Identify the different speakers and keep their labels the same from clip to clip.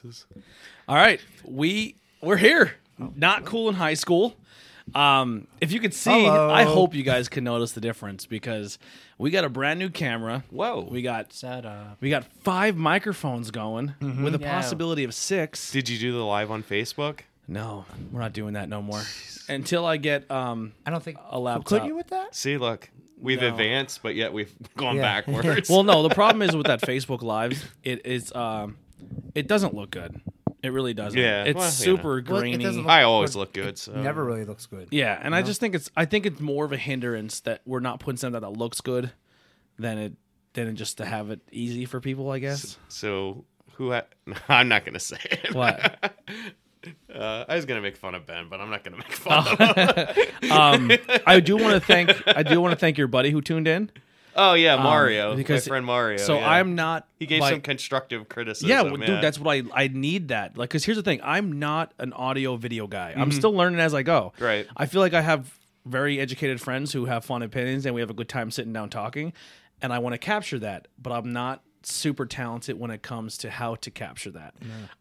Speaker 1: places.
Speaker 2: All right, we we're here. Not cool in high school. Um, if you could see,
Speaker 1: Hello.
Speaker 2: I hope you guys can notice the difference because we got a brand new camera.
Speaker 3: Whoa.
Speaker 2: We got
Speaker 4: Set up.
Speaker 2: we got five microphones going with a
Speaker 4: Yeah.
Speaker 2: possibility of six.
Speaker 3: Did you do the live on Facebook?
Speaker 2: No, we're not doing that no more. Until I get um
Speaker 4: I don't think
Speaker 2: a laptop.
Speaker 4: Could you with that?
Speaker 3: See, look, we've
Speaker 2: No.
Speaker 3: advanced, but yet we've gone
Speaker 4: Yeah.
Speaker 3: backwards.
Speaker 2: Well, no. The problem is with that Facebook Live, it is um, it doesn't look good. It really doesn't.
Speaker 3: Yeah,
Speaker 2: it's
Speaker 3: well, you
Speaker 2: super
Speaker 4: Well, it
Speaker 2: grainy.
Speaker 4: doesn't look-
Speaker 3: I always look good. So.
Speaker 4: Never really looks good.
Speaker 2: yeah, and I just think it's I think it's more of a hindrance that we're not putting something that looks good than it than it just to have it easy for people. I guess.
Speaker 3: So who? Ha- I'm not gonna say it.
Speaker 2: What?
Speaker 3: Uh, I was gonna make fun of Ben, but I'm not gonna make fun
Speaker 2: Oh.
Speaker 3: of him.
Speaker 2: Um, I do want to thank I do want to thank your buddy who tuned in.
Speaker 3: Oh yeah, Mario,
Speaker 2: Um, because-
Speaker 3: my friend Mario.
Speaker 2: So
Speaker 3: yeah.
Speaker 2: I'm not.
Speaker 3: He gave
Speaker 2: like-
Speaker 3: some constructive criticism.
Speaker 2: Yeah, well, dude, that's what I I need that. Like, cause here's the thing, I'm not an audio video guy. I'm still learning as I go.
Speaker 3: Mm-hmm. Right.
Speaker 2: I feel like I have very educated friends who have fun opinions and we have a good time sitting down talking, and I want to capture that, but I'm not super talented when it comes to how to capture that.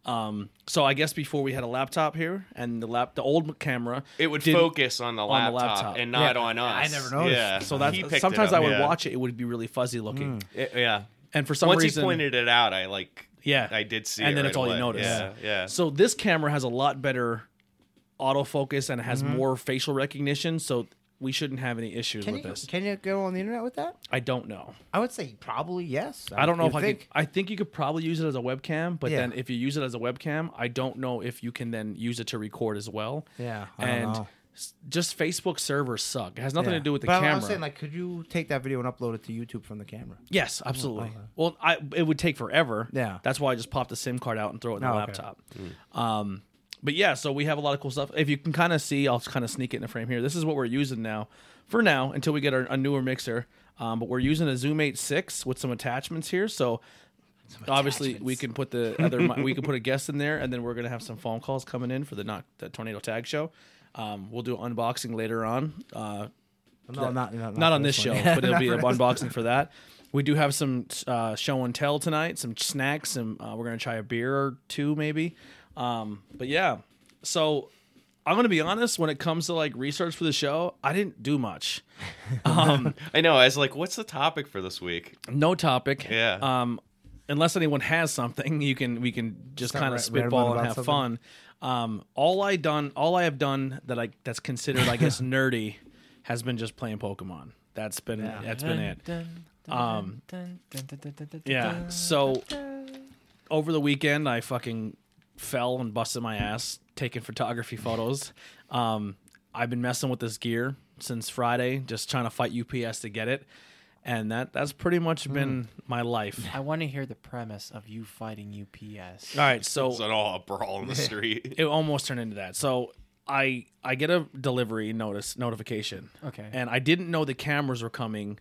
Speaker 2: Um, so I guess before we had a laptop here and the lap the old camera,
Speaker 3: It would
Speaker 2: didn't-
Speaker 3: focus on the,
Speaker 2: on
Speaker 3: laptop
Speaker 2: the laptop.
Speaker 3: and not
Speaker 4: Yeah,
Speaker 3: on
Speaker 4: I
Speaker 3: us.
Speaker 4: never noticed.
Speaker 3: Yeah.
Speaker 2: So
Speaker 3: He picked
Speaker 2: that's
Speaker 3: it
Speaker 2: sometimes
Speaker 3: up,
Speaker 2: I would
Speaker 3: yeah.
Speaker 2: watch it; it would be really fuzzy looking,
Speaker 3: It- yeah.
Speaker 2: and for some
Speaker 3: Once
Speaker 2: reason,
Speaker 3: he pointed it out, I like.
Speaker 2: Yeah.
Speaker 3: I did see.
Speaker 2: and
Speaker 3: it
Speaker 2: then
Speaker 3: right
Speaker 2: it's all
Speaker 3: away.
Speaker 2: you notice.
Speaker 3: Yeah. Yeah.
Speaker 2: So this camera has a lot better autofocus and it has more facial recognition, so we shouldn't have any issues
Speaker 4: Mm-hmm. Can
Speaker 2: with
Speaker 4: you
Speaker 2: this.
Speaker 4: can you go on the internet with that?
Speaker 2: I don't know.
Speaker 4: I would say probably yes.
Speaker 2: I don't know
Speaker 4: you'd
Speaker 2: if I
Speaker 4: think.
Speaker 2: could. I think you could probably use it as a webcam, but
Speaker 4: Yeah.
Speaker 2: then if you use it as a webcam, I don't know if you can then use it to record as well.
Speaker 4: Yeah, I don't
Speaker 2: and
Speaker 4: know.
Speaker 2: s- just Facebook servers suck. It has nothing
Speaker 4: Yeah.
Speaker 2: to do with the
Speaker 4: but
Speaker 2: camera.
Speaker 4: I'm saying, like, could you take that video and upload it to YouTube from the camera?
Speaker 2: Yes, absolutely. Well, I it would take forever.
Speaker 4: Oh, Yeah.
Speaker 2: that's why I just popped the SIM card out and throw it in
Speaker 4: Oh,
Speaker 2: the
Speaker 4: okay.
Speaker 2: laptop. Um, but yeah, so we have a lot of cool stuff. If you can kind of see, I'll kind of sneak it in the frame here. This is what we're using now, for now, until we get our, a newer mixer. Um, but we're using a Zoom 8 six with some attachments here, so. Obviously, we can put the other mi- we can put a guest in there, and then we're gonna have some phone calls coming in for the not the tornado tag show. Um, we'll do unboxing later on. Uh,
Speaker 4: No, not, not,
Speaker 2: not
Speaker 4: for
Speaker 2: on this show,
Speaker 4: one.
Speaker 2: but it'll
Speaker 4: Not
Speaker 2: be
Speaker 4: for
Speaker 2: an
Speaker 4: this-
Speaker 2: unboxing for that. We do have some uh, show and tell tonight, some snacks, some uh, we're gonna try a beer or two maybe. Um, but yeah, so I'm gonna be honest when it comes to like research for the show, I didn't do much. Um,
Speaker 3: I know. I was like, "What's the topic for this week?"
Speaker 2: no topic.
Speaker 3: Yeah.
Speaker 2: Um, unless anyone has something, you can we can just
Speaker 4: Start
Speaker 2: kind
Speaker 4: ra-
Speaker 2: of spitball
Speaker 4: rambling
Speaker 2: and
Speaker 4: about
Speaker 2: have
Speaker 4: something.
Speaker 2: fun. Um, all I done, all I have done that I that's considered, I guess, nerdy, has been just playing Pokemon. That's been that's been it. Um, Yeah. So over the weekend, I fucking fell and busted my ass taking photography photos. Um, I've been messing with this gear since Friday, just trying to fight UPS to get it, and that that's pretty much been my life.
Speaker 5: I want to hear the premise of you fighting UPS.
Speaker 2: All right, so
Speaker 3: It's all a brawl in the street.
Speaker 2: it almost turned into that. So I I get a delivery notice notification.
Speaker 5: Okay.
Speaker 2: And I didn't know the cameras were coming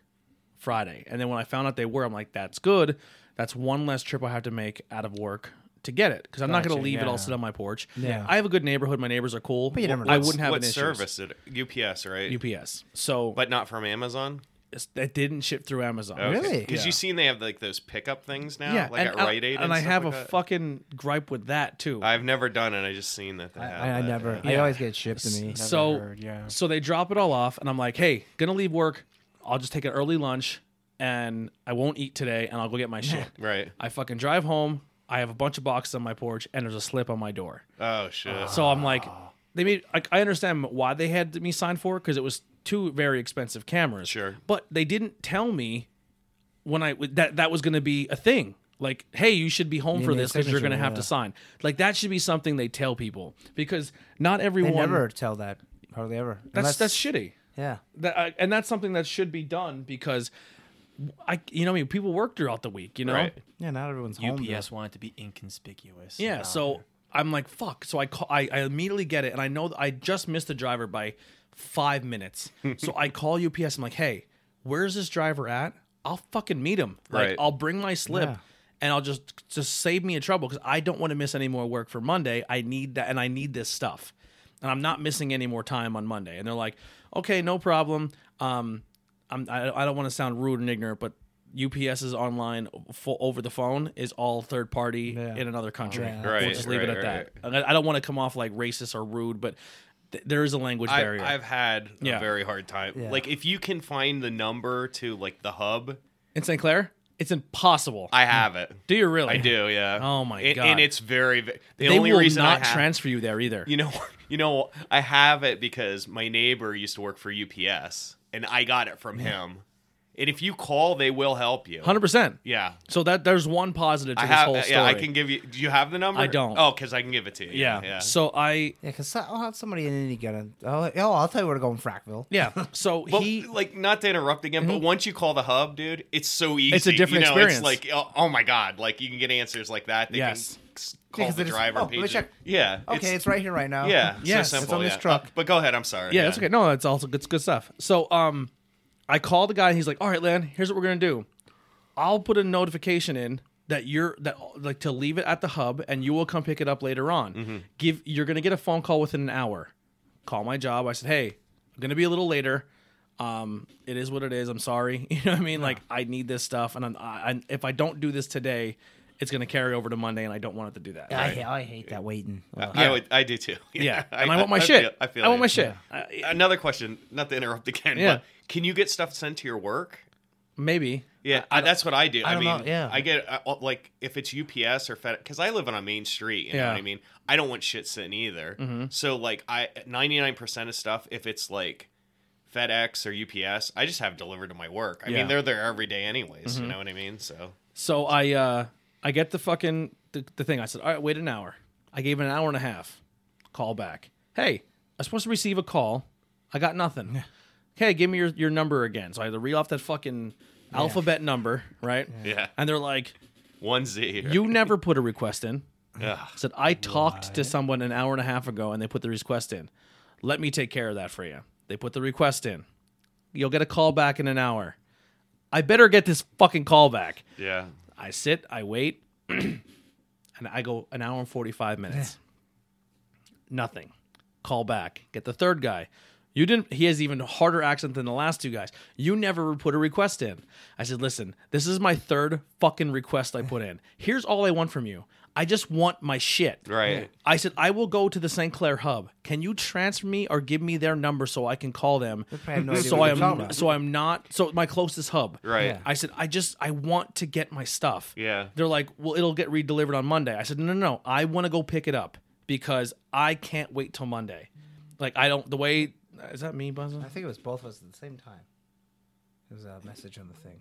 Speaker 2: Friday. And then when I found out they were, I'm like, that's good. That's one less trip I have to make out of work to get it because I'm not going to
Speaker 5: Gotcha,
Speaker 2: leave it all
Speaker 5: yeah.
Speaker 2: sit on my porch.
Speaker 4: Yeah.
Speaker 2: I have a good neighborhood. My neighbors are cool.
Speaker 4: But you never
Speaker 2: I
Speaker 4: know.
Speaker 2: wouldn't have
Speaker 3: what
Speaker 2: an
Speaker 3: service? Did UPS, right?
Speaker 2: Issues. UPS. So
Speaker 3: but not from Amazon.
Speaker 2: it's- it didn't ship through Amazon.
Speaker 4: Really?
Speaker 3: Because
Speaker 2: Yeah.
Speaker 3: you've seen they have like those pickup things now,
Speaker 2: Yeah.
Speaker 3: like
Speaker 2: and,
Speaker 3: at Rite Aid, and,
Speaker 2: and I
Speaker 3: stuff
Speaker 2: have
Speaker 3: like
Speaker 2: a
Speaker 3: that.
Speaker 2: fucking gripe with that too.
Speaker 3: I've never done it. I just seen that they
Speaker 4: I,
Speaker 3: have.
Speaker 4: I
Speaker 3: that.
Speaker 4: never.
Speaker 3: Yeah.
Speaker 4: I always get shipped to me.
Speaker 5: Never
Speaker 2: so
Speaker 5: heard, yeah.
Speaker 2: so they drop it all off and i'm like hey gonna leave work i'll just take an early lunch and i won't eat today and i'll go get my shit
Speaker 3: Right.
Speaker 2: i fucking drive home i have a bunch of boxes on my porch and there's a slip on my door
Speaker 3: Oh shit.
Speaker 2: so i'm like
Speaker 4: Ah.
Speaker 2: they made like i understand why they had me sign for it because it was two very expensive cameras
Speaker 3: Sure.
Speaker 2: but they didn't tell me when i that that was gonna be a thing like hey you should be home for
Speaker 4: need a
Speaker 2: this because you're gonna
Speaker 4: signature,
Speaker 2: have to
Speaker 4: yeah.
Speaker 2: sign like that should be something they tell people because not
Speaker 4: They
Speaker 2: everyone
Speaker 4: never tell that. Hardly ever.
Speaker 2: that's
Speaker 4: Unless-
Speaker 2: that's shitty
Speaker 4: yeah.
Speaker 2: that I, and that's something that should be done because I you know I mean people work throughout the week, you know.
Speaker 3: Right.
Speaker 4: Yeah. Not everyone's home. dude.
Speaker 5: UPS wanted to be inconspicuous.
Speaker 2: Yeah,
Speaker 5: about
Speaker 2: so I'm like fuck. So I call I, I immediately get it and I know that I just missed the driver by 5 minutes. so I call UPS I'm like, "Hey, where's this driver at? I'll fucking meet him. Like
Speaker 3: Right.
Speaker 2: I'll bring my slip
Speaker 4: Yeah.
Speaker 2: and I'll just just save me a trouble cuz I don't want to miss any more work for Monday. I need that and I need this stuff. And I'm not missing any more time on Monday." And they're like, "Okay, no problem. Um I'm, I, I don't want to sound rude and ignorant, but UPS's online fo- over the phone is all third party
Speaker 4: Yeah.
Speaker 2: in another country.
Speaker 4: Yeah.
Speaker 2: We'll
Speaker 3: Right,
Speaker 2: just leave it
Speaker 3: right,
Speaker 2: at that. And I I don't want to come off like racist or rude, but th- there is a language
Speaker 3: I,
Speaker 2: barrier.
Speaker 3: I've had
Speaker 2: Yeah.
Speaker 3: a very hard time.
Speaker 4: Yeah.
Speaker 3: Like, if you can find the number to like the hub,
Speaker 2: in St. Clair, it's impossible.
Speaker 3: I have it.
Speaker 2: do you really?
Speaker 3: I do, yeah.
Speaker 2: Oh my
Speaker 3: And-
Speaker 2: God.
Speaker 3: And it's very. ve-
Speaker 2: they
Speaker 3: The only
Speaker 2: will
Speaker 3: reason
Speaker 2: not
Speaker 3: I have,
Speaker 2: transfer you there either.
Speaker 3: You know, you know, I have it because my neighbor used to work for UPS, and I got it from him. And if you call, they will help you.
Speaker 2: Hundred percent.
Speaker 3: Yeah.
Speaker 2: So that there's one positive to
Speaker 3: I
Speaker 2: this
Speaker 3: have.
Speaker 2: whole
Speaker 3: Yeah,
Speaker 2: story.
Speaker 3: I can give you. Do you have the number?
Speaker 2: I don't.
Speaker 3: Oh, because I can give it to you.
Speaker 2: Yeah.
Speaker 3: Yeah.
Speaker 2: So I.
Speaker 4: Yeah, because I'll have somebody in Indiana. Oh, oh, I'll tell you where to go in Frackville.
Speaker 2: Yeah. So
Speaker 3: but
Speaker 2: he. Mhm.
Speaker 3: like, not to interrupt again, but once you call the hub, dude, it's so easy.
Speaker 2: It's a different
Speaker 3: you know,
Speaker 2: experience.
Speaker 3: It's like, oh, oh my god, like you can get answers like that. They
Speaker 2: Yes.
Speaker 3: can s- call
Speaker 4: 'cause
Speaker 3: the
Speaker 4: it is-
Speaker 3: driver.
Speaker 4: oh, let me
Speaker 3: page.
Speaker 4: check.
Speaker 3: Yeah.
Speaker 4: Okay, it's, right here right now.
Speaker 3: Yeah.
Speaker 2: Yes,
Speaker 3: So
Speaker 4: it's
Speaker 3: simple.
Speaker 4: on this
Speaker 3: yeah.
Speaker 4: truck.
Speaker 3: Uh, but go ahead. I'm sorry.
Speaker 2: Yeah, that's okay. No, it's also it's good stuff. So um, I call the guy. and He's like, "All right, Lan, here's what we're gonna do. I'll put a notification in that you're that like to leave it at the hub, and you will come pick it up later on.
Speaker 3: Mm-hmm.
Speaker 2: Give you're gonna get a phone call within an hour. Call my job. I said, hey, I'm gonna be a little later. Um, it is what it is. I'm sorry. You know what I mean? Like I need this stuff, and I'm, I, I if I don't do this today, it's gonna carry over to Monday, and I don't want it to do that.
Speaker 4: I, hate- I hate that waiting. Well,
Speaker 3: I, would, I do too.
Speaker 2: Yeah, and I, want my shit.
Speaker 3: feel- I feel.
Speaker 2: want
Speaker 3: you.
Speaker 2: my shit. I-
Speaker 3: Another question, not to interrupt again,
Speaker 2: Yeah.
Speaker 3: but can you get stuff sent to your work?
Speaker 2: maybe.
Speaker 3: Yeah, I, that's what I do. I,
Speaker 4: don't
Speaker 3: mean,
Speaker 4: know, yeah.
Speaker 3: I get I, like if it's UPS or FedEx because I live on a main street. You know
Speaker 2: Yeah. Mm-hmm.
Speaker 3: what I mean? I don't want shit sitting either. So like, I ninety nine percent of stuff if it's like FedEx or UPS, I just have delivered to my work.
Speaker 2: Yeah.
Speaker 3: I
Speaker 2: Mm-hmm.
Speaker 3: mean, they're there every day anyways. You know what I mean? So
Speaker 2: So I uh I get the fucking the, the thing. I said, all right, wait an hour. I gave it an hour and a half. Call back. Hey, I was supposed to receive a call. I got nothing. Hey, give me your, your number again. So I had to reel off that fucking alphabet number, right?
Speaker 3: Yeah.
Speaker 2: And they're like,
Speaker 3: one Z.
Speaker 2: You never put a request in.
Speaker 3: Ugh.
Speaker 2: I said, I talked to someone an hour and a half ago and they put the request in. Let me take care of that for you. They put the request in. You'll get a call back in an hour. I better get this fucking call back.
Speaker 3: Yeah.
Speaker 2: I sit, I wait, and I go an hour and 45 minutes. Nothing. Call back. Get the third guy. You didn't he has even harder accent than the last two guys. You never put a request in. I said, "Listen, this is my third fucking request I put in. Here's all I want from you. I just want my shit."
Speaker 3: Right.
Speaker 2: I said, "I will go to the St. Clair hub. Can you transfer me or give me their number so I can call them?"
Speaker 4: probably have no idea
Speaker 2: so
Speaker 4: what
Speaker 2: I
Speaker 4: you're talking
Speaker 2: am
Speaker 4: about.
Speaker 2: so I'm not so my closest hub.
Speaker 3: Right.
Speaker 4: Yeah.
Speaker 2: I said, I just I want to get my stuff.
Speaker 3: Yeah.
Speaker 2: They're like, well, it'll get redelivered on Monday. I said, no, no, no. I want to go pick it up because I can't wait till Monday. Like I don't. The way is that me buzzing?
Speaker 4: I think it was both of us at the same time. It was a message on the thing.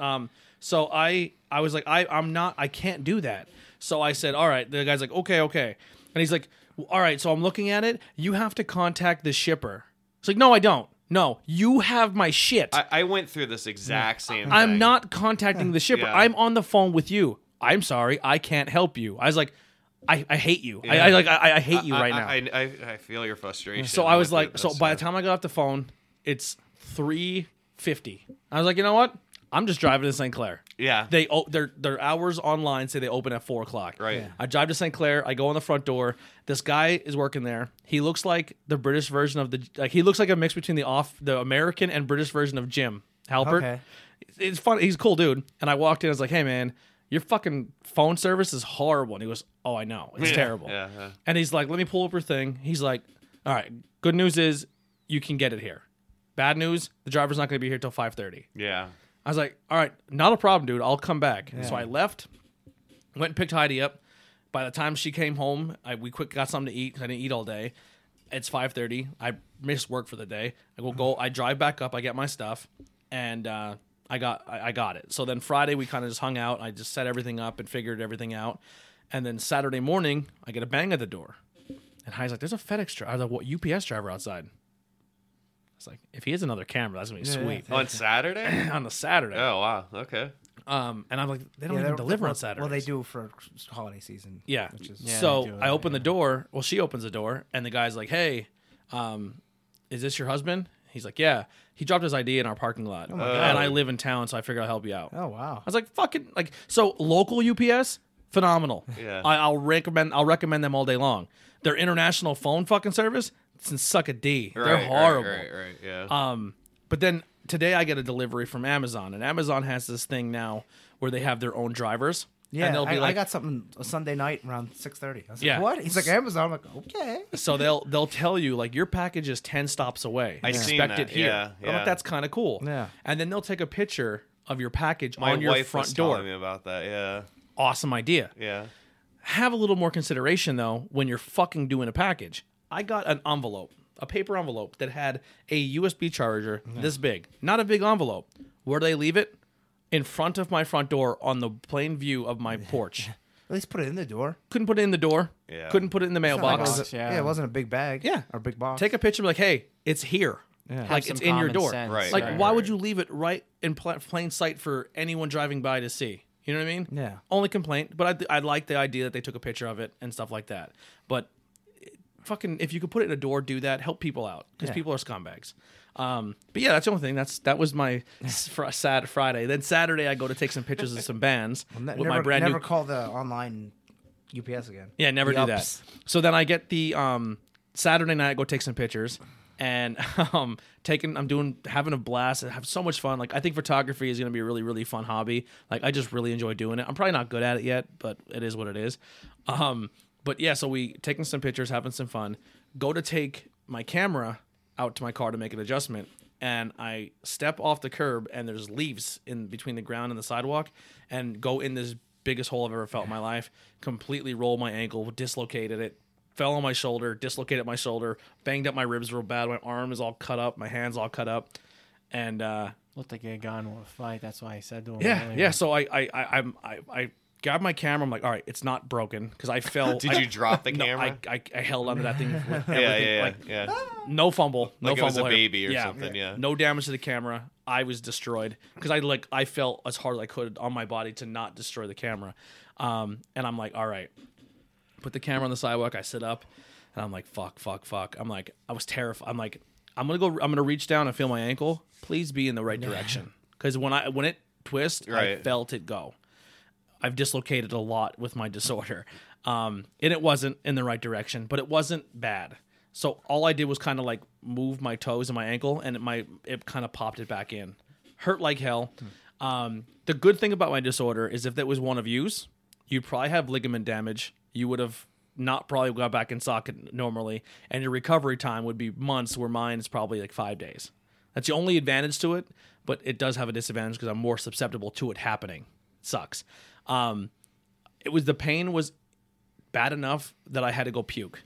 Speaker 2: Um, so I I was like, I I'm not I can't do that. So I said, all right. The guy's like, okay, okay, and he's like, well, all right. So I'm looking at it. You have to contact the shipper. It's like, no, I don't. No, you have my shit.
Speaker 3: I, I went through this exact same.
Speaker 2: I'm
Speaker 3: thing.
Speaker 2: not contacting the shipper.
Speaker 3: Yeah.
Speaker 2: I'm on the phone with you. I'm sorry, I can't help you. I was like, I, I hate you. I,
Speaker 3: Yeah.
Speaker 2: I like I, I hate you
Speaker 3: I-
Speaker 2: right now.
Speaker 3: I, I, I, I feel your frustration.
Speaker 2: so I was
Speaker 3: went
Speaker 2: like,
Speaker 3: through
Speaker 2: so
Speaker 3: this,
Speaker 2: by
Speaker 3: yeah.
Speaker 2: the time I got off the phone, it's three fifty. I was like, you know what? I'm just driving to St. Clair.
Speaker 3: Yeah.
Speaker 2: They o- their their hours online say they open at four o'clock.
Speaker 3: Right. Yeah.
Speaker 2: I drive to St. Clair. I go in the front door. This guy is working there. He looks like the British version of the like he looks like a mix between the off the American and British version of Jim Halpert.
Speaker 4: Okay.
Speaker 2: It's fun. He's a cool dude. And I walked in. I was like, hey man, your fucking phone service is horrible. And he goes, oh I know, it's
Speaker 3: Yeah.
Speaker 2: terrible.
Speaker 3: Yeah, yeah.
Speaker 2: And he's like, let me pull up your thing. He's like, all right, good news is you can get it here. Bad news, the driver's not going to be here till 5.30.
Speaker 3: Yeah.
Speaker 2: I was like, all right, not a problem, dude. I'll come back. So I left, went and picked Heidi up. By the time she came home, I, we quick got something to eat 'cause I didn't eat all day. It's 5.30. I missed work for the day. I go, go I drive back up. I get my stuff. And uh, I got I, I got it. So then Friday, we kind of just hung out. I just set everything up and figured everything out. And then Saturday morning, I get a bang at the door. And Heidi's like, there's a FedEx driver, what UPS driver outside. It's like, if he has another camera, that's going to be sweet.
Speaker 4: Oh,
Speaker 3: On Saturday?
Speaker 2: On the Saturday.
Speaker 3: Oh wow. Okay.
Speaker 2: Um, and I'm like, they don't even
Speaker 4: they're-
Speaker 2: deliver
Speaker 4: well,
Speaker 2: on Saturdays.
Speaker 4: Well, they do for holiday season.
Speaker 2: Yeah.
Speaker 4: Which is,
Speaker 2: so
Speaker 5: they do,
Speaker 2: I open the door. Well, she opens the door, and the guy's like, "Hey, um, is this your husband?" He's like, "Yeah." He dropped his ID in our parking lot, and I live in town, so I figured I'll help you out.
Speaker 4: Oh wow.
Speaker 2: I was like, "Fucking like so local UPS, phenomenal.
Speaker 3: Yeah.
Speaker 2: I, I'll recommend. I'll recommend them all day long. Their international phone fucking service, it's in suck a D. They're
Speaker 3: Right, right,
Speaker 2: horrible. Uh,
Speaker 3: Right, right, yeah.
Speaker 2: Um, but then today I get a delivery from Amazon, and Amazon has this thing now where they have their own drivers.
Speaker 4: Yeah,
Speaker 2: and they'll
Speaker 4: I,
Speaker 2: be
Speaker 4: I
Speaker 2: like,
Speaker 4: got something a Sunday night around six thirty. I was like,
Speaker 2: Yeah.
Speaker 4: "What?" He's like, "Amazon." I'm like, "Okay."
Speaker 2: so they'll they'll tell you like your package is ten stops away.
Speaker 3: I seen
Speaker 2: expect it
Speaker 3: that.
Speaker 2: here.
Speaker 3: Yeah,
Speaker 2: I'm
Speaker 3: yeah.
Speaker 2: like, that's kind of cool.
Speaker 4: Yeah.
Speaker 2: and then they'll take a picture of your package
Speaker 3: My
Speaker 2: on your
Speaker 3: wife
Speaker 2: front
Speaker 3: was
Speaker 2: door.
Speaker 3: telling me about that. Yeah,
Speaker 2: Awesome idea.
Speaker 3: yeah.
Speaker 2: Have a little more consideration though when you're fucking doing a package. I got an envelope, a paper envelope that had a USB charger this big. Not a big envelope. Where did I leave it? In front of my front door on the plain view of my porch.
Speaker 4: At least put it in the door.
Speaker 2: Couldn't put it in the door.
Speaker 3: Yeah.
Speaker 2: Couldn't put it in the
Speaker 4: It's not like it
Speaker 2: mailbox.
Speaker 4: was a-
Speaker 5: yeah.
Speaker 4: it wasn't a big bag.
Speaker 2: Yeah.
Speaker 4: or a big box.
Speaker 2: Take a picture, be like, hey, it's here. Like
Speaker 5: Have
Speaker 2: it's
Speaker 5: some
Speaker 2: in your
Speaker 5: common
Speaker 2: door.
Speaker 5: sense,
Speaker 3: Right,
Speaker 2: Like,
Speaker 3: right,
Speaker 2: why
Speaker 3: right.
Speaker 2: would you leave it right in pla- plain sight for anyone driving by to see? You know what I mean?
Speaker 4: Yeah.
Speaker 2: Only complaint, but I, I like the idea that they took a picture of it and stuff like that. But it- fucking, if you could put it in a door, do that. Help people out because
Speaker 4: Yeah.
Speaker 2: people are scumbags. Um, but yeah, that's the only thing. That's that was my s- fr- sad Friday. Then Saturday, I go to take some pictures of some bands
Speaker 4: Ne-
Speaker 2: with
Speaker 4: never,
Speaker 2: my brand
Speaker 4: never
Speaker 2: new
Speaker 4: call the online UPS again.
Speaker 2: yeah, never do that.
Speaker 4: Yups.
Speaker 2: So then I get the um, Saturday night, I go take some pictures and um, taking, I'm doing, having a blast and have so much fun. Like, I think photography is going to be a really, really fun hobby. Like, I just really enjoy doing it. I'm probably not good at it yet, but it is what it is. Um, but yeah, so we taking some pictures, having some fun, go to take my camera out to my car to make an adjustment. And I step off the curb, and there's leaves in between the ground and the sidewalk, and go in this biggest hole I've ever felt in my life. Completely rolled my ankle, dislocated it, fell on my shoulder, dislocated my shoulder, banged up my ribs real bad. My arm is all cut up, my hands all cut up, and uh,
Speaker 5: Looked like you had gone to a fight. That's why I said to him.
Speaker 2: yeah,
Speaker 5: earlier.
Speaker 2: yeah. So I, I, I, I'm, I, I grabbed my camera. I'm like, all right, it's not broken because I fell.
Speaker 3: Did
Speaker 2: I-
Speaker 3: you drop the
Speaker 2: No,
Speaker 3: camera?
Speaker 2: I, I, I held onto that thing. With everything.
Speaker 3: yeah, yeah, yeah,
Speaker 2: Like, ah.
Speaker 3: yeah.
Speaker 2: no fumble, no
Speaker 3: Like it
Speaker 2: fumble.
Speaker 3: was a
Speaker 2: here.
Speaker 3: baby or something, yeah.
Speaker 2: no damage to the camera. I was destroyed because I like I felt as hard as I could on my body to not destroy the camera, um, and I'm like, all right, put the camera on the sidewalk. I sit up, and I'm like, fuck, fuck, fuck. I'm like, I was terrified. I'm like, I'm gonna go. I'm gonna reach down and feel my ankle. Please be in the right direction because when I when it twists, I
Speaker 3: Right.
Speaker 2: felt it go. I've dislocated a lot with my disorder. Um, and it wasn't in the right direction, but it wasn't bad. So all I did was kind of like move my toes and my ankle, and it, my it kind of popped it back in. Hurt like hell. Um, the good thing about my disorder is if that was one of yous, you'd probably have ligament damage. You would have not probably got back in socket normally, and your recovery time would be months, where mine is probably like five days. That's the only advantage to it, but it does have a disadvantage because I'm more susceptible to it happening. sucks. Um, it was the pain was bad enough that I had to go puke.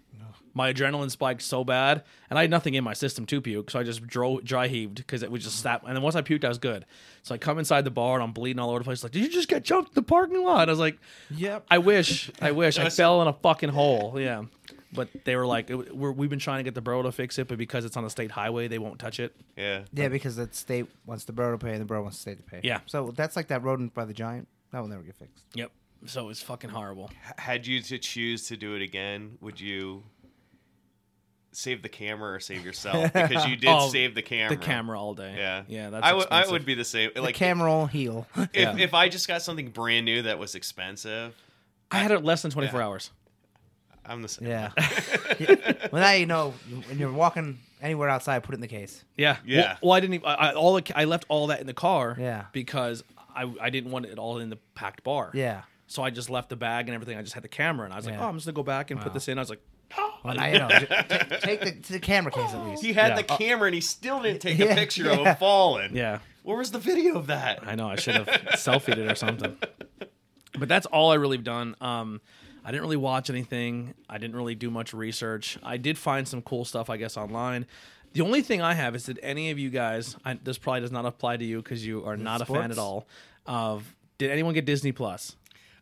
Speaker 2: My adrenaline spiked so bad, and I had nothing in my system to puke, so I just dro- dry heaved because it was just that. And then once I puked, I was good. So I come inside the bar and I'm bleeding all over the place. Like, did you just get jumped in the parking lot? I was like,
Speaker 4: Yep.
Speaker 2: I wish, I wish, I fell in a fucking hole. Yeah, but they were like, it- we're, we've been trying to get the borough to fix it, but because it's on a state highway, they won't touch it.
Speaker 3: yeah.
Speaker 4: Yeah, because the state wants the borough to pay, and the borough wants the state to pay.
Speaker 2: Yeah.
Speaker 4: So that's like that rodent by the giant. That will never get fixed.
Speaker 2: Yep. So it was fucking horrible.
Speaker 3: H- Had you to choose to do it again, would you save the camera or save yourself? Because you did
Speaker 2: Oh,
Speaker 3: save the camera.
Speaker 2: The camera all day.
Speaker 3: Yeah.
Speaker 2: Yeah. That's
Speaker 3: I would. I
Speaker 2: expensive.
Speaker 3: would be the same.
Speaker 4: The
Speaker 3: Like
Speaker 4: camera will heal.
Speaker 3: if
Speaker 2: Yeah.
Speaker 3: if I just got something brand new that was expensive,
Speaker 2: I had it less than 24
Speaker 3: Yeah.
Speaker 2: hours.
Speaker 3: I'm the same.
Speaker 4: yeah. Well, now you know when you're walking anywhere outside, put it in the case.
Speaker 2: Yeah.
Speaker 3: Yeah.
Speaker 2: Well, well, I didn't even, I, I, all, the, I left all that in the car.
Speaker 4: Yeah.
Speaker 2: Because I, I didn't want it all in the packed bar.
Speaker 4: Yeah.
Speaker 2: So I just left the bag and everything. I just had the camera and I was like,
Speaker 4: Yeah.
Speaker 2: oh, I'm just going to go back and put this in. I was like, oh,
Speaker 4: Well, now you know. Take, take the, to the camera case at least.
Speaker 3: He had
Speaker 2: Yeah.
Speaker 3: the camera and he still didn't take
Speaker 4: Uh, Yeah,
Speaker 3: a picture of
Speaker 4: yeah.
Speaker 3: him falling.
Speaker 2: yeah.
Speaker 3: Where was the video of that?
Speaker 2: I know I should have selfied it or something. But that's all I really done. Um, I didn't really watch anything. I didn't really do much research. I did find some cool stuff, I guess, online. The only thing I have is that any of you guys, I, this probably does not apply to you because you are not a fan
Speaker 4: sports?
Speaker 2: at all. Of did anyone get Disney Plus?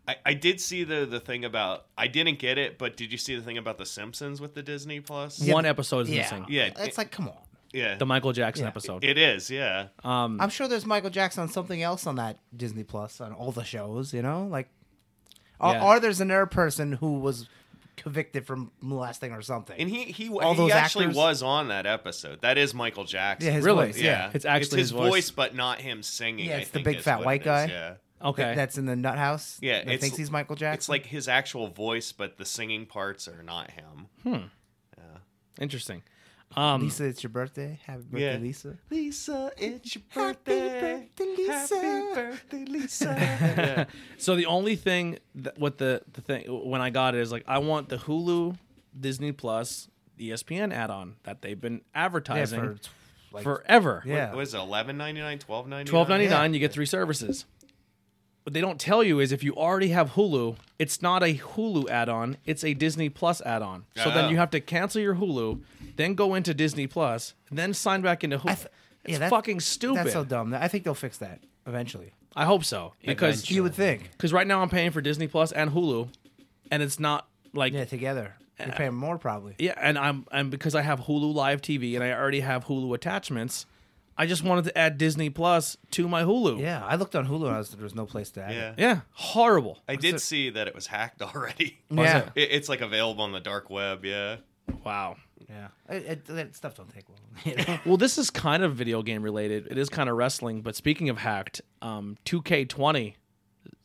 Speaker 3: I, I did see the the thing about I didn't get it, but did you see the thing about the Simpsons with the Disney Plus?
Speaker 4: Yeah.
Speaker 2: One episode is
Speaker 4: Yeah.
Speaker 2: missing.
Speaker 3: Yeah,
Speaker 4: It's
Speaker 3: it-
Speaker 4: like, come on.
Speaker 3: Yeah,
Speaker 2: The Michael Jackson
Speaker 4: Yeah.
Speaker 2: episode.
Speaker 3: it is. Yeah,
Speaker 4: I'm sure there's Michael Jackson on something else on that Disney Plus on all the shows, you know? Like, or,
Speaker 2: Yeah.
Speaker 4: or there's another person who was convicted for molesting or something.
Speaker 3: and he he
Speaker 4: All
Speaker 3: he
Speaker 4: those
Speaker 3: actually
Speaker 4: actors?
Speaker 3: was on that episode. That is Michael Jackson.
Speaker 4: yeah, his
Speaker 2: Really?
Speaker 4: voice,
Speaker 3: yeah.
Speaker 4: yeah.
Speaker 2: It's actually
Speaker 3: his,
Speaker 2: his voice.
Speaker 3: but not him singing.
Speaker 4: Yeah,
Speaker 3: I
Speaker 4: it's the
Speaker 3: think
Speaker 4: big
Speaker 3: is
Speaker 4: fat
Speaker 3: what
Speaker 4: white
Speaker 3: it is,
Speaker 4: guy.
Speaker 3: Yeah.
Speaker 2: okay.
Speaker 4: That- that's in the nut house.
Speaker 3: Yeah,
Speaker 4: that
Speaker 3: it's-
Speaker 4: thinks he's Michael Jackson.
Speaker 3: It's like his actual voice, but the singing parts are not him.
Speaker 2: Interesting. Um,
Speaker 4: Lisa, it's your birthday. Happy birthday,
Speaker 3: Yeah.
Speaker 4: Lisa.
Speaker 3: Lisa, it's your
Speaker 4: birthday. Happy
Speaker 3: birthday, Lisa.
Speaker 2: So the only thing that what the the thing when I got it is like I want the Hulu, Disney Plus, E ESPN add-on that they've been advertising
Speaker 4: for, like,
Speaker 2: forever.
Speaker 4: yeah.
Speaker 3: What is it? Eleven ninety nine, twelve ninety nine,
Speaker 2: Twelve ninety nine, you get three services. What they don't tell you is if you already have Hulu, it's not a Hulu add-on; it's a Disney Plus add-on. So
Speaker 3: Oh.
Speaker 2: then you have to cancel your Hulu, then go into Disney Plus, and then sign back into Hulu.
Speaker 4: I th-
Speaker 2: it's
Speaker 4: yeah, that-
Speaker 2: fucking stupid.
Speaker 4: That's so dumb. I think they'll fix that eventually.
Speaker 2: I hope so because
Speaker 4: You would think.
Speaker 2: because right now I'm paying for Disney Plus and Hulu, and it's not like
Speaker 4: Yeah, together. You're paying more probably.
Speaker 2: Yeah, and I'm and because I have Hulu Live TV and I already have Hulu attachments, I just wanted to add Disney Plus to my Hulu.
Speaker 4: Yeah, I looked on Hulu and I was, there was no place to add
Speaker 3: Yeah.
Speaker 4: it.
Speaker 2: Yeah, horrible.
Speaker 3: I did see that it was hacked already.
Speaker 4: Yeah.
Speaker 3: It- It's like available on the dark web, yeah.
Speaker 2: Wow.
Speaker 4: Yeah, it, it, that stuff don't take long. you know?
Speaker 2: Well, this is kind of video game related. It is kind of wrestling, but speaking of hacked, um 2K20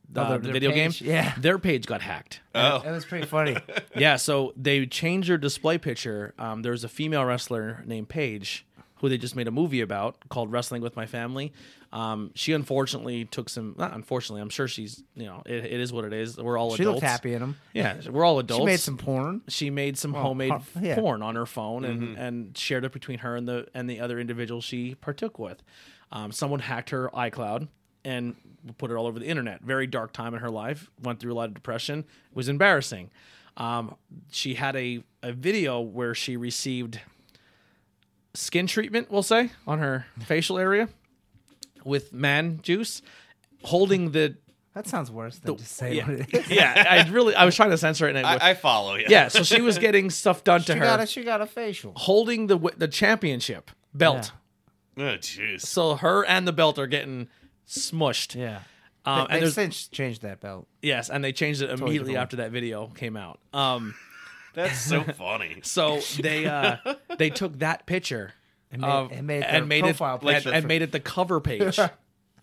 Speaker 2: the,
Speaker 4: Oh, their-
Speaker 2: the
Speaker 4: their
Speaker 2: video
Speaker 4: page?
Speaker 2: game,
Speaker 4: Yeah.
Speaker 2: their page got hacked.
Speaker 3: Oh.
Speaker 4: It was pretty funny.
Speaker 2: yeah, so they changed their display picture. Um, there was a female wrestler named Paige who they just made a movie about called Wrestling with My Family. Um, she unfortunately took some. Not unfortunately, I'm sure she's. You know, it, it is what it is. We're all
Speaker 4: She
Speaker 2: adults.
Speaker 4: looked happy in them.
Speaker 2: Yeah, we're all adults.
Speaker 4: She made some porn.
Speaker 2: She made some homemade
Speaker 4: huh, yeah.
Speaker 2: porn on her phone and,
Speaker 3: Mm-hmm.
Speaker 2: and shared it between her and the and the other individual she partook with. Um, someone hacked her iCloud and put it all over the internet. Very dark time in her life. Went through a lot of depression. It was embarrassing. Um, she had a, a video where she received skin treatment, we'll say, on her facial area with man juice, holding the.
Speaker 4: That sounds worse than just saying
Speaker 2: yeah.
Speaker 4: what it is.
Speaker 2: Yeah, I really I was trying to censor it and it was,
Speaker 3: I, I follow you.
Speaker 2: yeah, so she was getting stuff done to
Speaker 4: She
Speaker 2: her,
Speaker 4: got, a, she got a facial.
Speaker 2: holding the wi- the championship belt.
Speaker 4: Yeah.
Speaker 3: Oh, jeez.
Speaker 2: So her and the belt are getting smushed.
Speaker 4: Yeah.
Speaker 2: Um,
Speaker 4: they,
Speaker 2: and
Speaker 4: have
Speaker 2: there's,
Speaker 4: since changed that belt.
Speaker 2: yes, and they changed it immediately
Speaker 4: different one.
Speaker 2: after that video came out. Um,
Speaker 3: That's so funny.
Speaker 2: so they uh, they took that picture
Speaker 4: made-
Speaker 2: of-
Speaker 4: and made it their
Speaker 2: Um, and made it
Speaker 4: profile
Speaker 2: and-
Speaker 4: picture
Speaker 2: and
Speaker 4: for-
Speaker 2: made it the cover page.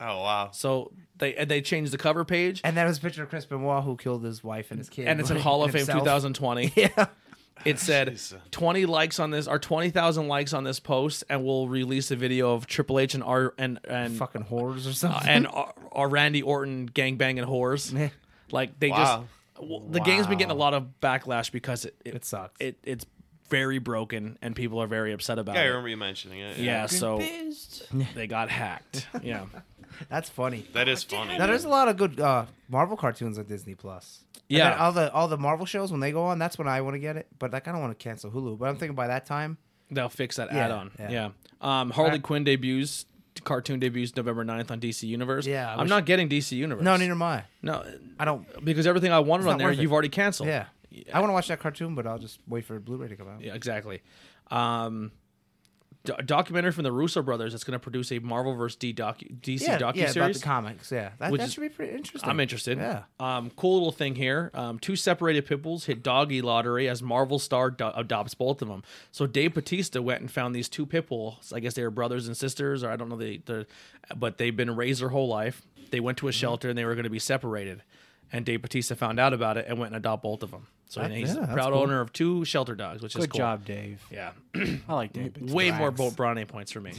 Speaker 3: Oh, wow.
Speaker 2: so they and they changed the cover page,
Speaker 4: And that was a picture of Chris Benoit who killed his wife and his kid.
Speaker 2: and it's in
Speaker 4: like,
Speaker 2: Hall of
Speaker 4: and
Speaker 2: Fame
Speaker 4: himself.
Speaker 2: 2020.
Speaker 4: Yeah.
Speaker 2: It said
Speaker 3: Jeez.
Speaker 2: 20 likes on this or 20,000 likes on this post, and we'll release a video of Triple H and R and and
Speaker 4: Fucking horrors or something.
Speaker 2: Uh, and our, our Randy Orton gangbanging whores. like they
Speaker 3: Wow.
Speaker 2: just w- the game's been getting a lot of backlash because it
Speaker 4: It sucks.
Speaker 2: It it's very broken and people are very upset about
Speaker 3: Yeah, I
Speaker 2: it.
Speaker 3: remember you mentioning it.
Speaker 2: Yeah, so they got hacked. Yeah.
Speaker 4: That's funny.
Speaker 3: That is funny.
Speaker 4: Now there's a lot of good uh, Marvel cartoons on Disney Plus. And
Speaker 2: Yeah.
Speaker 4: then all the all the Marvel shows when they go on, that's when I want to get it. But like I don't want to cancel Hulu. But I'm thinking by that time,
Speaker 2: They'll fix that
Speaker 4: Yeah,
Speaker 2: add-on. Yeah.
Speaker 4: yeah.
Speaker 2: Um Harley Quinn debuts cartoon debuts November 9th on DC Universe.
Speaker 4: Yeah, I
Speaker 2: I'm
Speaker 4: wish-
Speaker 2: not getting DC Universe.
Speaker 4: no, neither am I.
Speaker 2: No,
Speaker 4: I don't.
Speaker 2: because everything I wanted on
Speaker 4: It's not
Speaker 2: there
Speaker 4: worth it.
Speaker 2: you've already canceled.
Speaker 4: Yeah, I want to watch that cartoon, but I'll just wait for Blu-ray to come out.
Speaker 2: Yeah, exactly. Um, do- documentary from the Russo brothers that's going to produce a Marvel vs. D docu- DC docu
Speaker 4: yeah, about the
Speaker 2: series.
Speaker 4: comics. Yeah, that,
Speaker 2: Which
Speaker 4: that
Speaker 2: is-
Speaker 4: should be pretty interesting.
Speaker 2: I'm interested.
Speaker 4: Yeah.
Speaker 2: Um, cool little thing here. Um, two separated pit bulls hit doggy lottery as Marvel star do- adopts both of them. So Dave Batista went and found these two pit bulls. I guess they were brothers and sisters, or I don't know the, the but they've been raised their whole life. They went
Speaker 4: Mm-hmm.
Speaker 2: to a shelter and they were going to be separated. And Dave Batista found out about it and went and adopted both of them. So
Speaker 4: That-
Speaker 2: he's
Speaker 4: yeah,
Speaker 2: a
Speaker 4: that's
Speaker 2: proud
Speaker 4: cool.
Speaker 2: owner of two shelter dogs, which is
Speaker 5: Good
Speaker 2: cool.
Speaker 5: job, Dave.
Speaker 2: Yeah.
Speaker 5: I like Dave.
Speaker 2: way more Bo- Bronny points for me.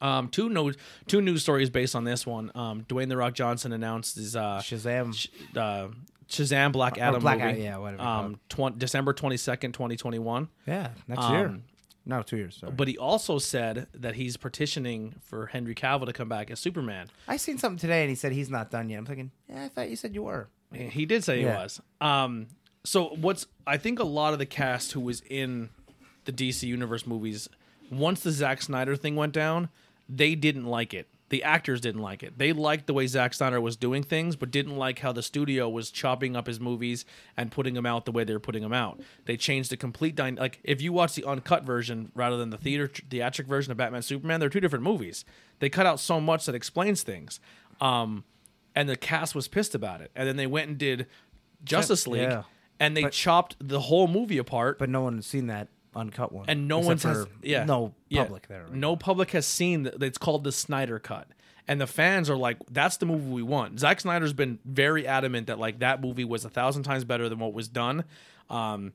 Speaker 2: Um, two no, two news stories based on this one. Um, Dwayne the Rock Johnson announced his uh,
Speaker 4: Shazam.
Speaker 2: Sh- uh, Shazam Black Adam
Speaker 4: Black
Speaker 2: movie.
Speaker 4: Adam, yeah, whatever you
Speaker 2: Um, tw- December twenty second, twenty twenty one.
Speaker 4: yeah, next
Speaker 2: um,
Speaker 4: year. No, two years. Sorry.
Speaker 2: But he also said that he's petitioning for Henry Cavill to come back as Superman.
Speaker 4: I seen something today, and he said he's not done yet. I'm thinking, yeah, I thought you said you were.
Speaker 2: He did say he
Speaker 4: Yeah.
Speaker 2: was. Um, so what's I think a lot of the cast who was in the DC Universe movies, once the Zack Snyder thing went down, they didn't like it. The actors didn't like it. They liked the way Zack Snyder was doing things, but didn't like how the studio was chopping up his movies and putting them out the way they were putting them out. They changed the complete dyna- like if you watch the uncut version rather than the theater theatric version of Batman Superman, they're two different movies. They cut out so much that explains things. Um, and the cast was pissed about it. And then they went and did Justice League,
Speaker 4: yeah.
Speaker 2: and they chopped the whole movie apart.
Speaker 4: But no one's seen that uncut one,
Speaker 2: and no
Speaker 4: Except
Speaker 2: one's
Speaker 4: for
Speaker 2: has, yeah
Speaker 4: no
Speaker 2: yeah.
Speaker 4: public there. right?
Speaker 2: No public has seen. The, it's called the Snyder Cut, and the fans are like, "That's the movie we want." Zack Snyder's been very adamant that like that movie was a thousand times better than what was done, um,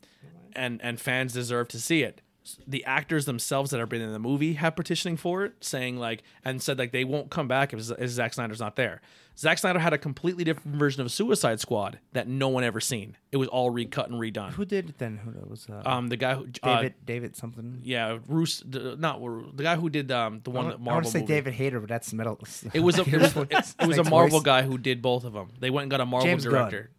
Speaker 2: and and fans deserve to see it. the actors themselves that have been in the movie have petitioning for it, saying like, and said like they won't come back if, Z- if Zack Snyder's not there. Zack Snyder had a completely different version of Suicide Squad that no one ever seen. It was all recut and redone.
Speaker 4: Who did it then? Who it was uh,
Speaker 2: Um, the guy who uh,
Speaker 4: David David something?
Speaker 2: yeah, Roos, the, not Roos- the guy who did um the
Speaker 4: I
Speaker 2: one
Speaker 4: wanna-
Speaker 2: that
Speaker 4: I want
Speaker 2: Marvel
Speaker 4: to say
Speaker 2: movie.
Speaker 4: David Hayter, but that's metal.
Speaker 2: It was a it was, it, it was a
Speaker 4: Snake's
Speaker 2: Marvel
Speaker 4: voice.
Speaker 2: guy who did both of them. They went and got a Marvel
Speaker 4: James Gunn.
Speaker 2: director.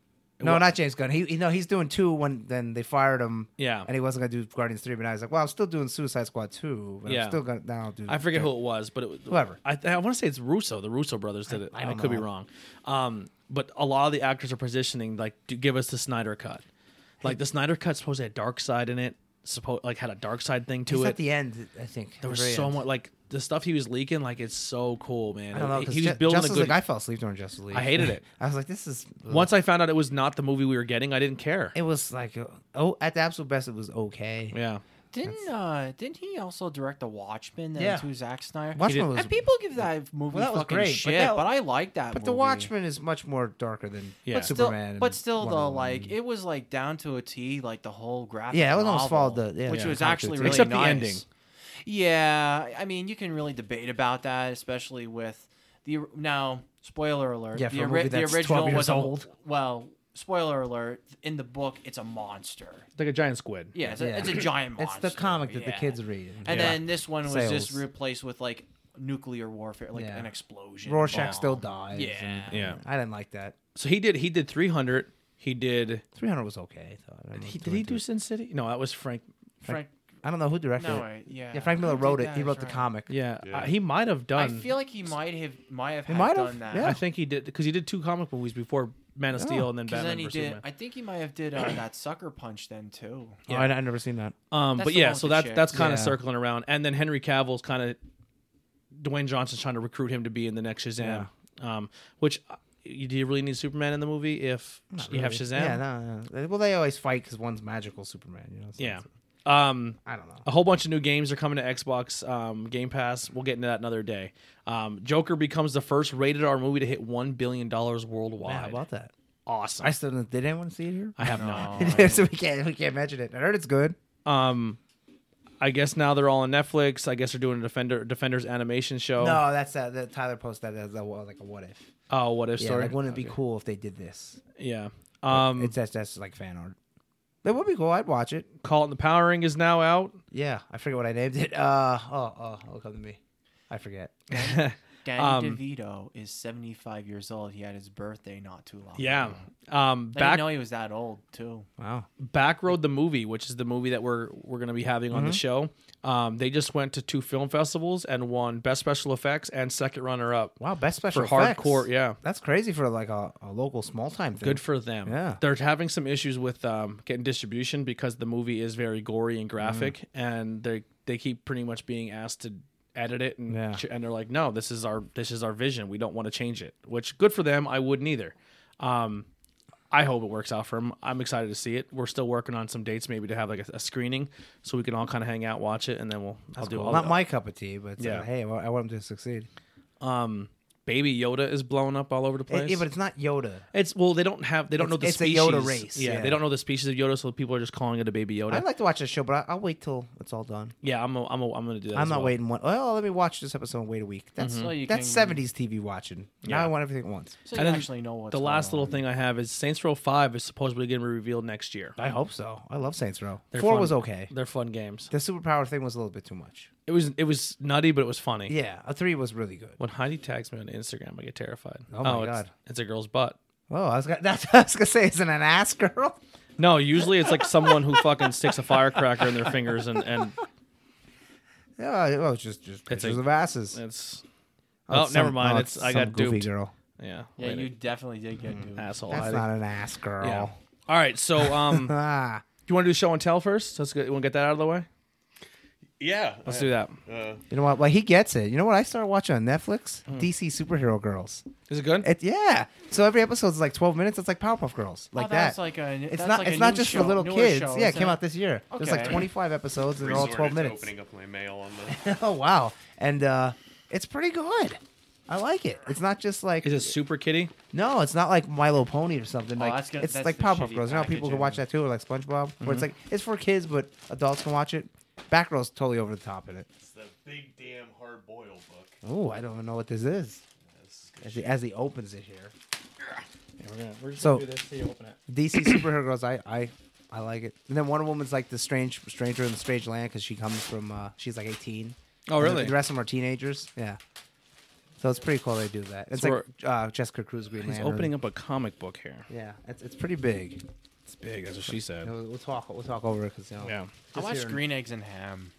Speaker 4: No, not James Gunn. He, he no, he's doing two when then they fired him.
Speaker 2: Yeah.
Speaker 4: and he wasn't gonna do Guardians three, but now he's like, well, I'm still doing Suicide Squad two. But
Speaker 2: Yeah.
Speaker 4: I'm still gonna now do.
Speaker 2: I forget who it was, but it was
Speaker 4: Whoever.
Speaker 2: I, I want to say it's Russo. The Russo brothers did it. I,
Speaker 4: don't
Speaker 2: could be
Speaker 4: know.
Speaker 2: wrong. Um, but a lot of the actors are positioning like to give us the Snyder cut. Like the Snyder cut supposed to have dark side in it. Supposed like had a dark side thing to
Speaker 4: He's
Speaker 2: it.
Speaker 4: at the end, I think.
Speaker 2: there
Speaker 4: the
Speaker 2: was
Speaker 4: very
Speaker 2: so
Speaker 4: end.
Speaker 2: much like the stuff he was leaking. Like it's so cool, man.
Speaker 4: I don't know. 'cause
Speaker 2: he was
Speaker 4: Ju-
Speaker 2: building
Speaker 4: Justice
Speaker 2: a good.
Speaker 4: League, I fell asleep during Justice League.
Speaker 2: hated it.
Speaker 4: I was like, this is.
Speaker 2: Once I found out it was not the movie we were getting, I didn't care.
Speaker 4: it was like, uh, oh, at the absolute best, it was okay.
Speaker 2: yeah,
Speaker 5: Didn't uh, didn't he also direct the Watchmen? Then
Speaker 4: Yeah.
Speaker 5: to Zack Snyder.
Speaker 4: Watchmen
Speaker 2: did-
Speaker 4: was,
Speaker 5: and people give that movie
Speaker 4: that was
Speaker 5: fucking
Speaker 4: great, but
Speaker 5: shit, but,
Speaker 4: that-
Speaker 5: I like that.
Speaker 4: but the
Speaker 5: movie.
Speaker 4: Watchmen is much more darker than
Speaker 2: Yeah. But
Speaker 5: still-
Speaker 4: Superman. and
Speaker 5: but still
Speaker 4: Wonder
Speaker 5: though,
Speaker 4: Woman.
Speaker 5: like it was like down to a T, like the whole graphic.
Speaker 4: Yeah, it was almost
Speaker 5: novel,
Speaker 4: followed the- yeah,
Speaker 5: which
Speaker 4: yeah,
Speaker 5: was
Speaker 4: comic
Speaker 5: actually
Speaker 4: books.
Speaker 5: really
Speaker 2: Except the
Speaker 5: nice.
Speaker 2: ending.
Speaker 5: Yeah, I mean, you can really debate about that, especially with the now. Spoiler alert.
Speaker 4: Yeah,
Speaker 5: the,
Speaker 4: for a movie that's
Speaker 5: the
Speaker 4: 12
Speaker 5: original
Speaker 4: years
Speaker 5: was a-
Speaker 4: old.
Speaker 5: well. Spoiler alert! In the book, it's a monster.
Speaker 2: it's like a giant squid.
Speaker 5: Yeah, it's, A,
Speaker 4: Yeah.
Speaker 5: it's a giant
Speaker 4: It's
Speaker 5: monster.
Speaker 4: the comic that the
Speaker 5: yeah.
Speaker 4: kids read.
Speaker 5: And
Speaker 2: Yeah.
Speaker 5: then this one was just
Speaker 4: Sales.
Speaker 5: replaced with like nuclear warfare, like
Speaker 4: Yeah.
Speaker 5: an explosion. Oh.
Speaker 4: Rorschach
Speaker 5: bomb.
Speaker 4: still dies.
Speaker 5: Yeah.
Speaker 4: and-
Speaker 2: Yeah.
Speaker 4: I didn't like that.
Speaker 2: So he did. He did 300. He did.
Speaker 4: 300 was okay. I thought. I don't know,
Speaker 2: He, did he
Speaker 4: 22.
Speaker 2: do Sin City? No, that was Frank.
Speaker 5: Frank.
Speaker 4: I don't know who directed
Speaker 5: No,
Speaker 4: it.
Speaker 5: wait, yeah.
Speaker 4: Yeah, Frank Miller
Speaker 5: Who did
Speaker 4: wrote it.
Speaker 5: that?
Speaker 4: He wrote the
Speaker 5: That's right.
Speaker 4: comic.
Speaker 2: Yeah,
Speaker 3: Yeah.
Speaker 2: uh, he might have
Speaker 5: I
Speaker 2: done.
Speaker 5: feel like he might have might have had
Speaker 4: might have,
Speaker 5: done that.
Speaker 4: yeah.
Speaker 2: I think he did because he did two comic movies before Man of Steel and then
Speaker 5: 'Cause
Speaker 2: Batman
Speaker 5: then he
Speaker 2: vs
Speaker 5: did.
Speaker 2: Superman.
Speaker 5: I think he might have did uh, that sucker punch then too.
Speaker 4: Oh, I, I never seen that.
Speaker 2: Um,
Speaker 5: That's
Speaker 2: but
Speaker 5: the
Speaker 2: yeah,
Speaker 5: one with
Speaker 2: so
Speaker 5: the
Speaker 2: that's
Speaker 5: chick.
Speaker 2: that's kind
Speaker 4: Yeah.
Speaker 2: of circling around, and then Henry Cavill's kind of Dwayne Johnson's trying to recruit him to be in the next Shazam. Um, which uh, you, do you really need Superman in the movie if you have
Speaker 4: Really.
Speaker 2: Shazam?
Speaker 4: Yeah, no, no. Well, they always fight because one's magical Superman. You know. so
Speaker 2: Yeah.
Speaker 4: it's-
Speaker 2: Um,
Speaker 4: I don't know.
Speaker 2: a whole bunch of new games are coming to Xbox um, Game Pass. We'll get into that another day. Um, Joker becomes the first rated R movie to hit one billion dollars worldwide.
Speaker 4: Yeah, how about that?
Speaker 2: awesome.
Speaker 4: I
Speaker 2: I,
Speaker 4: still didn't. Did anyone see it here?
Speaker 2: have not.
Speaker 4: so we can't we can't mention it. I heard it's good.
Speaker 2: Um, I guess now they're all on Netflix. I guess they're doing a Defender Defenders animation show.
Speaker 4: No, that's that. that Tyler posted that as a, well, like a what if.
Speaker 2: Oh, what if
Speaker 4: Yeah,
Speaker 2: story?
Speaker 4: like wouldn't it be cool if they did this?
Speaker 2: yeah. Um,
Speaker 4: it's that's that's like fan art. That would be cool. I'd watch it.
Speaker 2: Call it the Power Ring is now out.
Speaker 4: Yeah, I forget what I named it. Uh oh oh, it'll come to me. I forget.
Speaker 5: Danny
Speaker 2: Um,
Speaker 5: DeVito is seventy five years old. He had his birthday not too long.
Speaker 2: Yeah.
Speaker 5: ago.
Speaker 2: Um,
Speaker 5: I didn't
Speaker 2: back
Speaker 5: know he was that old too.
Speaker 4: Wow.
Speaker 2: Backroad the movie, which is the movie that we're we're gonna be having on the show. Um, they just went to two film festivals and won best special effects and second runner up.
Speaker 4: Wow. Best special
Speaker 2: For
Speaker 4: effects.
Speaker 2: hardcore, yeah.
Speaker 4: That's crazy for like a, a local small time thing.
Speaker 2: Good for them.
Speaker 4: Yeah.
Speaker 2: They're having some issues with um, getting distribution because the movie is very gory and graphic,
Speaker 4: Mm.
Speaker 2: and they they keep pretty much being asked to edit it, and
Speaker 4: Yeah.
Speaker 2: ch- and they're like, no, this is our this is our vision. We don't want to change it. Which good for them. I wouldn't either. Um, I hope it works out for them. I'm excited to see it. We're still working on some dates, maybe to have like a, a screening, so we can all kind of hang out, watch it, and then we'll I'll do
Speaker 4: Cool.
Speaker 2: all
Speaker 4: Not
Speaker 2: the-
Speaker 4: my cup of tea, but it's yeah.
Speaker 2: Yeah.
Speaker 4: hey, well, I want him to succeed.
Speaker 2: Baby Yoda is blown up all over the place.
Speaker 4: Yeah, but it's not Yoda.
Speaker 2: It's well, they don't have they don't
Speaker 4: E,
Speaker 2: know
Speaker 4: It's-
Speaker 2: the
Speaker 4: it's a
Speaker 2: species.
Speaker 4: Yoda race,
Speaker 2: Yeah,
Speaker 4: yeah.
Speaker 2: they don't know the species of Yoda, so people are just calling it a baby Yoda.
Speaker 4: I'd like to watch this show, but I, I'll wait till it's all done.
Speaker 2: yeah, I'm a, I'm a, I'm gonna do that.
Speaker 4: I'm
Speaker 2: as
Speaker 4: not
Speaker 2: well.
Speaker 4: waiting one. Well, Mm-hmm. let me watch this episode and wait a week. That's
Speaker 5: So you
Speaker 4: that's
Speaker 5: can-
Speaker 4: 70s TV watching. Now
Speaker 2: Yeah.
Speaker 4: I want everything at once.
Speaker 5: So
Speaker 2: And
Speaker 5: you
Speaker 2: then
Speaker 5: actually know what's
Speaker 2: The last
Speaker 5: going
Speaker 2: little
Speaker 5: on.
Speaker 2: thing I have is Saints Row Five is supposedly gonna be revealed next year.
Speaker 4: I hope so. I love Saints Row.
Speaker 2: They're
Speaker 4: Four
Speaker 2: fun-
Speaker 4: was okay.
Speaker 2: They're fun games.
Speaker 4: The superpower thing was a little bit too much.
Speaker 2: It was it was nutty, but it was funny.
Speaker 4: Yeah, a three was really good.
Speaker 2: When Heidi tags me on Instagram, I get terrified.
Speaker 4: Oh my
Speaker 2: it's,
Speaker 4: God.
Speaker 2: it's a girl's butt.
Speaker 4: Oh, I was gonna, that's what I was gonna say. Is it an ass girl?
Speaker 2: No, usually it's like someone who fucking sticks a firecracker in their fingers and and
Speaker 4: Yeah, it was just just
Speaker 2: It's
Speaker 4: pictures
Speaker 2: a-
Speaker 4: of asses.
Speaker 2: it's
Speaker 4: Oh,
Speaker 2: oh,
Speaker 4: some-
Speaker 2: never mind.
Speaker 4: oh,
Speaker 2: it's I
Speaker 4: some
Speaker 2: got
Speaker 4: goofy
Speaker 2: duped.
Speaker 4: girl.
Speaker 2: Yeah,
Speaker 5: Yeah,
Speaker 2: later. Mm-hmm.
Speaker 5: you definitely did get duped.
Speaker 2: asshole.
Speaker 4: That's
Speaker 2: Heidi.
Speaker 4: not an ass girl.
Speaker 2: yeah. All right, so um.
Speaker 4: Ah,
Speaker 2: Do you want to do show and tell first? Let's get, we'll get that out of the way.
Speaker 3: Yeah.
Speaker 2: Let's do that.
Speaker 3: Uh,
Speaker 4: you know what? Well, he gets it. You know what? I started watching on Netflix
Speaker 2: Hmm.
Speaker 4: DC superhero girls.
Speaker 2: Is it good?
Speaker 4: It, yeah. So every episode's like 12 minutes. It's like Powerpuff Girls, like
Speaker 5: oh,
Speaker 4: that.
Speaker 5: that's Like a,
Speaker 4: it's not. it's not just for little kids. yeah, it came out this year. There's like
Speaker 5: Okay.
Speaker 4: 25 episodes, and they're all 12
Speaker 3: resorted to
Speaker 4: minutes.
Speaker 3: Opening up my mail on the.
Speaker 4: oh wow! And uh, it's pretty good. I like it. It's not just like
Speaker 2: Is it Super Kitty?
Speaker 4: no, it's not like Milo Pony or something.
Speaker 5: Oh,
Speaker 4: like
Speaker 5: that's good-
Speaker 4: it's
Speaker 5: that's
Speaker 4: like
Speaker 5: the
Speaker 4: Powerpuff
Speaker 5: shitty Mm-hmm.
Speaker 4: Girls. You know, how people can
Speaker 5: packaging.
Speaker 4: watch that too, or like SpongeBob, where it's like it's for kids, but adults can watch it. Batgirl's totally over the top in it.
Speaker 3: It's the big damn hard boiled book.
Speaker 4: Oh, I don't even know what this is.
Speaker 3: This is
Speaker 4: As he, as he opens it here,
Speaker 2: we're, gonna, we're just
Speaker 4: So-
Speaker 2: gonna do this. So you open it.
Speaker 4: DC superhero girls, I, I I like it. And then Wonder Woman's like the strange stranger in the strange land because she comes from uh, she's like 18.
Speaker 2: Oh, really?
Speaker 4: The rest of them are teenagers. Yeah. So it's pretty cool they do that. It's
Speaker 2: So
Speaker 4: like uh, Jessica Cruz Green
Speaker 2: He's
Speaker 4: Lantern.
Speaker 2: opening up a comic book here.
Speaker 4: Yeah, it's, it's pretty big.
Speaker 2: It's big. That's what she
Speaker 4: You
Speaker 2: said.
Speaker 4: know, we'll talk we'll talk over it because you know.
Speaker 2: Yeah.
Speaker 5: I
Speaker 4: Just
Speaker 5: watched
Speaker 4: hearing-
Speaker 5: Green Eggs and Ham.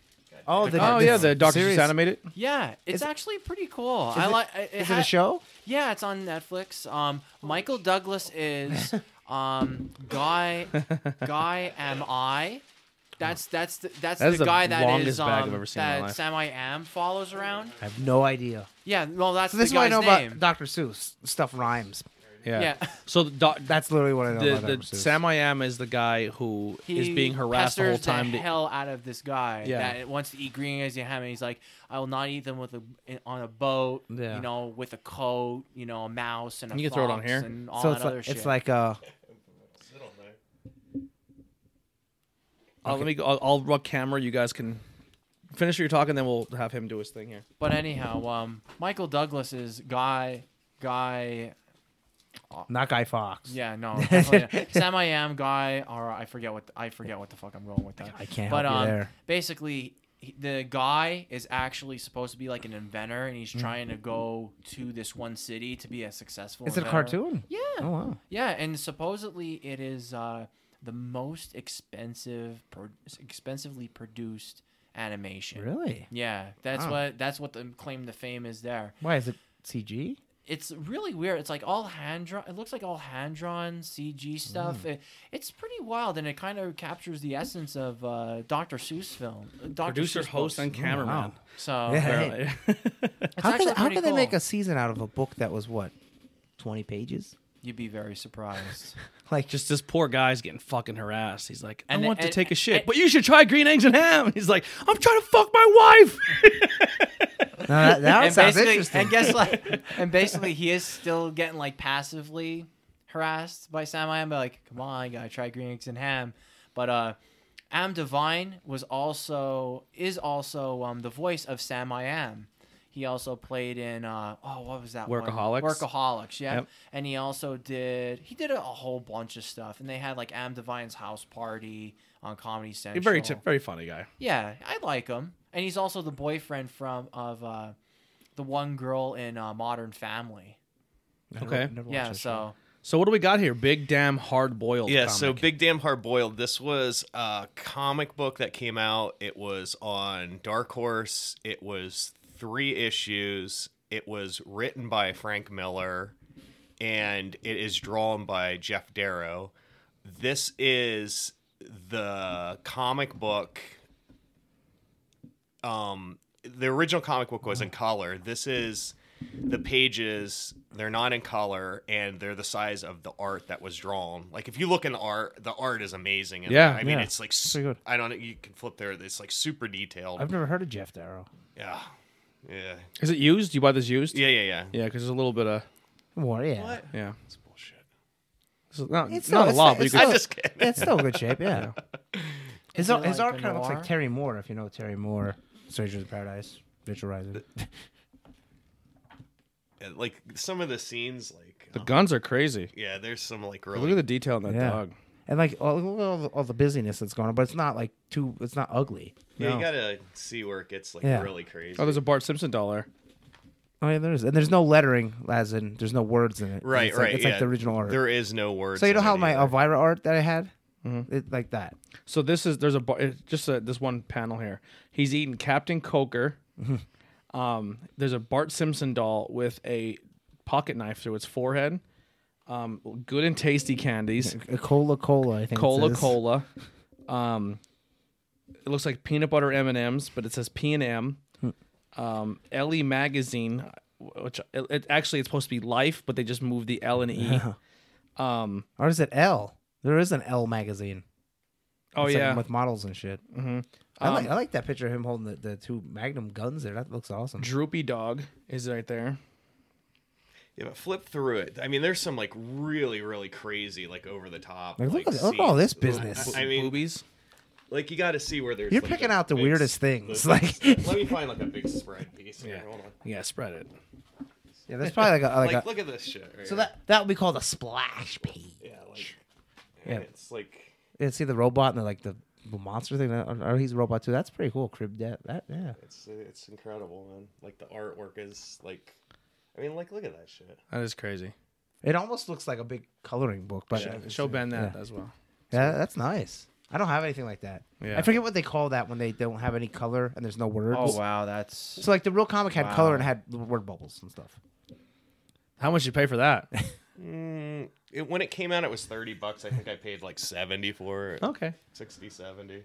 Speaker 4: Oh, the,
Speaker 2: Oh
Speaker 4: this
Speaker 2: yeah, the Doctor
Speaker 4: series-
Speaker 2: Seuss animated.
Speaker 5: Yeah, it's
Speaker 4: Is it-
Speaker 5: actually pretty cool.
Speaker 4: Is
Speaker 5: I
Speaker 4: it-
Speaker 5: like. It,
Speaker 4: Is it
Speaker 5: ha-
Speaker 4: a show?
Speaker 5: Yeah, it's on Netflix. Um, Michael Douglas is um guy guy am I. That's that's the, that's
Speaker 2: That is the
Speaker 5: the guy that
Speaker 2: longest
Speaker 5: is
Speaker 2: bag I've
Speaker 5: um,
Speaker 2: ever seen in my
Speaker 5: that
Speaker 2: life.
Speaker 5: Sam I am follows around.
Speaker 4: I have no idea.
Speaker 5: Yeah, well that's
Speaker 4: So this
Speaker 5: the
Speaker 4: is what I
Speaker 5: guy's
Speaker 4: know
Speaker 5: name.
Speaker 4: about Dr. Seuss. Stuff rhymes.
Speaker 2: Yeah.
Speaker 5: Yeah.
Speaker 2: So the doc,
Speaker 4: That's literally what I know about
Speaker 2: the,
Speaker 4: Dr.
Speaker 2: the
Speaker 4: Seuss.
Speaker 2: Sam I am is the guy who is being harassed the whole
Speaker 5: pesters
Speaker 2: time.
Speaker 5: The
Speaker 2: to-
Speaker 5: hell out of this guy
Speaker 2: Yeah.
Speaker 5: that wants to eat green eggs and ham, and he's like, "I will not eat them with a in- on a boat,
Speaker 4: Yeah.
Speaker 5: you know, with a coat, you know, a mouse and a
Speaker 2: You can throw it on
Speaker 5: fox
Speaker 2: here.
Speaker 5: and all
Speaker 4: so
Speaker 5: that
Speaker 4: it's
Speaker 5: other
Speaker 4: like,
Speaker 5: shit."
Speaker 4: it's like uh,
Speaker 3: Sit on there.
Speaker 2: I'll, Uh, let me go. I'll, I'll rub camera. You guys can finish your talk, and then we'll have him do his thing here.
Speaker 5: but anyhow, um, Michael Douglas is guy, guy,
Speaker 4: not Guy Fox.
Speaker 5: yeah, no, definitely not. Sam I am guy, or I forget what I forget what the fuck I'm going with that.
Speaker 4: I can't
Speaker 5: but
Speaker 4: help you
Speaker 5: um,
Speaker 4: there.
Speaker 5: basically, he- the guy is actually supposed to be like an inventor, and
Speaker 4: Mm.
Speaker 5: he's trying to go to this one city to be a successful.
Speaker 4: Is it a
Speaker 5: inventor.
Speaker 4: cartoon?
Speaker 5: Yeah.
Speaker 4: Oh wow.
Speaker 5: Yeah, and supposedly it is uh, the most expensive, pro- expensively produced animation.
Speaker 4: Really?
Speaker 5: Yeah, that's
Speaker 4: Wow.
Speaker 5: what that's what the claim to fame is there.
Speaker 4: Why is it CG?
Speaker 5: It's really weird. It's like all hand drawn. It looks like all hand drawn CG stuff.
Speaker 2: Mm.
Speaker 5: It, it's pretty wild, and it kind of captures the essence of uh, Dr. Seuss film. uh, Dr.
Speaker 2: Producer,
Speaker 5: Seuss
Speaker 2: host,
Speaker 5: books.
Speaker 2: and cameraman.
Speaker 4: wow.
Speaker 5: so
Speaker 4: Yeah.
Speaker 2: Apparently.
Speaker 5: it's
Speaker 4: how could,
Speaker 5: actually
Speaker 4: how
Speaker 5: pretty
Speaker 4: could they make
Speaker 5: cool.
Speaker 4: a season out of a book that was what, twenty pages?
Speaker 5: You'd be very surprised.
Speaker 4: Like just
Speaker 2: Just this poor guy's getting fucking harassed. He's like, I
Speaker 5: And the-
Speaker 2: want to
Speaker 5: and-
Speaker 2: take a shit,
Speaker 5: and-
Speaker 2: but you should try green eggs and ham. He's like, I'm trying to fuck my wife.
Speaker 4: no, that, that
Speaker 5: and
Speaker 4: sounds
Speaker 5: basically,
Speaker 4: interesting.
Speaker 5: and guess like, and basically, he is still getting like passively harassed by Sam. I am like, come on, you gotta try green eggs and ham. But uh, Am Divine was also is also um the voice of Sam. I am. He also played in uh oh what was that one?
Speaker 2: Workaholics?
Speaker 5: Workaholics, yeah.
Speaker 2: Yep.
Speaker 5: And he also did he did a, whole bunch of stuff. And they had like Am Divine's house party on Comedy Central.
Speaker 2: He's very, t- very funny guy.
Speaker 5: Yeah, I like him, and he's also the boyfriend from of uh, the one girl in uh, Modern Family.
Speaker 4: Never-
Speaker 2: okay.
Speaker 4: never watched
Speaker 5: yeah,
Speaker 4: that
Speaker 5: so
Speaker 2: So what do we got here? Big damn hard boiled.
Speaker 3: Yeah, so Big Damn Hard Boiled. This was a comic book that came out. It was on Dark Horse. It was three issues. It was written by Frank Miller, and it is drawn by Jeff Darrow. This is the comic book. Um, the original comic book was in color. This is the pages they're not in color and they're the size of the art that was drawn like if you look in the art the art is amazing in
Speaker 2: Yeah,
Speaker 3: there. i mean
Speaker 4: yeah.
Speaker 3: it's like su-
Speaker 4: Pretty good.
Speaker 3: i don't know you can flip there it's like super detailed
Speaker 4: I've never heard of Jeff Darrow.
Speaker 3: yeah yeah
Speaker 2: is it used? You buy this used?
Speaker 3: yeah yeah yeah
Speaker 2: Yeah, because there's a little bit of
Speaker 4: Well, yeah.
Speaker 2: yeah.
Speaker 3: it's bullshit
Speaker 2: So not,
Speaker 4: It's
Speaker 2: not a
Speaker 4: still-
Speaker 2: lot, but you
Speaker 4: it's-
Speaker 2: could.
Speaker 3: i'm just kidding
Speaker 4: It's still in good shape. Yeah. His,
Speaker 5: Is it
Speaker 4: his
Speaker 5: like
Speaker 4: art
Speaker 5: a
Speaker 4: kind of looks like
Speaker 5: noir?
Speaker 4: Terry Moore, if you know Terry Moore, Strangers in Paradise, Rachel Rising.
Speaker 3: like some of the scenes like
Speaker 2: The
Speaker 3: um,
Speaker 2: guns are crazy.
Speaker 3: yeah there's some like
Speaker 2: Look
Speaker 3: really
Speaker 2: at the detail in that
Speaker 4: Yeah.
Speaker 2: dog.
Speaker 4: And like all, look at all, the, all the busyness that's going on, but it's not like too. It's not ugly.
Speaker 3: yeah
Speaker 2: no.
Speaker 3: you gotta see where it gets like
Speaker 4: Yeah.
Speaker 3: really crazy
Speaker 2: Oh, there's a Bart Simpson dollar.
Speaker 4: Oh yeah, there is, and there's no lettering, as in there's no words in it.
Speaker 3: right
Speaker 4: it's
Speaker 3: right
Speaker 4: Like, it's
Speaker 3: yeah.
Speaker 4: like the original art.
Speaker 3: there is no words
Speaker 4: So you know
Speaker 3: in
Speaker 4: how
Speaker 3: it
Speaker 4: my
Speaker 3: either.
Speaker 4: Elvira art that I had, it, like that.
Speaker 2: So this is there's a bar, it's just a, this one panel here. He's eating Captain Coker. um, there's a Bart Simpson doll with a pocket knife through its forehead. Um, good and tasty candies.
Speaker 4: Cola Cola, I think. it
Speaker 2: Cola
Speaker 4: says.
Speaker 2: Cola. Um, it looks like peanut butter M and M's, but it says P and M.
Speaker 4: Hmm.
Speaker 2: Um, Le magazine, which it, it- actually it's supposed to be Life, but they just moved the L and E. Um,
Speaker 4: Or is it L? There is an L magazine.
Speaker 2: oh
Speaker 4: It's like
Speaker 2: yeah,
Speaker 4: with models and shit. Mm-hmm. I like I like that picture of him holding the, the two Magnum guns there. That looks awesome.
Speaker 2: Droopy Dog is right there.
Speaker 3: yeah, but flip through it i mean there's some like really really crazy like over the top
Speaker 4: Like, look at-
Speaker 3: like
Speaker 4: look at all
Speaker 3: scenes.
Speaker 4: this business.
Speaker 3: I mean,
Speaker 2: boobies.
Speaker 3: Like you got to see where there's.
Speaker 4: You're
Speaker 3: like,
Speaker 4: picking
Speaker 3: a
Speaker 4: out the
Speaker 3: big-
Speaker 4: weirdest things,
Speaker 3: the-
Speaker 4: like-
Speaker 3: let me find like a big spread piece. Here.
Speaker 2: Yeah.
Speaker 3: Hold on.
Speaker 2: Yeah, spread it.
Speaker 4: Yeah, that's probably like a like,
Speaker 3: Like,
Speaker 4: a.
Speaker 3: look at this shit. Right
Speaker 4: so
Speaker 3: here.
Speaker 4: that that would be called a splash page.
Speaker 3: Yeah. Like,
Speaker 4: Yeah.
Speaker 3: It's like.
Speaker 4: Yeah, see the robot and the, like the, the monster thing. That, or he's a robot too. That's pretty cool. Crib that. That yeah.
Speaker 3: It's it's incredible, man. Like the artwork is like, I mean, like look at that shit.
Speaker 2: That is crazy.
Speaker 4: It almost looks like a big coloring book, but
Speaker 2: Show, show Ben that as well.
Speaker 4: Yeah, that's nice. I don't have anything like that.
Speaker 2: Yeah.
Speaker 4: I forget what they call that when they don't have any color and there's no words.
Speaker 5: Oh wow, that's
Speaker 4: So like the real comic had
Speaker 5: Wow.
Speaker 4: color and had word bubbles and stuff.
Speaker 2: How much you pay for that?
Speaker 3: Mm, it, when it came out, it was thirty bucks. I think I paid like seventy for it.
Speaker 4: Okay.
Speaker 3: 60, 70.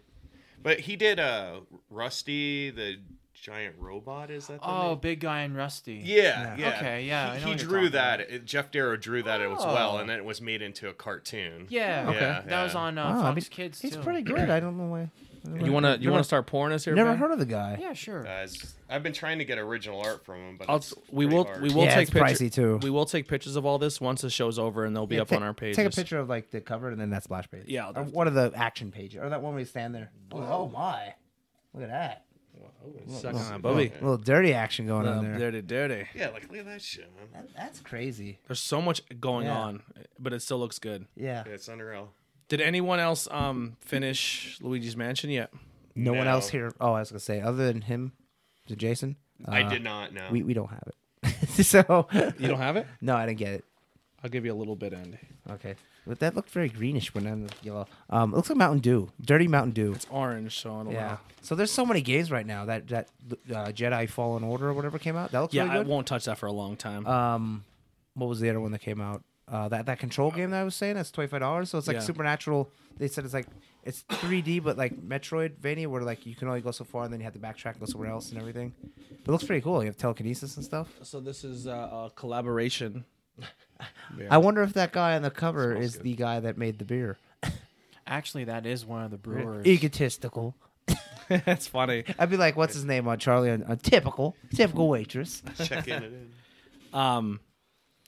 Speaker 3: But he did uh Rusty the giant robot. Is that? The
Speaker 5: oh
Speaker 3: name?
Speaker 5: big guy and Rusty.
Speaker 4: Yeah.
Speaker 3: Yeah, yeah.
Speaker 5: Okay, yeah, I
Speaker 3: He,
Speaker 5: know
Speaker 3: he
Speaker 5: what you're
Speaker 3: drew
Speaker 5: talking
Speaker 3: that. It- Jeff Darrow drew that as well,
Speaker 5: Oh.
Speaker 3: and then it was made into a cartoon.
Speaker 5: Yeah.
Speaker 3: Okay.
Speaker 5: That was
Speaker 3: Yeah.
Speaker 5: on uh,
Speaker 4: Wow, I
Speaker 5: Fox
Speaker 4: mean,
Speaker 5: Kids
Speaker 4: He's
Speaker 5: too.
Speaker 4: pretty good. I don't know why. I don't know
Speaker 2: You
Speaker 4: why-
Speaker 2: wanna you
Speaker 4: never-
Speaker 2: wanna start pouring us here?
Speaker 4: Never
Speaker 2: ben?
Speaker 4: heard of the guy.
Speaker 5: Yeah, sure.
Speaker 3: Guys, I've been trying to get original art from him, but
Speaker 2: I'll,
Speaker 3: it's
Speaker 2: we
Speaker 3: pretty
Speaker 2: will
Speaker 3: hard.
Speaker 2: we will
Speaker 4: Yeah,
Speaker 2: take
Speaker 4: it's pricey, too.
Speaker 2: We will take pictures of all this once the show's over, and they'll be
Speaker 4: Yeah,
Speaker 2: up
Speaker 4: ta-
Speaker 2: on our pages.
Speaker 4: Take a picture of like the cover and then that splash page.
Speaker 2: Yeah, I'll
Speaker 4: Or
Speaker 2: definitely-
Speaker 4: one of the action pages or that one where you stand there. Oh, oh my! Look at that.
Speaker 2: Suck on that, Bubby.
Speaker 4: A little dirty action going on there.
Speaker 2: Um, Dirty, dirty.
Speaker 3: Yeah, like look at that shit, man.
Speaker 4: That- that's crazy.
Speaker 2: There's so much going
Speaker 4: Yeah.
Speaker 2: on, but it still looks good.
Speaker 4: Yeah.
Speaker 3: Yeah, it's unreal.
Speaker 2: Did anyone else um finish Luigi's Mansion yet?
Speaker 4: No, one
Speaker 3: No.
Speaker 4: else here. Oh, I was gonna say other than him, to Jason.
Speaker 3: I
Speaker 4: uh,
Speaker 3: did not know.
Speaker 4: We we don't have it. so
Speaker 2: You don't have it?
Speaker 4: no, I didn't get it.
Speaker 2: I'll give you a little bit, Andy.
Speaker 4: Okay, but that looked very greenish when I'm yellow. Um, it looks like Mountain Dew, dirty Mountain Dew.
Speaker 2: It's orange, so I don't
Speaker 4: Yeah.
Speaker 2: know.
Speaker 4: So there's so many games right now that that uh, Jedi Fallen Order or whatever came out. That looks
Speaker 2: Yeah,
Speaker 4: really
Speaker 2: I
Speaker 4: good.
Speaker 2: won't touch that for a long time.
Speaker 4: um, what was the other one that came out? Uh, that that control game that I was saying that's twenty five dollars. So it's like
Speaker 2: Yeah.
Speaker 4: supernatural. They said it's like it's three D, but like Metroidvania, where like you can only go so far, and then you have to backtrack and go somewhere else and everything. It looks pretty cool. You have telekinesis and stuff.
Speaker 2: so this is uh, a collaboration.
Speaker 4: I wonder if that guy on the cover is the guy that made the beer.
Speaker 5: Actually, that is one of the brewers.
Speaker 4: Egotistical.
Speaker 2: That's funny.
Speaker 4: I'd be like, what's his name on Charlie? On, on typical, typical waitress.
Speaker 3: Check in it in.
Speaker 2: Um,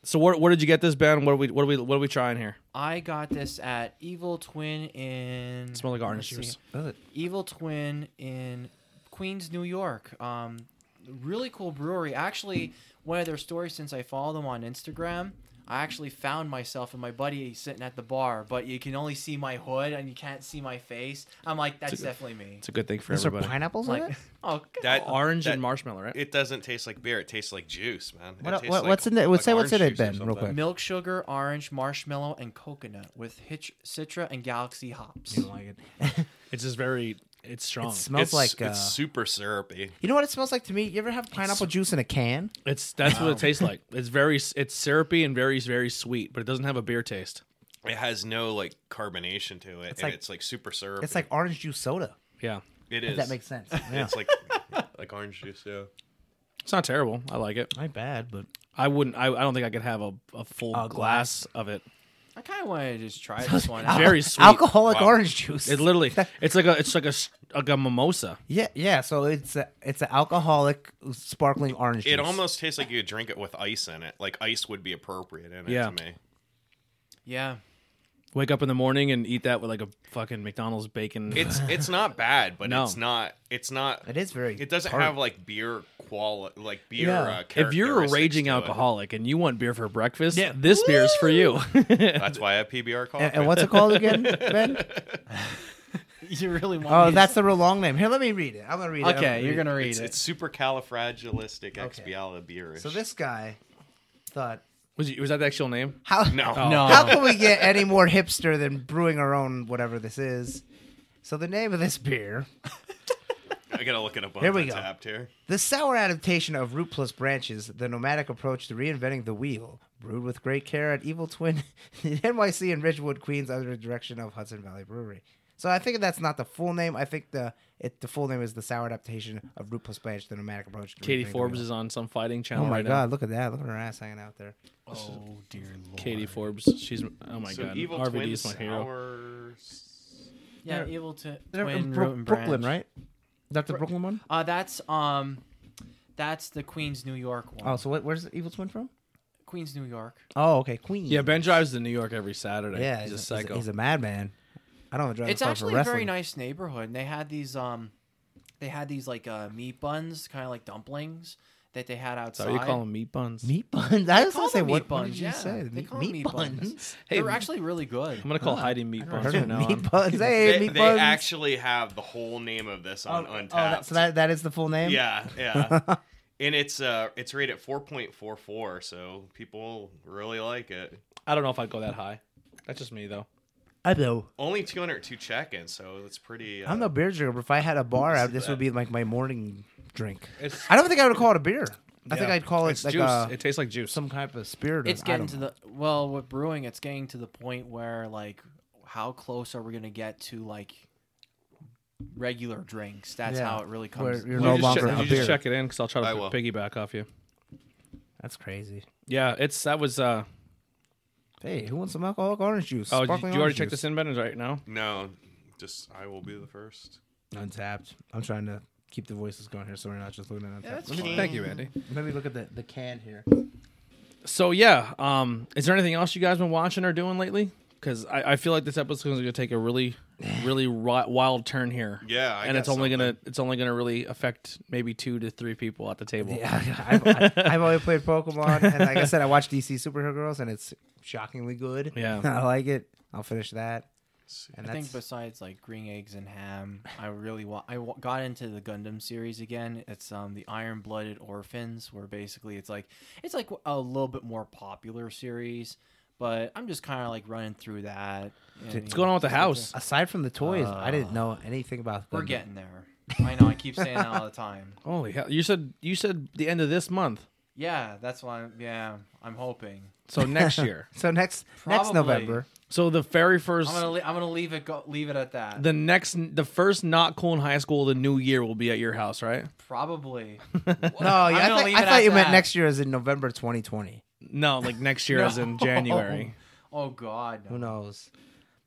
Speaker 2: so what what did you get this Ben? What are we what are we what are we trying here?
Speaker 5: I got this at Evil Twin in.
Speaker 2: Smell like orange
Speaker 5: let's see.
Speaker 2: juice.
Speaker 5: Evil Twin in Queens, New York. Um, really cool brewery. Actually, one of their stories since I follow them on Instagram. I actually found myself and my buddy sitting at the bar, but you can only see my hood and you can't see my face. I'm like, that's definitely me.
Speaker 2: It's a good thing for
Speaker 4: Is there
Speaker 2: everybody.
Speaker 4: pineapples in
Speaker 5: Like,
Speaker 4: it?
Speaker 5: oh,
Speaker 3: That
Speaker 2: Orange
Speaker 3: that-
Speaker 2: and marshmallow, right?
Speaker 3: It doesn't taste like beer. It tastes like juice, man. It
Speaker 4: What-
Speaker 3: tastes
Speaker 4: what-
Speaker 3: like-
Speaker 4: what's in the- well, say what's
Speaker 3: orange
Speaker 4: in it
Speaker 3: juice or
Speaker 4: then, real
Speaker 3: something.
Speaker 4: quick.
Speaker 5: milk sugar, orange, marshmallow, and coconut with hitch, citra and galaxy hops.
Speaker 4: like
Speaker 2: it's just very it's strong.
Speaker 4: it
Speaker 2: Oh, It's,
Speaker 4: smells
Speaker 3: it's,
Speaker 4: like. Uh,
Speaker 3: it's super syrupy.
Speaker 4: you know what it smells like to me? You ever have pineapple juice in a can?
Speaker 2: that's what it tastes like. It's very s- it's syrupy and very very sweet, but it doesn't have a beer taste.
Speaker 3: It has no like carbonation to it, and
Speaker 4: like-
Speaker 3: it's like super syrupy.
Speaker 4: It's like orange juice soda.
Speaker 2: Yeah.
Speaker 3: it
Speaker 4: If
Speaker 3: is.
Speaker 4: that makes sense. Yeah.
Speaker 3: It's like like orange juice. Yeah.
Speaker 2: It's not terrible. I like it.
Speaker 4: Not bad, but
Speaker 2: I wouldn't I, I don't think I could have a, a full
Speaker 4: A
Speaker 2: glass.
Speaker 4: glass.
Speaker 2: of it.
Speaker 5: I kind of wanted to just try this one.
Speaker 2: Very- sweet.
Speaker 4: alcoholic
Speaker 3: Wow.
Speaker 4: orange juice.
Speaker 2: It literally it's like a it's like a s- like a mimosa.
Speaker 4: yeah, yeah. So it's a, it's an alcoholic sparkling orange juice.
Speaker 3: It almost tastes like you would drink it with ice in it. Like ice would be appropriate in it
Speaker 2: Yeah.
Speaker 3: to me.
Speaker 5: yeah.
Speaker 2: Wake up in the morning and eat that with like a fucking McDonald's bacon.
Speaker 3: It's it's not bad, but
Speaker 2: No.
Speaker 3: it's not it's not
Speaker 4: It is very.
Speaker 3: it doesn't
Speaker 4: tart.
Speaker 3: have like beer quality like beer
Speaker 4: Yeah.
Speaker 3: uh,
Speaker 2: if you're a
Speaker 3: characteristics
Speaker 2: raging
Speaker 3: to it.
Speaker 2: alcoholic and you want beer for breakfast,
Speaker 4: Yeah.
Speaker 2: this beer's for you.
Speaker 3: That's why I have PBR coffee.
Speaker 4: And, and what's it called again, Ben?
Speaker 5: You really want
Speaker 4: Oh,
Speaker 5: me to-
Speaker 4: that's the real long name. Here, let me read it. I'm gonna read it. I'm
Speaker 5: Okay, you're
Speaker 4: read it.
Speaker 5: going to read
Speaker 3: it's,
Speaker 5: it.
Speaker 3: it's super califragilistic expialidocious.
Speaker 4: So this guy thought,
Speaker 2: was, you- was that the actual name?
Speaker 4: how
Speaker 3: no,
Speaker 2: Oh.
Speaker 5: no.
Speaker 4: how can we get any more hipster than brewing our own whatever this is? So the name of this beer,
Speaker 3: I gotta look it up on
Speaker 4: Here
Speaker 3: here
Speaker 4: we
Speaker 3: we
Speaker 4: go.
Speaker 3: tapped here.
Speaker 4: the sour adaptation of Root Plus Branches, the nomadic approach to reinventing the wheel, brewed with great care at Evil Twin in NYC and Ridgewood, Queens, under the direction of Hudson Valley Brewery. So I think that's not the full name. I think the it, the full name is the sour adaptation of Root Plus Branch, the nomadic approach. to
Speaker 2: Katie
Speaker 4: Reinventing the
Speaker 2: Forbes
Speaker 4: Wheel.
Speaker 2: is on some fighting
Speaker 4: Oh
Speaker 2: channel
Speaker 4: my
Speaker 2: right
Speaker 4: God! Look at that! Look at her ass hanging out there.
Speaker 5: oh, dear Lord.
Speaker 2: now. Katie Forbes. She's oh my
Speaker 3: so
Speaker 2: god.
Speaker 3: evil
Speaker 2: RVD
Speaker 3: twin
Speaker 2: is my hero.
Speaker 3: sour.
Speaker 5: Yeah, Evil to
Speaker 4: They're
Speaker 5: Twin
Speaker 4: in Bro-
Speaker 5: Root and
Speaker 4: Brooklyn,
Speaker 5: Branch.
Speaker 4: right? Is that the Brooklyn one?
Speaker 5: Uh, that's um, that's the Queens, New York one.
Speaker 4: Oh, so what, where's the Evil Twin from?
Speaker 5: Queens, New York.
Speaker 4: Oh, okay, Queen.
Speaker 2: Yeah, Ben drives to New York every Saturday.
Speaker 4: yeah,
Speaker 2: he's a
Speaker 4: he's, he's
Speaker 2: psycho.
Speaker 4: a madman. I I don't have a drive
Speaker 5: It's
Speaker 4: car
Speaker 5: actually
Speaker 4: for
Speaker 5: a
Speaker 4: wrestling.
Speaker 5: very nice neighborhood, and they had these um, they had these like uh meat buns, kind of like dumplings that they had outside.
Speaker 2: So you call them meat buns.
Speaker 4: Meat buns. I was
Speaker 5: call
Speaker 4: gonna say
Speaker 5: them
Speaker 4: what, what
Speaker 5: meat buns,
Speaker 4: did you
Speaker 5: yeah.
Speaker 4: say?
Speaker 5: They
Speaker 4: meat,
Speaker 5: call them
Speaker 4: meat
Speaker 5: meat buns.
Speaker 4: buns.
Speaker 2: Hey,
Speaker 5: they were actually really good.
Speaker 2: I'm gonna call Heidi meat buns
Speaker 4: Heard
Speaker 2: from
Speaker 4: of
Speaker 2: now
Speaker 4: meat
Speaker 2: on.
Speaker 4: buns. Hey,
Speaker 3: they,
Speaker 4: meat
Speaker 3: they
Speaker 4: buns.
Speaker 3: actually have the whole name of this
Speaker 4: oh,
Speaker 3: on
Speaker 4: oh,
Speaker 3: Untapped.
Speaker 4: that, so that that is the full name.
Speaker 3: yeah, yeah. and it's uh it's rated at 4.44, so people really like it.
Speaker 2: I don't know if I'd go that high. That's just me though.
Speaker 4: I know.
Speaker 3: Only 202 check-ins, so it's pretty. Uh,
Speaker 4: I'm no beer drinker, but if I had a bar out, this
Speaker 3: that.
Speaker 4: would be like my morning drink.
Speaker 2: It's,
Speaker 4: I don't think I would call it a beer. I think
Speaker 2: Yeah.
Speaker 4: I'd call it
Speaker 2: it's
Speaker 4: Oh, like
Speaker 2: juice.
Speaker 4: a,
Speaker 2: it tastes like juice.
Speaker 4: some type of spirit. or-
Speaker 5: it's
Speaker 4: I
Speaker 5: getting
Speaker 4: don't
Speaker 5: to
Speaker 4: know.
Speaker 5: the well with brewing. It's getting to the point where like, how close are we gonna get to like regular drinks? That's
Speaker 4: Yeah.
Speaker 5: how it really
Speaker 4: Where
Speaker 5: comes.
Speaker 4: you're
Speaker 2: You
Speaker 4: no
Speaker 2: just
Speaker 4: longer
Speaker 2: check,
Speaker 4: a
Speaker 2: you
Speaker 4: beer.
Speaker 2: just check it in because I'll try to
Speaker 3: I
Speaker 2: pi-
Speaker 3: will.
Speaker 2: piggyback off you.
Speaker 4: That's crazy.
Speaker 2: Yeah, it's that was. uh
Speaker 4: Hey, who wants some alcoholic orange juice?
Speaker 2: Oh, did
Speaker 4: Sparkling
Speaker 2: you already
Speaker 4: orange
Speaker 2: check
Speaker 4: juice.
Speaker 2: this in, Ben? Is it Right now,
Speaker 3: no, just I will be the first.
Speaker 4: Untapped. I'm trying to keep the voices going here, so we're not just looking at untapped.
Speaker 5: that's
Speaker 4: let, me,
Speaker 2: thank you, Andy.
Speaker 4: let me look at the, the can here.
Speaker 2: So yeah, um, is there anything else you guys been watching or doing lately? Because I, I feel like this episode is going to take a really, really ri- wild turn here.
Speaker 3: Yeah, I
Speaker 2: and
Speaker 3: got
Speaker 2: it's only
Speaker 3: something.
Speaker 2: gonna it's only gonna really affect maybe two to three people at the table.
Speaker 4: Yeah, I've, I- I've only played Pokemon, and like I said, I watched DC Superhero Girls, and it's shockingly good.
Speaker 2: Yeah.
Speaker 4: I like it. I'll finish that. And
Speaker 5: I
Speaker 4: that's
Speaker 5: think besides like green eggs and ham, I really wa- I wa- got into the Gundam series again. It's um the Iron Blooded Orphans, where basically it's like it's like a little bit more popular series, but I'm just kind of like running through that.
Speaker 2: What's going on with the house?
Speaker 4: aside from the toys, I
Speaker 5: Uh,
Speaker 4: didn't know anything about.
Speaker 5: We're
Speaker 4: Gundam.
Speaker 5: getting there. I know. I keep saying that all the time.
Speaker 2: Holy hell! You said you said the end of this month,
Speaker 5: Yeah, that's why. I'm, yeah, I'm hoping.
Speaker 2: so next year.
Speaker 4: So next next
Speaker 5: Probably.
Speaker 4: November,
Speaker 2: So the very 1st
Speaker 5: I'm gonna le- I'm gonna leave it go leave it at that.
Speaker 2: the next, the first not cool in high school, the new year will be at your house, right?
Speaker 5: Probably.
Speaker 4: no, Oh, yeah, I,
Speaker 5: gonna
Speaker 4: thought-
Speaker 5: leave
Speaker 4: I
Speaker 5: it
Speaker 4: thought
Speaker 5: at
Speaker 4: you meant
Speaker 5: that.
Speaker 4: next year as in November 2020.
Speaker 2: No, like next year, as in January.
Speaker 5: Oh God.
Speaker 4: Who
Speaker 5: No.
Speaker 4: knows?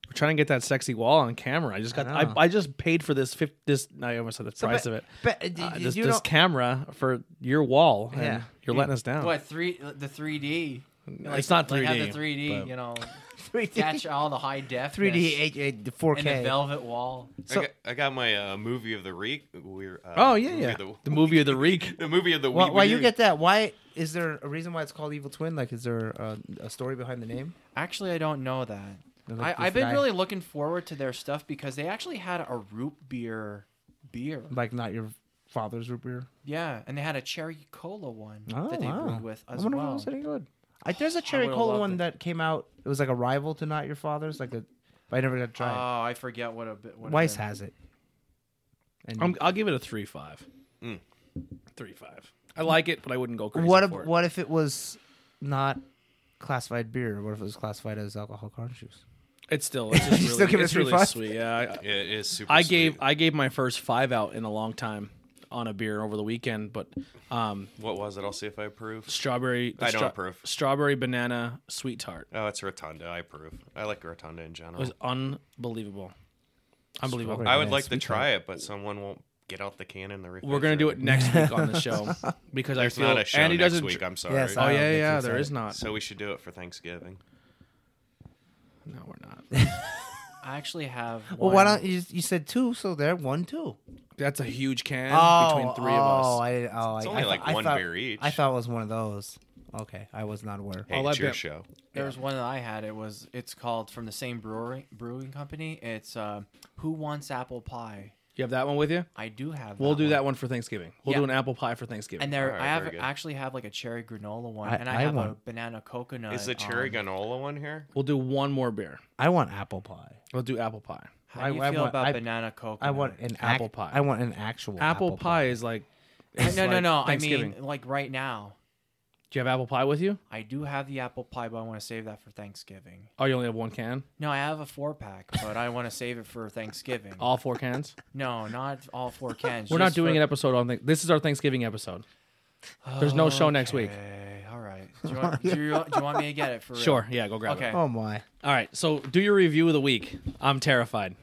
Speaker 2: We're trying to get that sexy wall on camera. I just got.
Speaker 4: I
Speaker 2: I,
Speaker 4: know.
Speaker 2: I, just paid for this. Fif- this I almost said the price
Speaker 4: but-
Speaker 2: of it.
Speaker 4: But uh, d-
Speaker 2: Uh,
Speaker 4: d-
Speaker 2: this
Speaker 4: you
Speaker 2: this
Speaker 4: don't-
Speaker 2: camera for your wall. And
Speaker 4: Yeah.
Speaker 2: you're letting us down.
Speaker 5: What three? The 3D.
Speaker 2: it's not 3D.
Speaker 5: Like have the 3D.
Speaker 2: but-
Speaker 5: You know,
Speaker 4: 3D,
Speaker 5: catch all the high def.
Speaker 4: 3D, eight- eight-
Speaker 5: and the
Speaker 4: 4K.
Speaker 5: velvet wall.
Speaker 2: So-
Speaker 3: I, got, I got my uh, movie of the week. We're, uh,
Speaker 2: oh yeah,
Speaker 3: movie
Speaker 2: yeah.
Speaker 3: of The,
Speaker 2: The movie of the reek.
Speaker 3: the movie of the
Speaker 4: Why,
Speaker 3: week.
Speaker 4: why you get that? Why is there a reason why it's called Evil Twin? Like, is there a, a story behind the name?
Speaker 5: Actually, I don't know that.
Speaker 4: They're
Speaker 5: I,
Speaker 4: like this
Speaker 5: I've been
Speaker 4: guy-
Speaker 5: really looking forward to their stuff because they actually had a root beer beer.
Speaker 4: like not your father's root beer.
Speaker 5: Yeah, and they had a cherry cola one that they brewed with
Speaker 4: Oh, I
Speaker 5: as
Speaker 4: wonder if it
Speaker 5: well.
Speaker 4: was any good. I, there's a cherry
Speaker 5: would've
Speaker 4: cola
Speaker 5: loved
Speaker 4: one
Speaker 5: it.
Speaker 4: that came out. It was like a rival to not your father's. Like a, but I never got to
Speaker 5: Oh,
Speaker 4: try
Speaker 5: I forget what a bit.
Speaker 4: it. Weiss has it. And
Speaker 2: I'm, I'll give it a three five.
Speaker 3: Mm.
Speaker 2: Three five. I like it, but I wouldn't go crazy.
Speaker 4: what? If,
Speaker 2: for it.
Speaker 4: what if it was not classified beer? What if it was classified as alcoholic orange juice?
Speaker 2: It's still. It's just
Speaker 4: You
Speaker 2: really,
Speaker 4: still give it a
Speaker 2: it's really
Speaker 4: 3.5?
Speaker 2: sweet. Yeah. I,
Speaker 3: It is super.
Speaker 2: I gave
Speaker 3: sweet.
Speaker 2: I gave my first five out in a long time on a beer over the weekend, but um,
Speaker 3: What was it? I'll see if I approve.
Speaker 2: strawberry. the
Speaker 3: I don't
Speaker 2: stra-
Speaker 3: approve.
Speaker 2: Strawberry banana sweet tart
Speaker 3: Oh, it's Rotunda. I approve. I like Rotunda in general.
Speaker 2: was unbelievable, unbelievable.
Speaker 4: Strawberry.
Speaker 3: I would
Speaker 4: Yeah,
Speaker 3: like to
Speaker 4: sweet
Speaker 3: try it, but someone won't get out the can in the refrigerator.
Speaker 2: We're gonna do it next week on the show because
Speaker 3: There's
Speaker 2: I feel
Speaker 3: not a show
Speaker 2: Andy
Speaker 3: next
Speaker 2: doesn't.
Speaker 3: week.
Speaker 2: dr-
Speaker 3: I'm sorry.
Speaker 4: Yes,
Speaker 2: oh
Speaker 4: I-
Speaker 2: yeah,
Speaker 4: That's
Speaker 2: yeah. There
Speaker 4: exciting.
Speaker 2: is not.
Speaker 3: so we should do it for Thanksgiving.
Speaker 2: No, we're not.
Speaker 5: I actually have.
Speaker 4: Well, why
Speaker 5: one-
Speaker 4: don't you? You said two, so there one two.
Speaker 2: That's a huge can
Speaker 4: Oh,
Speaker 2: between three
Speaker 4: oh,
Speaker 2: of us.
Speaker 4: I didn't, oh,
Speaker 3: It's
Speaker 4: I,
Speaker 3: only
Speaker 4: I thought-
Speaker 3: like
Speaker 4: I
Speaker 3: one
Speaker 4: thought-
Speaker 3: beer each.
Speaker 4: I thought it was one of those. Okay, I was not aware.
Speaker 3: Hey,
Speaker 2: I'll let
Speaker 3: it's your
Speaker 2: Ben-
Speaker 3: show.
Speaker 5: There was one that I had. It was. It's called from the same brewery brewing company. It's uh, Who Wants Apple Pie?
Speaker 2: You have that one with you.
Speaker 5: I do have.
Speaker 2: We'll
Speaker 5: that
Speaker 2: do
Speaker 5: one.
Speaker 2: that one for Thanksgiving. We'll
Speaker 5: Yeah.
Speaker 2: do an apple pie for Thanksgiving.
Speaker 5: And there,
Speaker 3: All right,
Speaker 5: I have
Speaker 3: very good.
Speaker 5: actually have like a cherry granola one,
Speaker 4: I-
Speaker 5: and I,
Speaker 4: I
Speaker 5: have a
Speaker 4: want-
Speaker 5: banana coconut.
Speaker 3: Is the cherry
Speaker 5: um,
Speaker 3: granola one here?
Speaker 2: we'll do one more beer.
Speaker 4: I want apple pie.
Speaker 2: We'll do apple pie.
Speaker 5: How
Speaker 4: I-
Speaker 5: do you
Speaker 4: I
Speaker 5: feel
Speaker 4: want-
Speaker 5: about
Speaker 4: I-
Speaker 5: banana coconut?
Speaker 4: I want an
Speaker 2: Apple
Speaker 4: ac-
Speaker 2: pie.
Speaker 4: I want an actual
Speaker 2: Apple, pie, is like.
Speaker 5: No,
Speaker 2: it's
Speaker 5: no,
Speaker 2: like
Speaker 5: no. I
Speaker 2: Thanksgiving.
Speaker 5: mean, like right now,
Speaker 2: do you have apple pie with you?
Speaker 5: I do have the apple pie, but I want to save that for Thanksgiving.
Speaker 2: Oh, you only have one can.
Speaker 5: No, I have a four pack, but I want to save it for Thanksgiving.
Speaker 2: All four cans.
Speaker 5: No, not all four cans.
Speaker 2: We're not doing an episode on. Th- this is our Thanksgiving episode. There's no show next week.
Speaker 5: All right. Do you, want, do, you, do you want me to get it for real?
Speaker 2: Sure. Yeah, go grab
Speaker 5: Okay.
Speaker 2: it.
Speaker 4: Oh my!
Speaker 2: All right. So do your review of the week. I'm terrified.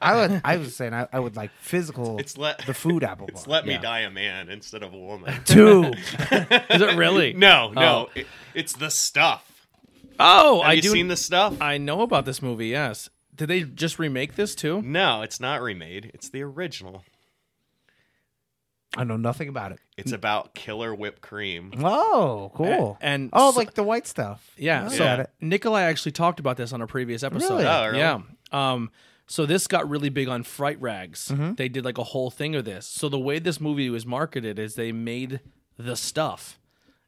Speaker 4: I would. I was saying I, I would like physical.
Speaker 3: It's let
Speaker 4: the food apple pie.
Speaker 3: It's let me
Speaker 2: Yeah.
Speaker 3: die a man instead of a woman.
Speaker 4: Two.
Speaker 2: Is it really?
Speaker 3: no, no,
Speaker 2: Oh.
Speaker 3: it- it's the stuff.
Speaker 2: Oh,
Speaker 3: Have
Speaker 2: I
Speaker 3: you
Speaker 2: do.
Speaker 3: seen the stuff?
Speaker 2: I know about this movie. Yes. Did they just remake this too?
Speaker 3: No, it's not remade. It's the original.
Speaker 4: I know nothing about it.
Speaker 3: It's about killer whipped cream.
Speaker 4: Oh, cool.
Speaker 2: and
Speaker 4: oh,
Speaker 2: so-
Speaker 4: like the white stuff.
Speaker 2: Yeah.
Speaker 4: I
Speaker 2: So
Speaker 4: got it.
Speaker 2: Nikolai actually talked about this on a previous episode.
Speaker 4: Really?
Speaker 3: Oh, really?
Speaker 2: Yeah. Um, so this got really big on Fright Rags.
Speaker 4: Mm-hmm.
Speaker 2: They did like a whole thing of this. So the way this movie was marketed is they made the stuff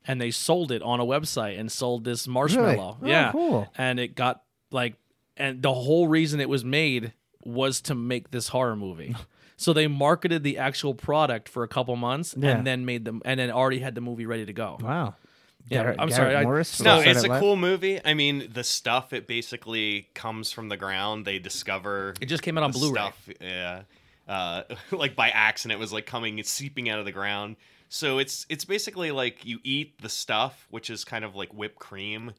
Speaker 2: and they sold it on a website and sold this marshmallow.
Speaker 4: Oh,
Speaker 2: Yeah.
Speaker 4: cool.
Speaker 2: And it got like and the whole reason it was made was to make this horror movie. So they marketed the actual product for a couple months
Speaker 4: Yeah.
Speaker 2: and then made them and then already had the movie ready to go.
Speaker 4: Wow.
Speaker 2: Yeah,
Speaker 4: Garrett-
Speaker 2: I'm
Speaker 4: Garrett
Speaker 2: sorry, I-
Speaker 4: Morris
Speaker 3: No,
Speaker 4: Saturday
Speaker 3: it's a
Speaker 4: Night Live?
Speaker 3: cool movie. I mean, the stuff it basically comes from the ground. They discover
Speaker 2: It just came out on
Speaker 3: the
Speaker 2: Blu-ray.
Speaker 3: stuff, yeah, uh, like by accident, it was like coming it's seeping out of the ground. So it's it's basically like you eat the stuff, which is kind of like whipped cream,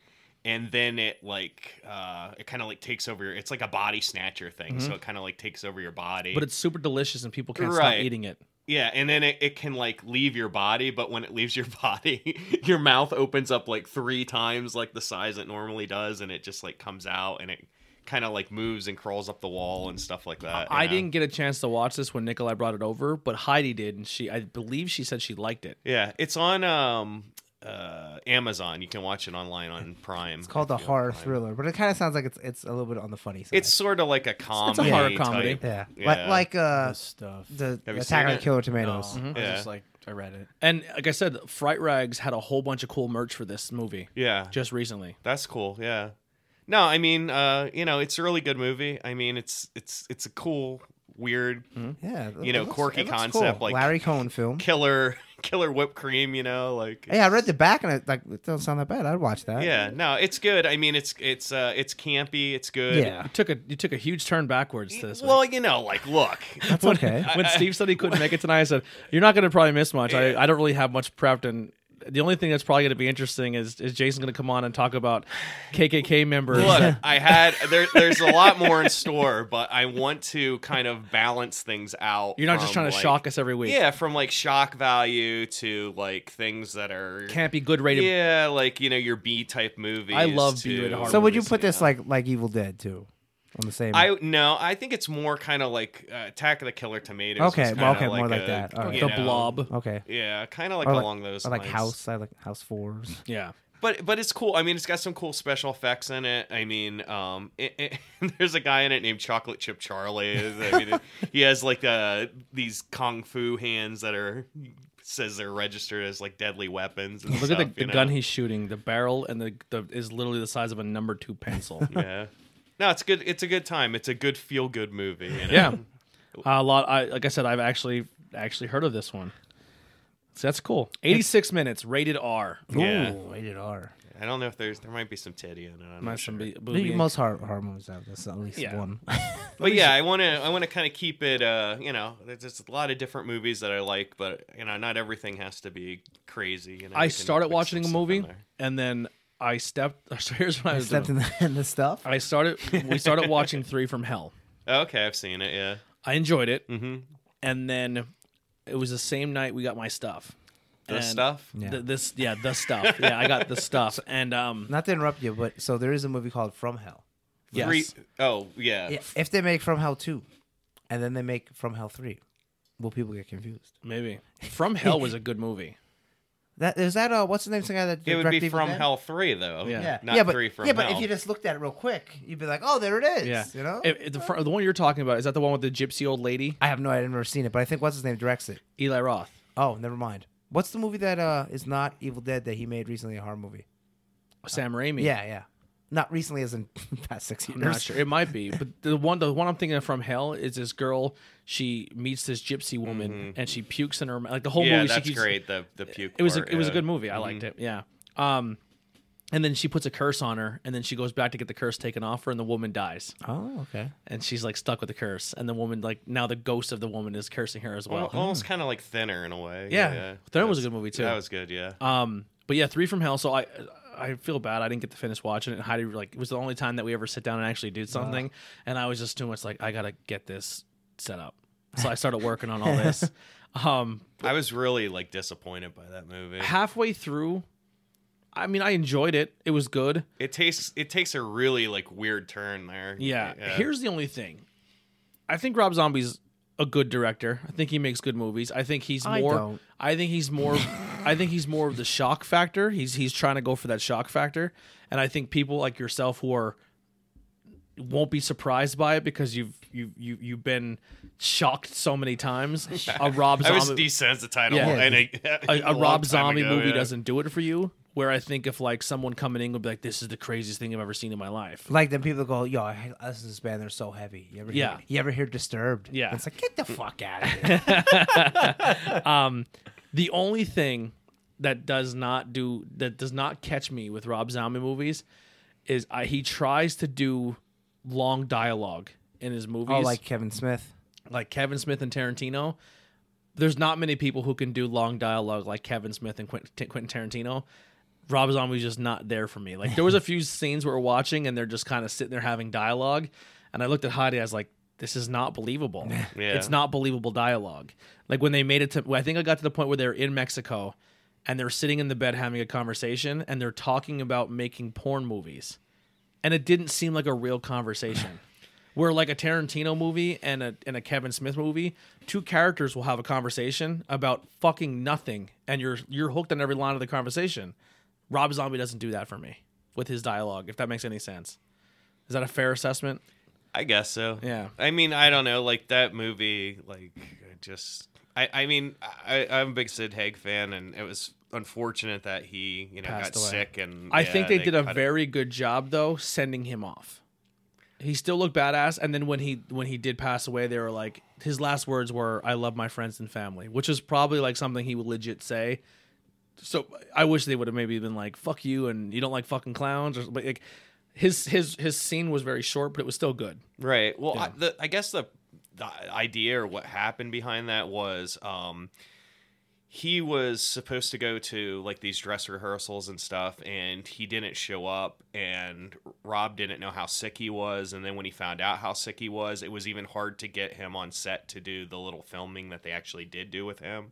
Speaker 3: and then it like uh, it kind of like takes over. your It's like a body snatcher thing. So it kind of like takes over your body.
Speaker 2: Mm-hmm. But it's super delicious and people can't
Speaker 3: Right.
Speaker 2: stop eating it.
Speaker 3: Yeah, and then it, it can like leave your body, but when it leaves your body, your mouth opens up like three times like the size it normally does, and it just like comes out and it kind of like moves and crawls up the wall and stuff like that.
Speaker 2: I
Speaker 3: you know?
Speaker 2: didn't get a chance to watch this when Nikolai brought it over, but Heidi did, and she I believe she said she liked it.
Speaker 3: Yeah, it's on um uh Amazon. You can watch it online on Prime.
Speaker 4: It's called the
Speaker 3: if you have
Speaker 4: horror
Speaker 3: Prime.
Speaker 4: thriller, but it kind of sounds like it's it's a little bit on the funny side.
Speaker 3: It's sort of like a comedy.
Speaker 2: horror comedy.
Speaker 3: type.
Speaker 4: yeah,
Speaker 3: Yeah.
Speaker 4: Like, like uh
Speaker 5: This stuff.
Speaker 4: the
Speaker 3: Have you
Speaker 4: Attack
Speaker 3: seen
Speaker 4: on the
Speaker 3: it?
Speaker 4: Killer
Speaker 5: No,
Speaker 4: Tomatoes.
Speaker 2: Mm-hmm.
Speaker 5: I was
Speaker 3: Yeah.
Speaker 5: just like I read it.
Speaker 2: And like I said, Fright Rags had a whole bunch of cool merch for this movie
Speaker 3: Yeah,
Speaker 2: just recently.
Speaker 3: that's cool. Yeah. No, I mean, uh, you know, it's a really good movie. I mean, it's it's it's a cool, weird,
Speaker 4: Yeah, it
Speaker 3: You know,
Speaker 4: looks-
Speaker 3: quirky
Speaker 4: it looks
Speaker 3: concept,
Speaker 4: cool.
Speaker 3: like-
Speaker 4: Larry Cohen film.
Speaker 3: killer killer whipped cream you know like
Speaker 4: Hey, I read the back and it like it doesn't sound that bad. I'd watch that.
Speaker 3: yeah no it's good i mean it's it's uh it's campy it's good
Speaker 4: yeah,
Speaker 2: You took a you took a huge turn backwards to this one.
Speaker 3: well you know like look
Speaker 4: that's
Speaker 2: when,
Speaker 4: okay.
Speaker 2: When Steve said he couldn't make it tonight, I said, You're not gonna probably miss much. I, I don't really have much prepped and the only thing that's probably going to be interesting is is Jason going to come on and talk about KKK members.
Speaker 3: look i had there, there's a lot more in store but i want to kind of balance things out
Speaker 2: You're not
Speaker 3: from,
Speaker 2: just trying to
Speaker 3: like-
Speaker 2: shock us every week.
Speaker 3: yeah from like shock value to like things that are
Speaker 2: Can't be good rated.
Speaker 3: yeah like you know your b type movies
Speaker 2: love
Speaker 3: to-
Speaker 2: B-rated horror
Speaker 4: so would you
Speaker 3: movies,
Speaker 4: put this
Speaker 3: know.
Speaker 4: like like Evil Dead too, on the same?
Speaker 3: I no, I think it's more kind of like uh, Attack of the Killer Tomatoes. is
Speaker 4: Okay, well, okay,
Speaker 3: kinda
Speaker 4: more like
Speaker 3: a-
Speaker 4: that. All right.
Speaker 3: you
Speaker 2: The
Speaker 3: know,
Speaker 2: blob.
Speaker 4: okay,
Speaker 3: Yeah, kind of like
Speaker 4: Or like-
Speaker 3: along those
Speaker 4: or like
Speaker 3: lines.
Speaker 4: House. I like House Fours.
Speaker 2: Yeah.
Speaker 3: But but it's cool. I mean, it's got some cool special effects in it. I mean, um, it, it, there's a guy in it named Chocolate Chip Charlie. I mean, he has like uh, these kung fu hands that are says they're registered as like deadly weapons. And
Speaker 2: Look
Speaker 3: stuff,
Speaker 2: at the,
Speaker 3: you
Speaker 2: the gun
Speaker 3: know?
Speaker 2: he's shooting. The barrel and the, the is literally the size of a number two pencil.
Speaker 3: Yeah. No, it's good. It's a good time. It's a good feel good movie. you know?
Speaker 2: yeah, a lot. I like I said, I've actually actually heard of this one. So that's cool. Eighty six minutes, rated R.
Speaker 3: Yeah.
Speaker 4: Ooh, rated R.
Speaker 3: I don't know if there's there might be some titty in it. I'm not
Speaker 2: Might
Speaker 3: sure.
Speaker 2: some be-
Speaker 4: I think
Speaker 2: booby-
Speaker 4: Most horror, horror movies have this at least
Speaker 2: Yeah.
Speaker 4: one.
Speaker 3: But yeah, I want to I want to kind of keep it. Uh, you know, there's, there's a lot of different movies that I like, but you know, not everything has to be crazy. You know,
Speaker 2: I
Speaker 3: you can
Speaker 2: started
Speaker 3: mix
Speaker 2: watching a
Speaker 3: some stuff in
Speaker 2: movie
Speaker 3: there.
Speaker 2: and then I stepped. So here's what I was
Speaker 4: Except
Speaker 2: doing.
Speaker 4: in the, in the stuff.
Speaker 2: I started. We started watching Three from Hell.
Speaker 3: Oh, okay, I've seen it. Yeah.
Speaker 2: I enjoyed it,
Speaker 3: Mm-hmm.
Speaker 2: and then it was the same night we got my stuff.
Speaker 3: The
Speaker 2: And
Speaker 3: stuff.
Speaker 4: Yeah.
Speaker 2: th- this yeah the stuff yeah I got the stuff and um
Speaker 4: Not to interrupt you, but so there is a movie called From Hell.
Speaker 2: yes.
Speaker 3: Three- oh yeah.
Speaker 4: If they make From Hell two, and then they make From Hell three, will people get confused?
Speaker 2: Maybe. From Hell was a good movie.
Speaker 4: That is that. Uh, what's the name? of the guy that
Speaker 3: It would
Speaker 4: directed
Speaker 3: be
Speaker 4: Evil
Speaker 3: from
Speaker 4: Dead?
Speaker 3: Hell Three though.
Speaker 2: Yeah.
Speaker 4: Yeah,
Speaker 3: Not
Speaker 4: yeah, but,
Speaker 3: Three from
Speaker 4: yeah,
Speaker 3: Hell.
Speaker 4: but if you just looked at it real quick, you'd be like, "Oh, there it is."
Speaker 2: Yeah.
Speaker 4: you know.
Speaker 2: It- it- the, fr- the one you're talking about, is that the one with the gypsy old lady?
Speaker 4: I have no, I've never seen it, but I think what's his name directs it.
Speaker 2: Eli Roth.
Speaker 4: Oh, never mind. What's the movie that uh is not Evil Dead that he made recently? A horror movie.
Speaker 2: Sam Raimi.
Speaker 4: Yeah, yeah. Not recently, as in past six years.
Speaker 2: I'm not sure. It might be. But the one the one I'm thinking of from Hell is this girl, she meets this gypsy woman and she pukes in her mouth. Like the whole
Speaker 3: Mm-hmm. yeah,
Speaker 2: movie
Speaker 3: that's
Speaker 2: she keeps
Speaker 3: great. uh, mm-hmm. The the puke.
Speaker 2: It was a,
Speaker 3: part,
Speaker 2: it was a
Speaker 3: yeah.
Speaker 2: good movie. I liked it. Yeah. Um and then she puts a curse on her and then she goes back to get the curse taken off her and the woman dies.
Speaker 4: Oh, okay.
Speaker 2: And she's like stuck with the curse and the woman like now the ghost of the woman is cursing her as well. mm.
Speaker 3: Well, almost kind of like thinner in a way.
Speaker 2: Yeah. Thinner was a
Speaker 3: Oh, That's-
Speaker 2: good movie, too.
Speaker 3: That was good. Yeah.
Speaker 2: Um, but yeah, Three from Hell. So I, I feel bad. I didn't get to finish watching it. And Heidi like it was the only time that we ever sit down and actually did something. And I was just too much like I gotta get this set up. So I started working on all this. Um,
Speaker 3: I was really like disappointed by that movie.
Speaker 2: halfway through, I mean, I enjoyed it. It was good.
Speaker 3: It tastes. It takes a really like weird turn there.
Speaker 2: Yeah. Here's the only thing. I think Rob Zombie's a good director. I think he makes good movies. I think he's
Speaker 4: I
Speaker 2: more.
Speaker 4: don't.
Speaker 2: I think he's more. I think he's more of the shock factor. He's he's trying to go for that shock factor, and I think people like yourself who are won't be surprised by it because you've you you you've been shocked so many times. A Rob
Speaker 3: I
Speaker 2: Zombie
Speaker 3: was desensitized
Speaker 2: Yeah.
Speaker 3: and a,
Speaker 2: a, a
Speaker 3: long
Speaker 2: Rob
Speaker 3: time
Speaker 2: Zombie
Speaker 3: ago,
Speaker 2: movie
Speaker 3: yeah.
Speaker 2: doesn't do it for you. Where I think if like someone coming in would be like, "This is the craziest thing I've ever seen in my life."
Speaker 4: Like then people go, yo, I listen to this band. They're so heavy. You ever hear,
Speaker 2: Yeah.
Speaker 4: You ever hear Disturbed?
Speaker 2: Yeah.
Speaker 4: It's like get the fuck out of here.
Speaker 2: The only thing that does not do that does not catch me with Rob Zombie movies is I, he tries to do long dialogue in his movies,
Speaker 4: oh, like Kevin Smith.
Speaker 2: like Kevin Smith and Tarantino. There's not many people who can do long dialogue like Kevin Smith and Quentin, Quentin Tarantino. Rob Zombie's just not there for me. Like there was a few scenes we were watching and they're just kind of sitting there having dialogue, and I looked at Heidi. I was like, "This is not believable.
Speaker 3: Yeah.
Speaker 2: It's not believable dialogue." Like when they made it to, I think I got to the point where they were in Mexico, and they're sitting in the bed having a conversation, and they're talking about making porn movies, and it didn't seem like a real conversation. Where like a Tarantino movie and a and a Kevin Smith movie, two characters will have a conversation about fucking nothing, and you're you're hooked on every line of the conversation. Rob Zombie doesn't do that for me with his dialogue, if that makes any sense. Is that a fair assessment?
Speaker 3: I guess so.
Speaker 2: Yeah.
Speaker 3: I mean, I don't know. Like that movie, like I just. I, I mean, I, I'm a big Sid Haig fan, and it was unfortunate that he, you know,
Speaker 2: Passed
Speaker 3: got
Speaker 2: away.
Speaker 3: sick. And
Speaker 2: I
Speaker 3: yeah,
Speaker 2: think they, did a
Speaker 3: cut it.
Speaker 2: very good job though sending him off. He still looked badass, and then when he when he did pass away, they were like his last words were "I love my friends and family," which is probably like something he would legit say. So I wish they would have maybe been like "fuck you" and you don't like fucking clowns, or but like his his his scene was very short, but it was still good.
Speaker 3: Right. Well, I, the, I guess the, the idea or what happened behind that was um, he was supposed to go to like these dress rehearsals and stuff, and he didn't show up. And Rob didn't know how sick he was. And then when he found out how sick he was, it was even hard to get him on set to do the little filming that they actually did do with him.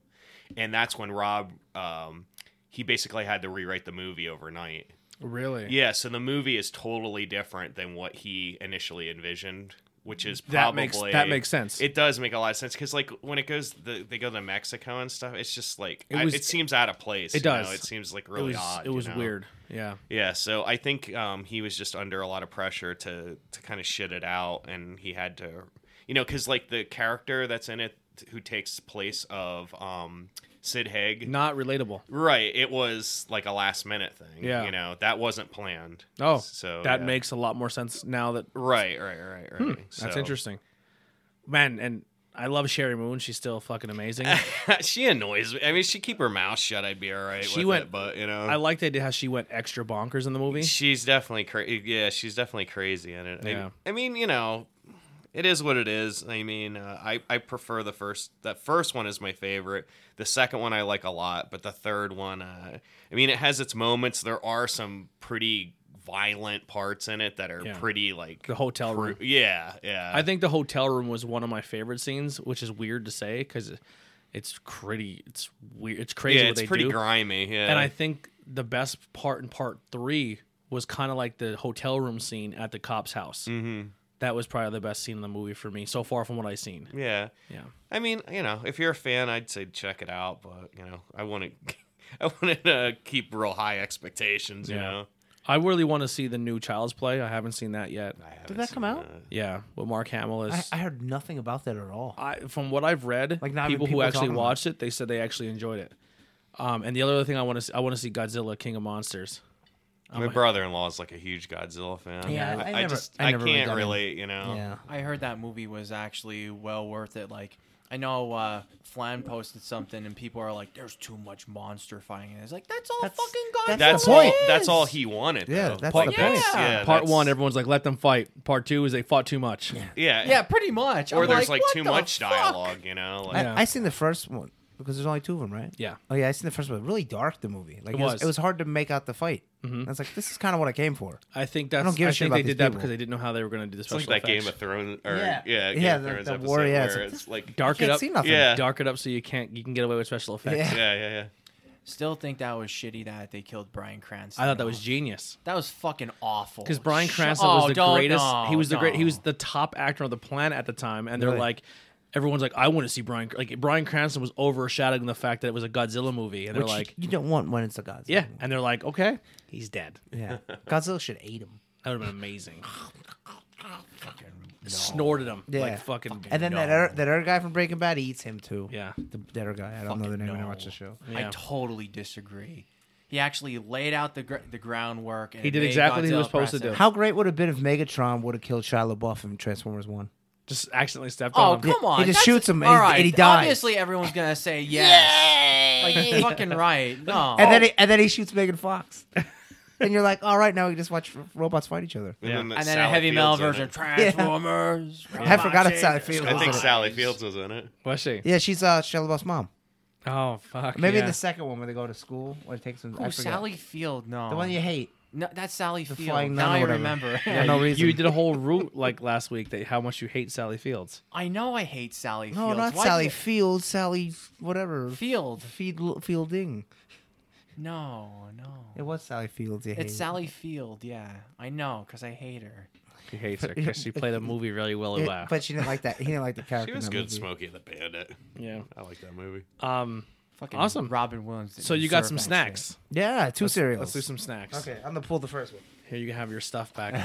Speaker 3: And that's when Rob, um, he basically had to rewrite the movie overnight.
Speaker 2: Really?
Speaker 3: Yeah, so the movie is totally different than what he initially envisioned, which is probably
Speaker 2: That makes- that makes sense.
Speaker 3: It does make a lot of sense because like when it goes, the, they go to Mexico and stuff. It's just like
Speaker 2: It
Speaker 3: I- it,
Speaker 2: was-
Speaker 3: seems out of place.
Speaker 2: it
Speaker 3: you know,
Speaker 2: does.
Speaker 3: It seems like
Speaker 2: it
Speaker 3: really
Speaker 2: was
Speaker 3: odd.
Speaker 2: it
Speaker 3: you
Speaker 2: was
Speaker 3: know?
Speaker 2: weird. Yeah.
Speaker 3: Yeah, so I think um, he was just under a lot of pressure to to kind of shit it out, and he had to, you know, because like the character that's in it who takes place of um, Sid Haig.
Speaker 2: Not relatable.
Speaker 3: Right, it was like a last minute thing.
Speaker 2: Yeah.
Speaker 3: you know that wasn't planned.
Speaker 2: Oh,
Speaker 3: so
Speaker 2: that
Speaker 3: yeah.
Speaker 2: makes a lot more sense now that
Speaker 3: Right, right, right, right.
Speaker 2: that's
Speaker 3: So-
Speaker 2: interesting. Man, and I love Sherry Moon. She's still fucking amazing.
Speaker 3: she annoys me. I mean, she keep her mouth shut. I'd be all right.
Speaker 2: She
Speaker 3: with
Speaker 2: went-
Speaker 3: it, but you know,
Speaker 2: I like the idea how she went extra bonkers in the movie.
Speaker 3: she's definitely crazy. Yeah, she's definitely crazy in it. I-
Speaker 2: Yeah.
Speaker 3: I, mean, you know, it is what it is. I mean, uh, I I prefer the first. That first one is my favorite. The second one I like a lot, but the third one, uh, I mean, it has its moments. There are some pretty violent parts in it that are
Speaker 2: Yeah.
Speaker 3: pretty like.
Speaker 2: The hotel room.
Speaker 3: Yeah, yeah.
Speaker 2: I think the hotel room was one of my favorite scenes, which is weird to say because it's pretty. It's weird. It's crazy.
Speaker 3: yeah,
Speaker 2: what
Speaker 3: it's
Speaker 2: they
Speaker 3: pretty
Speaker 2: do.
Speaker 3: grimy. Yeah,
Speaker 2: And I think the best part in part three was kind of like the hotel room scene at the cop's house. Mm-hmm. That was probably the best scene in the movie for me so far from what I've seen.
Speaker 3: yeah.
Speaker 2: Yeah.
Speaker 3: I mean, you know, if you're a fan, I'd say check it out, but you know, I want to, I want to uh, keep real high expectations. You
Speaker 2: Yeah.
Speaker 3: know,
Speaker 2: I really want to see the new Child's Play. I haven't seen that yet.
Speaker 3: I haven't
Speaker 4: Did that
Speaker 3: seen
Speaker 4: come out?
Speaker 2: Yeah, with Mark Hamill
Speaker 4: I,
Speaker 2: is.
Speaker 4: I heard nothing about that at all.
Speaker 2: I, from what I've read,
Speaker 4: Like, not even
Speaker 2: people, who
Speaker 4: people
Speaker 2: actually
Speaker 4: talking about it.
Speaker 2: watched it, they said they actually enjoyed it. Um, and the other thing I want to see, I want to see Godzilla King of Monsters.
Speaker 3: My brother-in-law is like a huge Godzilla fan.
Speaker 4: Oh, Yeah, I
Speaker 3: I,
Speaker 4: never-
Speaker 3: just
Speaker 4: I
Speaker 3: I,
Speaker 4: never really
Speaker 3: can't
Speaker 4: got in.
Speaker 3: relate. You
Speaker 2: Uh-huh.
Speaker 3: know,
Speaker 4: yeah.
Speaker 5: I heard that movie was actually well worth it. Like, I know uh, Flan posted something, and people are like, "There's too much monster fighting." And it's like, that's all
Speaker 4: That's- that's
Speaker 5: fucking Godzilla.
Speaker 3: that's
Speaker 4: the
Speaker 3: all.
Speaker 4: point.
Speaker 3: That's all he wanted.
Speaker 4: Yeah,
Speaker 3: though.
Speaker 4: that's
Speaker 2: Part-
Speaker 4: the point.
Speaker 5: Yeah.
Speaker 3: Yeah,
Speaker 2: Part
Speaker 3: that's-
Speaker 2: one, everyone's like, "Let them fight." Part two is they fought too much.
Speaker 3: Yeah,
Speaker 5: yeah, pretty much.
Speaker 3: Or
Speaker 5: I'm
Speaker 3: there's like,
Speaker 5: "What
Speaker 3: too
Speaker 5: the
Speaker 3: much
Speaker 5: fuck?"
Speaker 3: dialogue. You know, like
Speaker 4: I,
Speaker 2: Yeah.
Speaker 4: I seen the first one because there's only two of them, right?
Speaker 2: Yeah.
Speaker 4: Oh yeah, I seen the first one. Really dark the movie. Like it,
Speaker 2: was.
Speaker 4: was.
Speaker 2: Mm-hmm.
Speaker 4: It was hard to make out the fight. I was like, this is kind of what I came for.
Speaker 2: I think that's. I,
Speaker 4: don't give a shit
Speaker 2: think
Speaker 4: about
Speaker 2: they
Speaker 4: these
Speaker 2: did that
Speaker 4: people.
Speaker 2: because they didn't know how they were going to do the
Speaker 3: it's
Speaker 2: special
Speaker 3: like that
Speaker 2: effects.
Speaker 3: Game of Thrones. Or
Speaker 4: Yeah.
Speaker 3: yeah, yeah, Game
Speaker 4: Yeah,
Speaker 3: of
Speaker 4: the-
Speaker 3: Thrones
Speaker 4: the
Speaker 3: episode
Speaker 4: war, yeah, it's
Speaker 3: where
Speaker 4: like,
Speaker 3: it's like
Speaker 2: Dark
Speaker 4: can't
Speaker 2: it up.
Speaker 4: see nothing.
Speaker 3: Yeah.
Speaker 2: Dark it up so you can't. You can get away with special effects.
Speaker 3: yeah, yeah, yeah.
Speaker 5: Still think that was shitty that they killed Brian Cranston.
Speaker 2: I thought that was genius
Speaker 5: that was fucking awful.
Speaker 2: because Brian
Speaker 5: Sh-
Speaker 2: Cranston
Speaker 5: oh,
Speaker 2: was the
Speaker 5: don't-
Speaker 2: greatest.
Speaker 5: no,
Speaker 2: he was the great.
Speaker 5: no.
Speaker 2: He was the top actor on the planet at the time, and they're
Speaker 4: Oh, Really?
Speaker 2: like. Everyone's like, I want to see Brian. Like Brian Cranston was overshadowing the fact that it was a Godzilla movie, and
Speaker 4: Which
Speaker 2: they're like,
Speaker 4: you don't want when it's a Godzilla.
Speaker 2: yeah, and they're like, okay, he's dead.
Speaker 4: yeah. Godzilla should eat him.
Speaker 2: That would have been amazing. Snorted him
Speaker 4: Yeah.
Speaker 2: like fucking.
Speaker 4: And then that
Speaker 2: no.
Speaker 4: other, that other guy from Breaking Bad eats him too.
Speaker 2: yeah,
Speaker 4: The that other guy. I don't know the name. I didn't watch the show.
Speaker 5: I
Speaker 2: Yeah.
Speaker 5: totally disagree. He actually laid out the gr- the groundwork. And
Speaker 2: He
Speaker 5: it
Speaker 2: did
Speaker 5: made
Speaker 2: exactly what he
Speaker 5: Godzilla
Speaker 2: was supposed to do.
Speaker 5: impressive.
Speaker 4: How great would it have been if Megatron would have killed Shia LaBeouf in Transformers One?
Speaker 2: just accidentally stepped
Speaker 5: Oh
Speaker 2: on him.
Speaker 5: come on!
Speaker 4: just
Speaker 5: that's-
Speaker 4: shoots him and
Speaker 5: all
Speaker 4: he-
Speaker 5: right,
Speaker 4: and he dies.
Speaker 5: Obviously, everyone's gonna say yes. Like you're fucking right. No.
Speaker 4: And then he, and then he shoots Megan Fox. and you're like, all right, now we can just watch r- robots fight each other.
Speaker 2: Yeah.
Speaker 5: And then a heavy metal version of Transformers.
Speaker 4: I forgot
Speaker 5: Robots
Speaker 4: it's Sally
Speaker 5: and-
Speaker 4: Fields.
Speaker 3: I think
Speaker 4: Wasn't it?
Speaker 3: Sally Fields was in it.
Speaker 2: Was she?
Speaker 4: Yeah, she's uh, Shia LaBeouf's mom.
Speaker 2: Oh fuck.
Speaker 4: Maybe
Speaker 2: yeah.
Speaker 4: the second one where they go to school or it takes them. I
Speaker 5: Oh,
Speaker 4: forget.
Speaker 5: Sally Field. No.
Speaker 4: the one you hate.
Speaker 5: No, that's Sally
Speaker 4: The
Speaker 5: Field.
Speaker 4: flying nun or
Speaker 5: Now I
Speaker 4: whatever.
Speaker 5: remember.
Speaker 4: For no
Speaker 2: you,
Speaker 4: reason.
Speaker 2: you did a whole route like last week that how much you hate Sally Fields.
Speaker 5: I know I hate Sally
Speaker 4: No,
Speaker 5: Field.
Speaker 4: not Sally Field. Sally f- whatever.
Speaker 5: Field.
Speaker 4: Field Fielding.
Speaker 5: No,
Speaker 4: It
Speaker 5: no.
Speaker 4: was Sally Fields. You hated.
Speaker 5: It's Sally Field. Yeah, I know, cause I hate her.
Speaker 2: She hates her because she played a movie really well.
Speaker 4: It-
Speaker 2: well.
Speaker 4: but she didn't like that. He didn't like the character.
Speaker 3: She
Speaker 4: in
Speaker 3: was
Speaker 4: that
Speaker 3: good,
Speaker 4: movie.
Speaker 3: Smokey the Bandit.
Speaker 2: yeah.
Speaker 3: I like that movie.
Speaker 2: Um.
Speaker 5: Fucking
Speaker 2: Awesome.
Speaker 5: Robin Williams. didn't
Speaker 2: So you got
Speaker 5: deserve
Speaker 2: some
Speaker 5: that shit.
Speaker 2: snacks.
Speaker 4: Yeah, 2 cereals.
Speaker 2: Let's do some snacks.
Speaker 4: Okay, I'm gonna pull the first one.
Speaker 2: Here you can have your stuff back.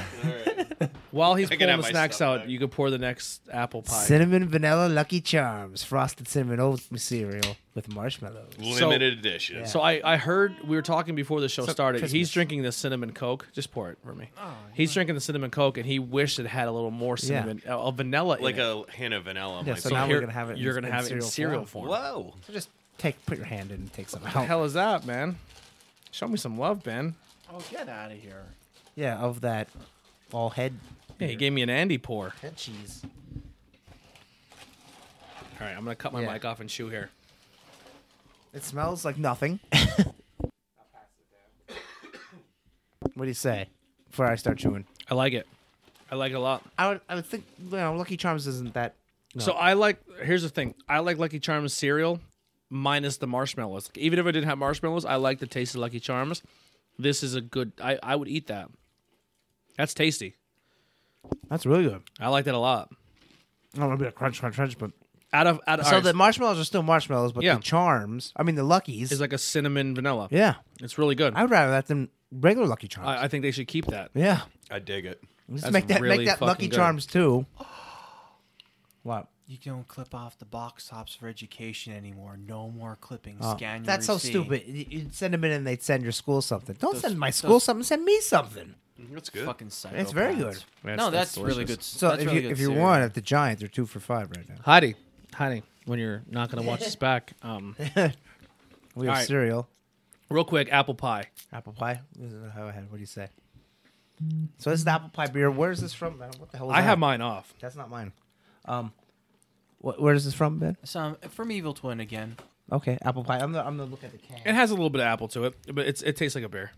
Speaker 2: While he's
Speaker 3: I can
Speaker 2: pulling
Speaker 3: have
Speaker 2: the
Speaker 3: my
Speaker 2: snacks
Speaker 3: stuff
Speaker 2: out,
Speaker 3: back.
Speaker 2: you can pour the next apple pie.
Speaker 4: Cinnamon vanilla Lucky Charms frosted cinnamon oat cereal with marshmallows.
Speaker 3: Limited edition.
Speaker 2: so I, I heard we were talking before the show started.
Speaker 4: Christmas.
Speaker 2: He's drinking the cinnamon coke. Just pour it for me.
Speaker 5: Oh,
Speaker 2: he's drinking the cinnamon coke, and he wished it had a little more
Speaker 4: Yeah.
Speaker 2: cinnamon, uh, uh, vanilla,
Speaker 3: Like
Speaker 2: in it.
Speaker 3: a hint of vanilla.
Speaker 4: Yeah,
Speaker 3: might
Speaker 4: so
Speaker 3: be-
Speaker 4: now we're
Speaker 2: Here-
Speaker 4: gonna have it. in-
Speaker 2: You're gonna
Speaker 4: in
Speaker 2: have it in
Speaker 4: cereal
Speaker 2: cereal
Speaker 4: form. Oh.
Speaker 2: form.
Speaker 3: Whoa.
Speaker 4: So just take, put your hand in and take some
Speaker 2: The
Speaker 4: out.
Speaker 2: hell is that, man? Show me some love, Ben.
Speaker 5: Oh, get out of here.
Speaker 4: Yeah, of that all head
Speaker 2: Yeah, he gave me an Andy pour.
Speaker 4: head cheese.
Speaker 2: All right, I'm gonna cut my
Speaker 4: Yeah.
Speaker 2: mic off and chew here.
Speaker 4: It smells like nothing. what do you say? Before I start chewing,
Speaker 2: I like it. I like it a lot.
Speaker 4: I would, I would think you know Lucky Charms isn't that. No.
Speaker 2: So I like. Here's the thing. I like Lucky Charms cereal, minus the marshmallows. Even if I didn't have marshmallows, I like the taste of Lucky Charms. This is a good. I I would eat that. That's tasty.
Speaker 4: That's really good.
Speaker 2: I like that a lot.
Speaker 4: I don't know, a bit of crunch, crunch, crunch, but
Speaker 2: Out of out of
Speaker 4: so
Speaker 2: all right,
Speaker 4: the marshmallows are still marshmallows, but
Speaker 2: Yeah.
Speaker 4: the Charms, I mean the Luckies,
Speaker 2: it's like a cinnamon vanilla.
Speaker 4: yeah,
Speaker 2: it's really good.
Speaker 4: I
Speaker 2: I,
Speaker 4: would rather that than regular Lucky Charms.
Speaker 2: I think they should keep that.
Speaker 4: yeah,
Speaker 3: I dig it.
Speaker 4: Let's
Speaker 2: That's
Speaker 4: make that
Speaker 2: really
Speaker 4: make that
Speaker 2: fucking
Speaker 4: Lucky
Speaker 2: good.
Speaker 4: Charms too. What?
Speaker 5: You don't clip off the box tops for education anymore. No more clipping.
Speaker 4: Oh,
Speaker 5: Scan your
Speaker 4: that's so
Speaker 5: receipt.
Speaker 4: stupid. You- You'd send them in and they'd send your school something. Don't
Speaker 5: Those-
Speaker 4: send my
Speaker 5: those-
Speaker 4: school something. Send me something.
Speaker 3: Mm-hmm, That's good.
Speaker 5: Fucking psychopaths.
Speaker 4: It's very good.
Speaker 2: That's-
Speaker 5: no, that's,
Speaker 2: that's
Speaker 5: really
Speaker 2: delicious.
Speaker 5: good.
Speaker 4: So
Speaker 5: that's
Speaker 4: if
Speaker 5: really
Speaker 4: you
Speaker 5: good
Speaker 4: if you
Speaker 5: cereal.
Speaker 4: want, at the Giants, they're two for five right now.
Speaker 2: Heidi, Heidi, when you're not gonna watch this back, um,
Speaker 4: We have
Speaker 2: All right.
Speaker 4: cereal,
Speaker 2: real quick, apple pie.
Speaker 4: apple pie. This is how I had- What do you say? So this is the apple pie beer. Where is this from? man? What the hell? Is
Speaker 2: I
Speaker 4: that?
Speaker 2: have mine off.
Speaker 4: That's not mine. Um, wh- where is this from, Ben?
Speaker 5: some um, from Evil Twin again.
Speaker 4: Okay, apple pie. I'm gonna I'm gonna look at the
Speaker 2: It
Speaker 4: can.
Speaker 2: has a little bit of apple to it, but it's it tastes like a beer.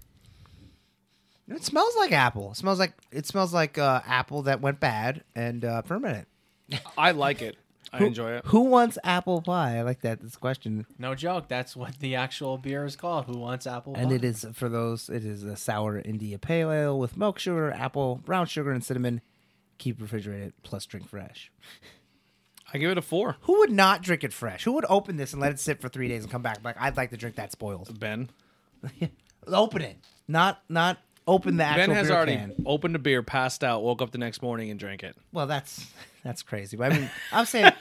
Speaker 4: It smells like apple. It smells like it smells like uh, apple that went bad and uh, permanent.
Speaker 2: I like it. I enjoy it.
Speaker 4: Who wants apple pie? I like that. This question,
Speaker 5: No joke. That's what the actual beer is called. Who wants apple?
Speaker 4: and
Speaker 5: pie?
Speaker 4: it is for those. It is a sour India pale ale with milk sugar, apple, brown sugar, and cinnamon. Keep refrigerated. Plus, drink fresh.
Speaker 2: I give it a four.
Speaker 4: Who would not drink it fresh? Who would open this and let it sit for three days and come back like I'd like to drink that spoiled?
Speaker 2: Ben.
Speaker 4: Open it, not not open the actual
Speaker 2: Ben has
Speaker 4: beer
Speaker 2: already
Speaker 4: can.
Speaker 2: opened a beer, passed out, woke up the next morning and drank it.
Speaker 4: Well, that's that's crazy. But I mean, I'm saying,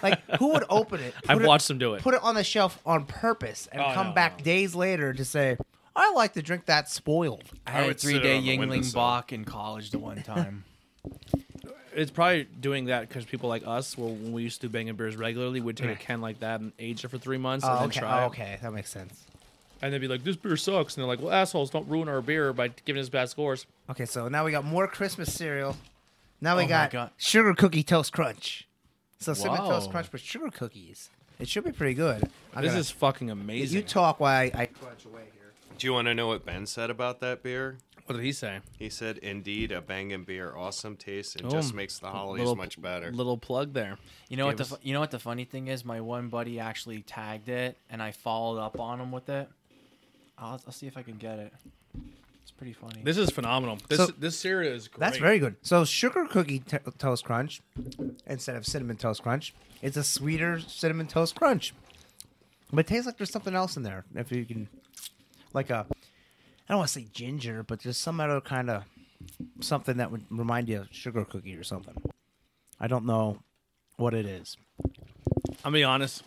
Speaker 4: like, who would open it?
Speaker 2: I've
Speaker 4: put it-
Speaker 2: watched him do it.
Speaker 4: Put it on the shelf on purpose and
Speaker 2: Oh,
Speaker 4: come
Speaker 2: no,
Speaker 4: back
Speaker 2: no.
Speaker 4: days later to say, "I like to drink that spoiled."
Speaker 5: I
Speaker 3: I
Speaker 5: had a
Speaker 3: would sit
Speaker 5: three day
Speaker 3: on the
Speaker 5: Yingling
Speaker 3: windowsill.
Speaker 5: Bach in college the one time.
Speaker 2: It's probably doing that because people like us, well, when we used to bang in beers regularly, would take a can like that and age it for three months and
Speaker 4: Oh,
Speaker 2: then
Speaker 4: okay,
Speaker 2: try
Speaker 4: oh,
Speaker 2: it.
Speaker 4: okay, that makes sense.
Speaker 2: And they'd be like, this beer sucks. And they're like, well, assholes, don't ruin our beer by giving us bad scores.
Speaker 4: Okay, so now we got more Christmas cereal. Now we
Speaker 5: Oh my God.
Speaker 4: got sugar cookie toast crunch. So cinnamon toast
Speaker 5: Wow.
Speaker 4: crunch with sugar cookies. It should be pretty good. I'm
Speaker 2: this
Speaker 4: gonna-
Speaker 2: is fucking
Speaker 4: you-
Speaker 2: amazing.
Speaker 4: you talk while I, I crunch away here.
Speaker 3: Do you want to know what Ben said about that beer?
Speaker 2: what did he say?
Speaker 3: He said, "Indeed, a banging beer, awesome taste, and
Speaker 2: Oh,
Speaker 3: just makes the holidays
Speaker 2: little-
Speaker 3: much better."
Speaker 2: Little plug there.
Speaker 5: You know what the
Speaker 2: Gave
Speaker 5: fu- you know what the funny thing is? My one buddy actually tagged it, and I followed up on him with it. I'll, I'll see if I can get it. It's pretty funny.
Speaker 2: This is phenomenal. This
Speaker 4: So-
Speaker 2: this cereal is great.
Speaker 4: That's very good. So sugar cookie t- toast crunch instead of cinnamon toast crunch. It's a sweeter cinnamon toast crunch, but it tastes like there's something else in there. If you can, like a, I don't want to say ginger, but there's some other kind of something that would remind you of sugar cookie or something. I don't know what it is.
Speaker 2: I'm gonna be honest.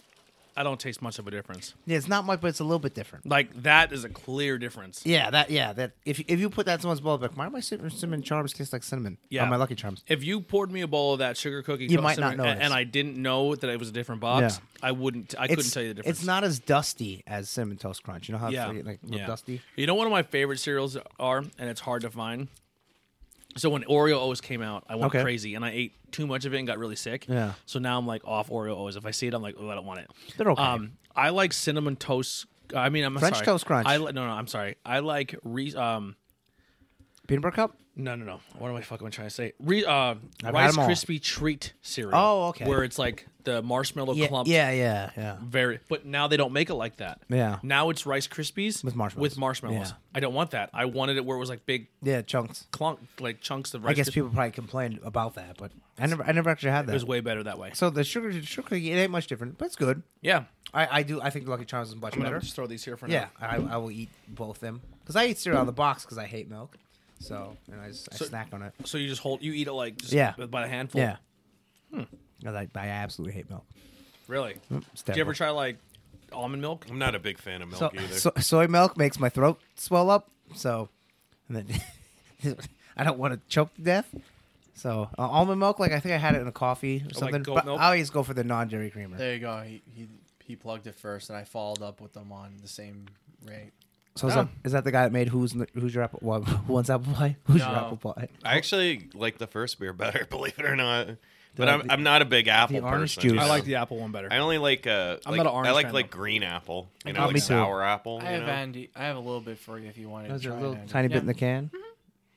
Speaker 2: I don't taste much of a difference.
Speaker 4: Yeah, it's not much, but it's a little bit different.
Speaker 2: Like that is a clear difference.
Speaker 4: Yeah, that yeah that if if you put that in someone's bowl, like why do my cin- cinnamon charms taste like cinnamon?
Speaker 2: Yeah.
Speaker 4: Oh, my Lucky Charms.
Speaker 2: If you poured me a bowl of that sugar cookie,
Speaker 4: You
Speaker 2: toast
Speaker 4: might not
Speaker 2: cinnamon, a-
Speaker 4: notice.
Speaker 2: and I didn't know that it was a different box.
Speaker 4: Yeah.
Speaker 2: I wouldn't. I couldn't tell you the difference.
Speaker 4: It's not as dusty as cinnamon toast crunch. You know how
Speaker 2: yeah,
Speaker 4: it's like, like a little
Speaker 2: yeah.
Speaker 4: dusty.
Speaker 2: You know, one of my favorite cereals are, and it's hard to find. So when Oreo always came out, I went
Speaker 4: Okay.
Speaker 2: crazy, and I ate too much of it and got really sick.
Speaker 4: Yeah.
Speaker 2: So now I'm like off Oreo always. If I see it, I'm like, oh, I don't want it.
Speaker 4: They're okay.
Speaker 2: Um, I like cinnamon toast. I mean, I'm
Speaker 4: French
Speaker 2: sorry.
Speaker 4: Toast Crunch.
Speaker 2: I li- no, no, I'm sorry. I like re um.
Speaker 4: Peanut butter cup.
Speaker 2: No, no, no. What am I fucking trying to say? Re, uh,
Speaker 4: had
Speaker 2: Rice
Speaker 4: 'em all.
Speaker 2: Krispie treat cereal.
Speaker 4: Oh, okay.
Speaker 2: Where it's like the marshmallow
Speaker 4: Yeah,
Speaker 2: clump.
Speaker 4: yeah, yeah, yeah.
Speaker 2: Very. But now they don't make it like that.
Speaker 4: Yeah.
Speaker 2: Now it's Rice Krispies
Speaker 4: With marshmallows.
Speaker 2: With marshmallows.
Speaker 4: Yeah.
Speaker 2: I don't want that. I wanted it where it was like big
Speaker 4: Yeah, chunks.
Speaker 2: clunk, like chunks of
Speaker 4: I
Speaker 2: Rice.
Speaker 4: guess
Speaker 2: Krispies.
Speaker 4: people probably complained about that, but I never, I never actually had
Speaker 2: It was
Speaker 4: that.
Speaker 2: way better that way.
Speaker 4: So the sugar, sugar cookie, it ain't much different, but it's good.
Speaker 2: Yeah.
Speaker 4: I, I do, I think Lucky Charms is much
Speaker 2: I'm gonna
Speaker 4: better.
Speaker 2: just throw these here for
Speaker 4: Yeah,
Speaker 2: now.
Speaker 4: I, I will eat both them because I eat cereal out of the box because I hate milk, so and I, just, I
Speaker 2: So-
Speaker 4: snack on it.
Speaker 2: So you just hold. You eat it like just
Speaker 4: Yeah.
Speaker 2: by a handful.
Speaker 4: Yeah. Hmm. I, I absolutely hate milk.
Speaker 2: Really.
Speaker 4: It's
Speaker 2: Do you ever
Speaker 4: terrible.
Speaker 2: try like almond milk?
Speaker 4: Mm-hmm.
Speaker 3: I'm not a big fan of milk
Speaker 4: so,
Speaker 3: either.
Speaker 4: so- soy milk makes my throat swell up, so and then I don't want to choke to death. So uh, almond milk, like I think I had it in a coffee or something.
Speaker 2: goat
Speaker 4: but
Speaker 2: milk?
Speaker 4: I always go for the non-dairy creamer.
Speaker 5: there you go. He, he he plugged it first, and I followed up with them on the same rate.
Speaker 4: So is,
Speaker 2: Oh.
Speaker 4: that, is that the guy that made who's N- who's your apple? Well, who wants apple pie? Who's your
Speaker 5: No.
Speaker 4: apple pie?
Speaker 3: I actually like the first beer better, believe it or not. But
Speaker 4: The-
Speaker 3: I'm, I'm not a big apple
Speaker 4: orange
Speaker 3: person.
Speaker 4: juice.
Speaker 3: you
Speaker 2: I
Speaker 3: know?
Speaker 2: like the apple one better.
Speaker 3: I only like uh,
Speaker 2: I'm
Speaker 3: like-
Speaker 2: not an orange
Speaker 3: I like
Speaker 2: fan,
Speaker 3: like
Speaker 2: though.
Speaker 3: green apple, you
Speaker 4: Oh,
Speaker 3: know,
Speaker 4: me
Speaker 3: like
Speaker 4: too.
Speaker 3: sour apple.
Speaker 5: I
Speaker 3: you
Speaker 5: have
Speaker 3: know?
Speaker 5: Andy. I have a little bit for you if you wanted.
Speaker 4: Those
Speaker 5: to
Speaker 4: are
Speaker 5: try
Speaker 4: a
Speaker 5: it,
Speaker 4: little
Speaker 5: Andy.
Speaker 4: tiny
Speaker 5: Yeah.
Speaker 4: bit in the can. Oh, do you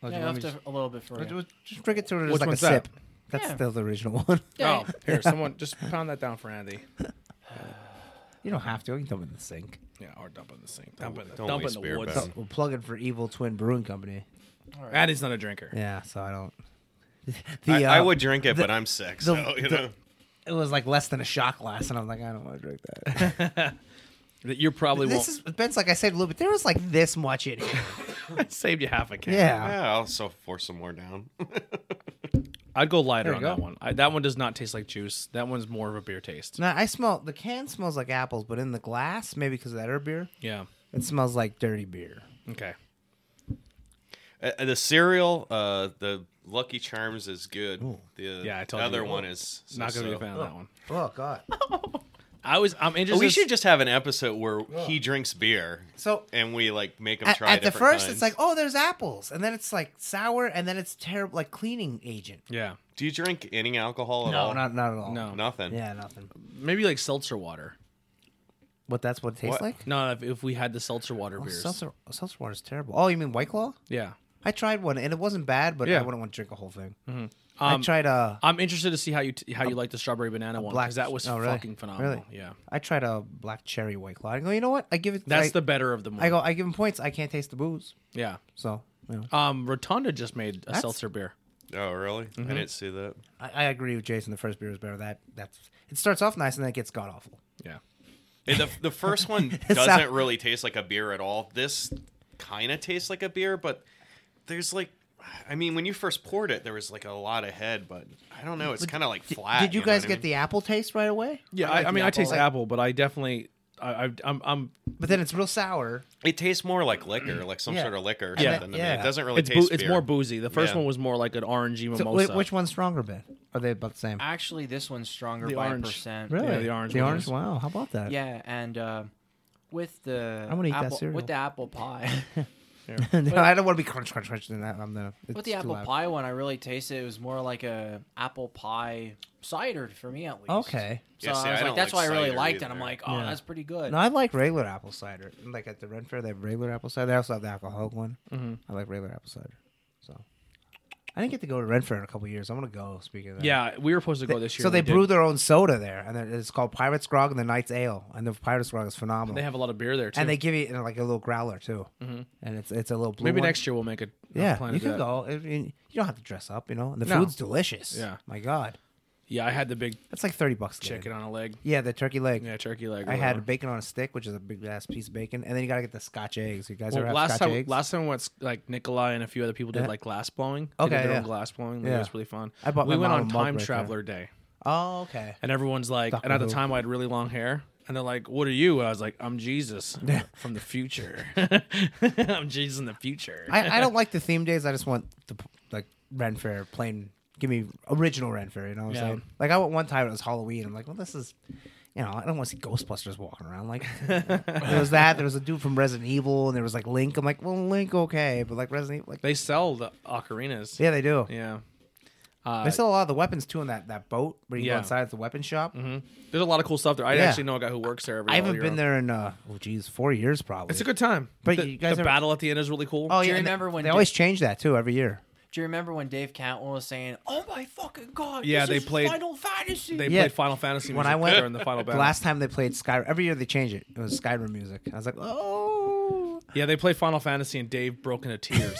Speaker 5: Mm-hmm. Yeah,
Speaker 4: want
Speaker 5: I'll
Speaker 4: me
Speaker 5: have to- a little bit for you.
Speaker 4: to- Just drink it till it's
Speaker 2: Which
Speaker 4: like a
Speaker 2: one's that?
Speaker 4: sip. That's
Speaker 5: Yeah.
Speaker 4: still the original one.
Speaker 2: Oh, here, someone just pound that down for Andy.
Speaker 4: you don't have to. You can dump it in the sink.
Speaker 2: Yeah, or dump in the sink.
Speaker 3: Don't-
Speaker 2: Dump in the,
Speaker 3: don't
Speaker 2: dump in
Speaker 3: waste
Speaker 2: the
Speaker 3: beer,
Speaker 2: woods.
Speaker 3: Ben.
Speaker 4: So we'll plug it for Evil Twin Brewing Company.
Speaker 5: All right.
Speaker 2: Andy's not a drinker.
Speaker 4: Yeah, so I don't.
Speaker 3: I,
Speaker 4: The,
Speaker 3: I
Speaker 4: uh,
Speaker 3: would drink it, but I'm sick,
Speaker 4: the-
Speaker 3: so you
Speaker 4: the-
Speaker 3: know.
Speaker 4: it was like less than a shot glass, and I'm like, I don't want to drink that.
Speaker 2: That you probably
Speaker 4: this is Ben's. Like I said a little bit, there was like this much in here.
Speaker 2: won't. Saved you half a can.
Speaker 4: Yeah,
Speaker 3: Yeah, I'll also force some more down.
Speaker 2: I'd go lighter
Speaker 4: There
Speaker 2: on
Speaker 4: you
Speaker 2: that
Speaker 4: go.
Speaker 2: one. I, that one does not taste like juice. That one's more of a beer taste.
Speaker 4: now I smell the can smells like apples, but in the glass, maybe because of that herb beer,
Speaker 2: Yeah.
Speaker 4: it smells like dirty beer.
Speaker 2: Okay.
Speaker 3: Uh, the cereal, uh, the Lucky Charms is good. The
Speaker 2: Yeah, I told
Speaker 3: other
Speaker 2: you.
Speaker 3: one is so,
Speaker 2: not gonna be a fan of that one.
Speaker 4: Oh God!
Speaker 2: I was. I'm interested.
Speaker 3: We should just have an episode where he drinks beer
Speaker 4: So
Speaker 3: and we like make him
Speaker 4: at,
Speaker 3: try.
Speaker 4: at the
Speaker 3: different
Speaker 4: first,
Speaker 3: kinds.
Speaker 4: it's like, oh, there's apples, and then it's like sour, and then it's terrible, like cleaning agent.
Speaker 2: Yeah.
Speaker 3: do you drink any alcohol at
Speaker 4: No,
Speaker 3: all?
Speaker 4: not not at all.
Speaker 2: No.
Speaker 3: nothing.
Speaker 4: Yeah, nothing.
Speaker 2: Maybe like seltzer water.
Speaker 4: What that's what it tastes
Speaker 3: What?
Speaker 4: like.
Speaker 2: No, if, if we had the seltzer water
Speaker 4: Oh,
Speaker 2: beers.
Speaker 4: seltzer, seltzer water is terrible. Oh, you mean White Claw?
Speaker 2: Yeah.
Speaker 4: I tried one and it wasn't bad, but
Speaker 2: Yeah.
Speaker 4: I wouldn't want to drink a whole thing. I
Speaker 2: Um,
Speaker 4: tried uh, a
Speaker 2: I'm interested to see how you t- how you like the strawberry banana one
Speaker 4: black-
Speaker 2: because that was
Speaker 4: oh, really?
Speaker 2: fucking phenomenal.
Speaker 4: Really?
Speaker 2: Yeah.
Speaker 4: I tried a black cherry white claw. I go, you know what? I give it.
Speaker 2: That's
Speaker 4: I,
Speaker 2: the better of them.
Speaker 4: I go. I give him points. I can't taste the booze,
Speaker 2: Yeah.
Speaker 4: so you know.
Speaker 2: Um, Rotunda just made a
Speaker 4: That's-
Speaker 2: seltzer beer.
Speaker 3: Oh, really?
Speaker 2: Mm-hmm.
Speaker 3: I didn't see that.
Speaker 4: I, I agree with Jason. The first beer is better. That that's it starts off nice and then it gets god awful.
Speaker 2: Yeah.
Speaker 3: And the the first one
Speaker 4: It
Speaker 3: doesn't
Speaker 4: sound-
Speaker 3: really taste like a beer at all. This kind of tastes like a beer, but there's like, I mean, when you first poured it, there was like a lot of head, but I don't know. It's kind of like flat.
Speaker 4: Did you,
Speaker 3: know
Speaker 4: guys
Speaker 3: what I
Speaker 4: get
Speaker 3: mean?
Speaker 4: the apple taste right away?
Speaker 2: Yeah, I,
Speaker 5: like
Speaker 2: I
Speaker 5: the
Speaker 2: mean, I
Speaker 5: apple.
Speaker 2: taste
Speaker 5: Like-
Speaker 2: apple, but I definitely, I, I I'm, I'm
Speaker 4: But then it's real sour.
Speaker 3: It tastes more like liquor, like some
Speaker 4: Yeah.
Speaker 3: sort of liquor or
Speaker 2: Yeah.
Speaker 3: something. to me.
Speaker 4: Yeah.
Speaker 3: It doesn't really
Speaker 2: it's boo
Speaker 3: taste
Speaker 2: it's
Speaker 3: beer.
Speaker 2: more boozy. The first
Speaker 3: Yeah.
Speaker 2: one was more like an orangey
Speaker 4: So
Speaker 2: mimosa.
Speaker 4: wh- which one's stronger, Ben? Are they about the same?
Speaker 5: Actually, this one's stronger
Speaker 2: The
Speaker 5: by
Speaker 2: orange.
Speaker 5: a percent.
Speaker 4: really?
Speaker 2: Yeah, the orange
Speaker 4: The
Speaker 2: one
Speaker 4: orange.
Speaker 2: is.
Speaker 4: Wow. How about that?
Speaker 5: Yeah, and uh, with the
Speaker 4: I'm gonna eat that
Speaker 5: apple,
Speaker 4: cereal.
Speaker 5: with the apple pie,
Speaker 4: no, I don't want to be crunch, crunch, crunch. In that, I'm the. it's
Speaker 5: with the
Speaker 4: too
Speaker 5: apple
Speaker 4: loud.
Speaker 5: pie one, I really tasted it. It was more like a apple pie cider for me at least.
Speaker 4: Okay.
Speaker 5: so
Speaker 3: Yeah, see,
Speaker 5: I
Speaker 3: I
Speaker 5: was
Speaker 3: don't
Speaker 5: like, that's
Speaker 3: like
Speaker 5: why I really
Speaker 3: cider
Speaker 5: liked it.
Speaker 3: either.
Speaker 5: I'm like, oh,
Speaker 4: Yeah.
Speaker 5: that's pretty good.
Speaker 4: No, I like regular apple cider. Like at the
Speaker 2: Mm-hmm.
Speaker 4: Ren Fair, they have regular apple cider. They also have the alcoholic one. I like regular apple cider. So I didn't get to go to Renfrew in a couple years. I'm gonna go. Speaking of that.
Speaker 2: Yeah, we were supposed to go this year.
Speaker 4: So
Speaker 2: we
Speaker 4: they
Speaker 2: didn't.
Speaker 4: brew their own soda there, and it's called Pirate's Grog and the Knight's Ale, and the Pirate's Grog is phenomenal.
Speaker 2: They have a lot of beer there too.
Speaker 4: and they give you you know, like a little growler too, and it's it's a little blue.
Speaker 2: Maybe
Speaker 4: one.
Speaker 2: next year we'll make a a
Speaker 4: Yeah,
Speaker 2: plan
Speaker 4: you
Speaker 2: of
Speaker 4: can
Speaker 2: that.
Speaker 4: go. I mean, you don't have to dress up, you know. And the
Speaker 2: No.
Speaker 4: food's delicious.
Speaker 2: Yeah.
Speaker 4: my God,
Speaker 2: Yeah, I had the big
Speaker 4: that's like thirty bucks. to get
Speaker 2: chicken
Speaker 4: in.
Speaker 2: on a leg.
Speaker 4: Yeah, the turkey leg.
Speaker 2: Yeah, turkey leg.
Speaker 4: I had
Speaker 2: whatever.
Speaker 4: bacon on a stick, which is a big ass piece of bacon, and then you gotta get the Scotch eggs. You guys
Speaker 2: Well,
Speaker 4: ever have
Speaker 2: last
Speaker 4: Scotch
Speaker 2: time,
Speaker 4: eggs?
Speaker 2: last time we went like Nikolai and a few other people did
Speaker 4: Yeah.
Speaker 2: like glass blowing. They did
Speaker 4: Okay,
Speaker 2: their own
Speaker 4: yeah.
Speaker 2: glass blowing. Like,
Speaker 4: Yeah.
Speaker 2: It was really fun.
Speaker 4: I bought
Speaker 2: we
Speaker 4: my
Speaker 2: went
Speaker 4: mom
Speaker 2: on
Speaker 4: a mug
Speaker 2: Time
Speaker 4: right there.
Speaker 2: Traveler Day,
Speaker 4: oh, okay.
Speaker 2: and everyone's like,
Speaker 4: Doctor
Speaker 2: and at the
Speaker 4: Who.
Speaker 2: time I had really long hair, and they're like, "What are you?" I was like, "I'm Jesus from the future. I'm Jesus in the future."
Speaker 4: I, I don't like the theme days. I just want the p- like Ren Fair plain. Give me original Ren Fair. You know what I'm
Speaker 2: Yeah.
Speaker 4: saying? Like I went one time. It was Halloween. I'm like, well, this is. You know, I don't want to see Ghostbusters walking around. Like, there was that. There was a dude from Resident Evil, and there was like Link. I'm like, well, Link, okay, but like Resident Evil, like,
Speaker 2: they sell the ocarinas.
Speaker 4: yeah, they do.
Speaker 2: Yeah. Uh,
Speaker 4: They sell a lot of the weapons too in that, that boat where you
Speaker 2: Yeah.
Speaker 4: go inside at the weapon shop.
Speaker 2: mhm. There's a lot of cool stuff there. I
Speaker 4: Yeah.
Speaker 2: actually know a guy who works there. Every
Speaker 4: I
Speaker 2: all
Speaker 4: haven't
Speaker 2: year
Speaker 4: been
Speaker 2: round.
Speaker 4: there in uh, oh geez, four years probably.
Speaker 2: It's a good time.
Speaker 4: But
Speaker 2: the,
Speaker 4: you guys
Speaker 2: the
Speaker 4: ever-
Speaker 2: battle at the end is really cool.
Speaker 4: Oh
Speaker 5: Do you
Speaker 4: yeah, and
Speaker 5: remember
Speaker 4: they,
Speaker 5: when
Speaker 4: they
Speaker 5: Dick-
Speaker 4: always change that too every year?
Speaker 5: Do you remember when Dave Cantwell was saying, "Oh my fucking god,
Speaker 2: Yeah,
Speaker 5: this
Speaker 2: they
Speaker 5: is
Speaker 2: played-
Speaker 5: Final Fantasy"?
Speaker 2: They
Speaker 4: Yeah.
Speaker 2: played Final Fantasy
Speaker 4: When
Speaker 2: music
Speaker 4: I went
Speaker 2: during the final
Speaker 4: the
Speaker 2: battle.
Speaker 4: last time they played Skyrim, every year they change it. It was Skyrim music. I was like, oh,
Speaker 2: Yeah, they played Final Fantasy and Dave broke into tears.